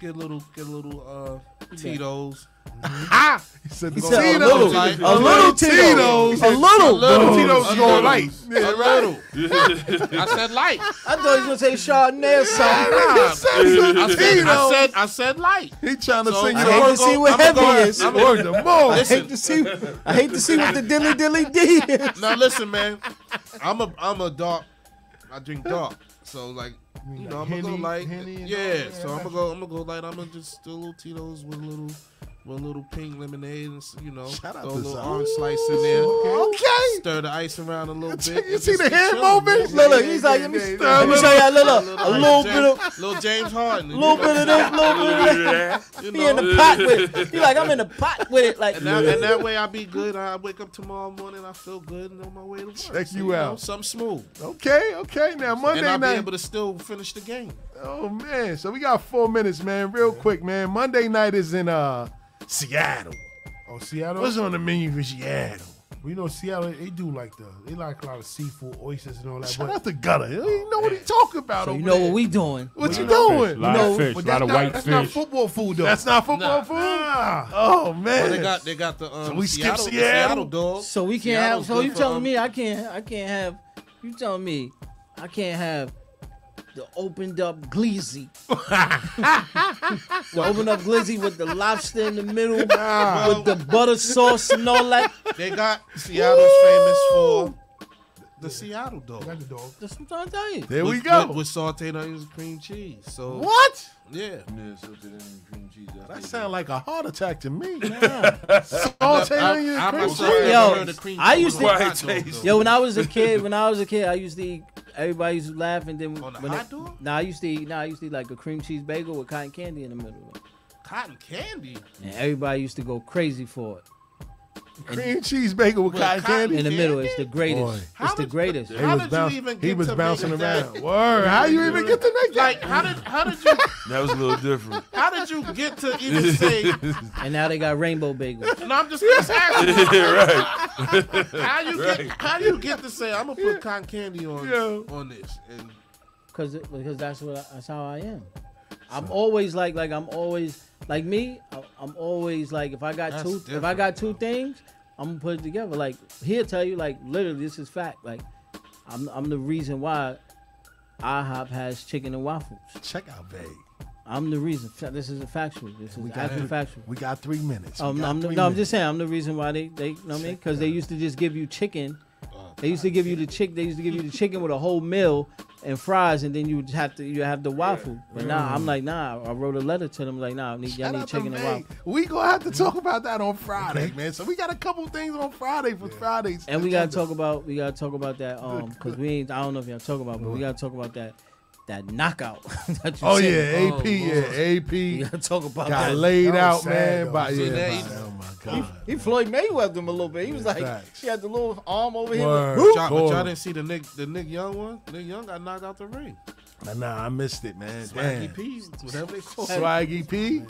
[SPEAKER 9] get a little, get a little uh, Tito's.
[SPEAKER 5] Ah, he said
[SPEAKER 9] He
[SPEAKER 5] the
[SPEAKER 9] said a
[SPEAKER 5] Tito's.
[SPEAKER 9] little light.
[SPEAKER 5] a little Tito's, a little,
[SPEAKER 9] A
[SPEAKER 5] Tito's
[SPEAKER 9] little.
[SPEAKER 5] going light.
[SPEAKER 9] A little. I said light.
[SPEAKER 10] I thought he was gonna say Chardonnay or something.
[SPEAKER 9] I said, I said, I
[SPEAKER 10] Tito's.
[SPEAKER 9] said, I said light.
[SPEAKER 5] He trying
[SPEAKER 10] I hate to see what heavy is. I hate to see. I hate to see what the dilly dilly D is.
[SPEAKER 9] Now listen, man. I'm a I'm a dark. I drink dark, so like you know I'm gonna go
[SPEAKER 7] Henny-
[SPEAKER 9] light.
[SPEAKER 7] Henny and all
[SPEAKER 9] Yeah,
[SPEAKER 7] that?
[SPEAKER 9] so I'm gonna go I'm gonna go light. I'm gonna just do a little Tito's with a little with a little pink lemonade and s- you know
[SPEAKER 5] Shout out
[SPEAKER 9] throw a
[SPEAKER 5] to
[SPEAKER 9] little
[SPEAKER 5] Zion.
[SPEAKER 9] orange slice in there.
[SPEAKER 5] Okay.
[SPEAKER 9] Stir the ice around a little bit.
[SPEAKER 5] You
[SPEAKER 9] and
[SPEAKER 5] see
[SPEAKER 9] just
[SPEAKER 5] the
[SPEAKER 9] be
[SPEAKER 5] hand
[SPEAKER 9] chilling.
[SPEAKER 5] movement?
[SPEAKER 10] Look, look, he's like, let me
[SPEAKER 9] Yeah, yeah,
[SPEAKER 10] stir.
[SPEAKER 9] yeah.
[SPEAKER 10] Let me show y'all, look, look, a little bit of,
[SPEAKER 9] little James Harden.
[SPEAKER 10] a little bit of this, little bit of that.
[SPEAKER 9] You
[SPEAKER 10] He in
[SPEAKER 9] know.
[SPEAKER 10] the pot with it. He like, I'm in the pot with it. Like,
[SPEAKER 9] And that, and that way I be good. I wake up tomorrow morning, I feel good, and on my way to work.
[SPEAKER 5] Check
[SPEAKER 9] So,
[SPEAKER 5] you
[SPEAKER 9] Know,
[SPEAKER 5] out.
[SPEAKER 9] something smooth.
[SPEAKER 5] Okay, okay. Now Monday
[SPEAKER 9] and I'll
[SPEAKER 5] night.
[SPEAKER 9] be able to still finish the game.
[SPEAKER 5] Oh man, so we got four minutes, man. Real quick, man. Monday night is in uh Seattle.
[SPEAKER 7] Oh, Seattle.
[SPEAKER 5] What's on the menu for Seattle?
[SPEAKER 7] We know Seattle. They do like the. They like a lot of seafood, oysters, and all that.
[SPEAKER 5] Shout
[SPEAKER 7] but-
[SPEAKER 5] out to Gutter. He know what he talking about oh,
[SPEAKER 10] so you
[SPEAKER 5] over
[SPEAKER 10] know
[SPEAKER 5] there.
[SPEAKER 10] what we doing?
[SPEAKER 5] What you
[SPEAKER 7] know,
[SPEAKER 5] doing?
[SPEAKER 7] fish,
[SPEAKER 5] You
[SPEAKER 7] lot of
[SPEAKER 5] know,
[SPEAKER 7] fish, lot
[SPEAKER 5] but that's
[SPEAKER 7] of
[SPEAKER 5] not-
[SPEAKER 7] white
[SPEAKER 5] That's not
[SPEAKER 7] fish.
[SPEAKER 5] football food, though.
[SPEAKER 7] That's
[SPEAKER 5] not football food. Oh man.
[SPEAKER 9] Well, they got they got the um,
[SPEAKER 5] So we skip
[SPEAKER 9] Seattle, the
[SPEAKER 5] Seattle?
[SPEAKER 9] dog.
[SPEAKER 10] So we can't
[SPEAKER 9] Seattle's
[SPEAKER 10] have. So
[SPEAKER 9] good
[SPEAKER 10] you
[SPEAKER 9] for,
[SPEAKER 10] telling
[SPEAKER 9] um,
[SPEAKER 10] me I can't? I can't have. You telling me I can't have the opened up glizzy? the opened up glizzy with the lobster in the middle, with the butter sauce and all that.
[SPEAKER 9] They got Seattle's famous for the Seattle dog.
[SPEAKER 7] Like the dog.
[SPEAKER 10] That's what I'm trying to tell you.
[SPEAKER 5] There
[SPEAKER 9] with,
[SPEAKER 5] we go.
[SPEAKER 9] With, with sauteed onions and cream cheese. So
[SPEAKER 5] What?
[SPEAKER 9] Yeah.
[SPEAKER 5] That sound like a heart attack to me.
[SPEAKER 9] I- I-
[SPEAKER 5] Sauteing
[SPEAKER 9] I
[SPEAKER 5] your cream
[SPEAKER 9] myself
[SPEAKER 5] cheese.
[SPEAKER 9] have
[SPEAKER 10] Yo,
[SPEAKER 9] heard of cream
[SPEAKER 10] I
[SPEAKER 9] cheese
[SPEAKER 10] used
[SPEAKER 9] on a hot
[SPEAKER 10] to.
[SPEAKER 9] dog, though.
[SPEAKER 10] Yo, when I was a kid, when I was a kid, I used to eat. Everybody used to laugh, and then
[SPEAKER 9] On a
[SPEAKER 10] when
[SPEAKER 9] hot
[SPEAKER 10] it-
[SPEAKER 9] dog?
[SPEAKER 10] nah, I used to eat. Nah, I used to eat like a cream cheese bagel with cotton candy in the middle.
[SPEAKER 9] cotton candy.
[SPEAKER 10] And everybody used to go crazy for it.
[SPEAKER 5] Cream cheese bagel with
[SPEAKER 9] With
[SPEAKER 5] cotton
[SPEAKER 9] cotton
[SPEAKER 5] candy.
[SPEAKER 10] In the middle, it's the greatest.
[SPEAKER 5] Boy.
[SPEAKER 10] It's
[SPEAKER 9] How
[SPEAKER 10] the
[SPEAKER 9] did-
[SPEAKER 10] greatest.
[SPEAKER 5] He
[SPEAKER 9] How
[SPEAKER 5] was
[SPEAKER 9] did you
[SPEAKER 5] bouncing,
[SPEAKER 9] even
[SPEAKER 5] he
[SPEAKER 9] get
[SPEAKER 5] was
[SPEAKER 9] to
[SPEAKER 5] bouncing
[SPEAKER 9] make that?
[SPEAKER 5] around. Word. How you even get to make
[SPEAKER 9] Like
[SPEAKER 5] that?
[SPEAKER 9] how did how did you
[SPEAKER 19] That was a little different.
[SPEAKER 9] how did you get to even say?
[SPEAKER 10] And now they got rainbow bagels.
[SPEAKER 9] And I'm just, just asking.
[SPEAKER 19] right.
[SPEAKER 9] How you get
[SPEAKER 19] Right.
[SPEAKER 9] how you get to say I'm gonna put cotton candy on
[SPEAKER 5] Yeah.
[SPEAKER 9] on this and
[SPEAKER 10] Cause it- because that's what I, that's how I am. I'm always like like I'm always like me. I, I'm always like if I got
[SPEAKER 9] That's
[SPEAKER 10] two if I got two things, I'm gonna put it together. Like he'll tell you like literally this is fact. Like I'm I'm the reason why IHOP has chicken and waffles.
[SPEAKER 5] Check out, babe.
[SPEAKER 10] I'm the reason. Fa- This is a factual. This is
[SPEAKER 5] We got
[SPEAKER 10] actual
[SPEAKER 5] three-
[SPEAKER 10] factual.
[SPEAKER 5] We got three minutes. We
[SPEAKER 10] Um,
[SPEAKER 5] got
[SPEAKER 10] I'm,
[SPEAKER 5] three
[SPEAKER 10] no, I'm
[SPEAKER 5] minutes.
[SPEAKER 10] just saying I'm the reason why they they you know what I mean
[SPEAKER 5] Check
[SPEAKER 10] because they used to just give you chicken.
[SPEAKER 5] Uh,
[SPEAKER 10] They used to give you the chick. They used to give you the chicken with a whole meal and fries, and then you would have to you have the waffle. But now I'm like, nah. I wrote a letter to them like, nah. I need, y'all
[SPEAKER 5] Mm. Shout
[SPEAKER 10] need
[SPEAKER 5] out to
[SPEAKER 10] chicken and
[SPEAKER 5] Meg.
[SPEAKER 10] waffle.
[SPEAKER 5] We gonna have to talk about that on Friday, man. So we got a couple things on Friday for Fridays.
[SPEAKER 10] And we gotta
[SPEAKER 5] agenda.
[SPEAKER 10] talk about we gotta talk about that um because we ain't I don't know if y'all talk about, but we gotta talk about that that knockout. that you
[SPEAKER 5] Oh
[SPEAKER 10] sent.
[SPEAKER 5] yeah, AP, yeah, AP.
[SPEAKER 10] We gotta talk about
[SPEAKER 5] got
[SPEAKER 10] that.
[SPEAKER 5] laid
[SPEAKER 10] That was
[SPEAKER 5] out,
[SPEAKER 10] sad,
[SPEAKER 5] man.
[SPEAKER 10] though.
[SPEAKER 5] By,
[SPEAKER 10] See,
[SPEAKER 5] yeah,
[SPEAKER 10] that
[SPEAKER 5] by-
[SPEAKER 10] he-
[SPEAKER 5] oh my god.
[SPEAKER 10] He Floyd Mayweather him a little bit. He was like,
[SPEAKER 5] facts.
[SPEAKER 10] she had the little arm over here.
[SPEAKER 5] Word.
[SPEAKER 9] But y'all, but
[SPEAKER 5] Boy.
[SPEAKER 9] y'all didn't see the Nick the Nick Young one. Nick Young got knocked out the ring.
[SPEAKER 5] Nah, nah, I missed it, man.
[SPEAKER 9] Swaggy
[SPEAKER 5] Damn.
[SPEAKER 9] P, whatever they call it.
[SPEAKER 5] Swaggy P.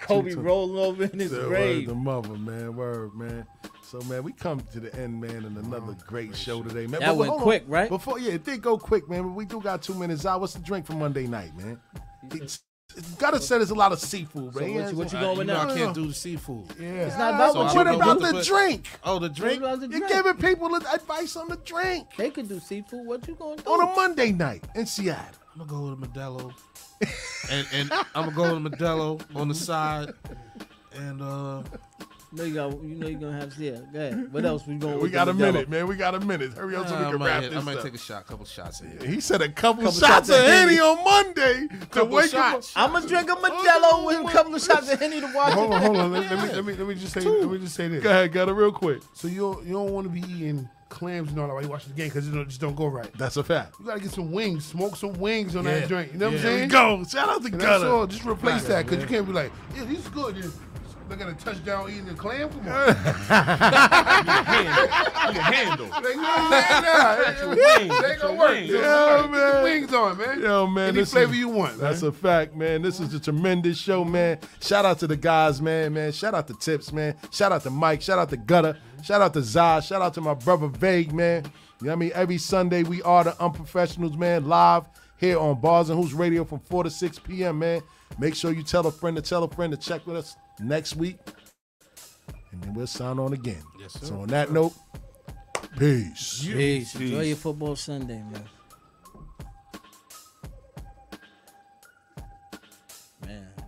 [SPEAKER 10] Kobe rolling over in his
[SPEAKER 5] The
[SPEAKER 10] grave.
[SPEAKER 5] Word, the mother, man. Word, man. So man, we come to the end, man, and another
[SPEAKER 9] Oh,
[SPEAKER 5] great, show today, man.
[SPEAKER 10] That went
[SPEAKER 5] hold on.
[SPEAKER 10] quick, right?
[SPEAKER 5] Before, yeah, it did go quick, man. But we do got two minutes out. What's the drink for Monday night, man? gotta say there's a lot of seafood, man.
[SPEAKER 9] So what you- what you going with now? I can't do the seafood.
[SPEAKER 5] Yeah.
[SPEAKER 9] It's not about
[SPEAKER 5] So
[SPEAKER 9] what you
[SPEAKER 5] what
[SPEAKER 9] do.
[SPEAKER 5] about
[SPEAKER 9] What
[SPEAKER 5] the
[SPEAKER 9] to put-
[SPEAKER 5] drink?
[SPEAKER 9] Oh, the drink? What about the
[SPEAKER 5] You're
[SPEAKER 9] drink?
[SPEAKER 5] giving people advice on the drink.
[SPEAKER 10] They could do seafood. What you gonna do?
[SPEAKER 5] On a Monday night in Seattle.
[SPEAKER 9] I'm gonna go with a Modelo, and and I'm gonna go with a Modelo on the side, and uh,
[SPEAKER 10] No, you got. You know you're gonna have. Yeah. Go ahead. What else we going?
[SPEAKER 5] We got a minute, man. We got a minute. Hurry up so we
[SPEAKER 9] I
[SPEAKER 5] can
[SPEAKER 9] might,
[SPEAKER 5] wrap
[SPEAKER 9] hit-
[SPEAKER 5] this
[SPEAKER 9] I might
[SPEAKER 5] up.
[SPEAKER 9] take a shot, a couple shots in here.
[SPEAKER 5] He said a couple, shots, of Henny on Monday to
[SPEAKER 9] Couple
[SPEAKER 5] wake
[SPEAKER 9] shots.
[SPEAKER 5] him up.
[SPEAKER 10] I'm gonna drink a Modelo with a couple of shots of Henny to watch.
[SPEAKER 7] hold
[SPEAKER 10] it.
[SPEAKER 7] on, hold on. Let, let me let me let me just say let me just say this.
[SPEAKER 5] Go ahead, got it real quick.
[SPEAKER 7] So you don't, you don't want to be eating clams and all that while you watching the game because it just don't go right.
[SPEAKER 5] That's a fact.
[SPEAKER 7] You gotta get some wings, smoke some wings on
[SPEAKER 5] Yeah.
[SPEAKER 7] that drink. You know what
[SPEAKER 5] Yeah.
[SPEAKER 7] I'm saying?
[SPEAKER 5] Go. Shout out to
[SPEAKER 7] And
[SPEAKER 5] Gunna.
[SPEAKER 7] That's all. Just replace
[SPEAKER 5] Right.
[SPEAKER 7] that because
[SPEAKER 5] Yeah.
[SPEAKER 7] you can't be like, yeah, this is good. Just Look at a touchdown eating a clam. Come on. you
[SPEAKER 5] can handle.
[SPEAKER 7] They gonna work. They
[SPEAKER 5] Yeah,
[SPEAKER 7] gonna work. Get
[SPEAKER 5] man.
[SPEAKER 7] the wings on, man.
[SPEAKER 5] Yo, man.
[SPEAKER 7] Any
[SPEAKER 5] this
[SPEAKER 7] flavor
[SPEAKER 5] is-
[SPEAKER 7] you want.
[SPEAKER 5] That's
[SPEAKER 7] man.
[SPEAKER 5] a fact, man. This is a tremendous show, man. Shout out to the guys, man, man. Shout out to Tips, man. Shout out to Mike. Shout out to Gutter. Shout out to Zai. Shout out to my brother Vague, man. You know what I mean? Every Sunday, we are the unprofessionals, man, live here on Bars and Hoops Radio from 4 to 6 p.m., man. Make sure you tell a friend to tell a friend to check with us next week. And then we'll sign on again.
[SPEAKER 10] Yes, sir.
[SPEAKER 5] So on that note, peace.
[SPEAKER 10] Peace. Enjoy your football Sunday, man. Man,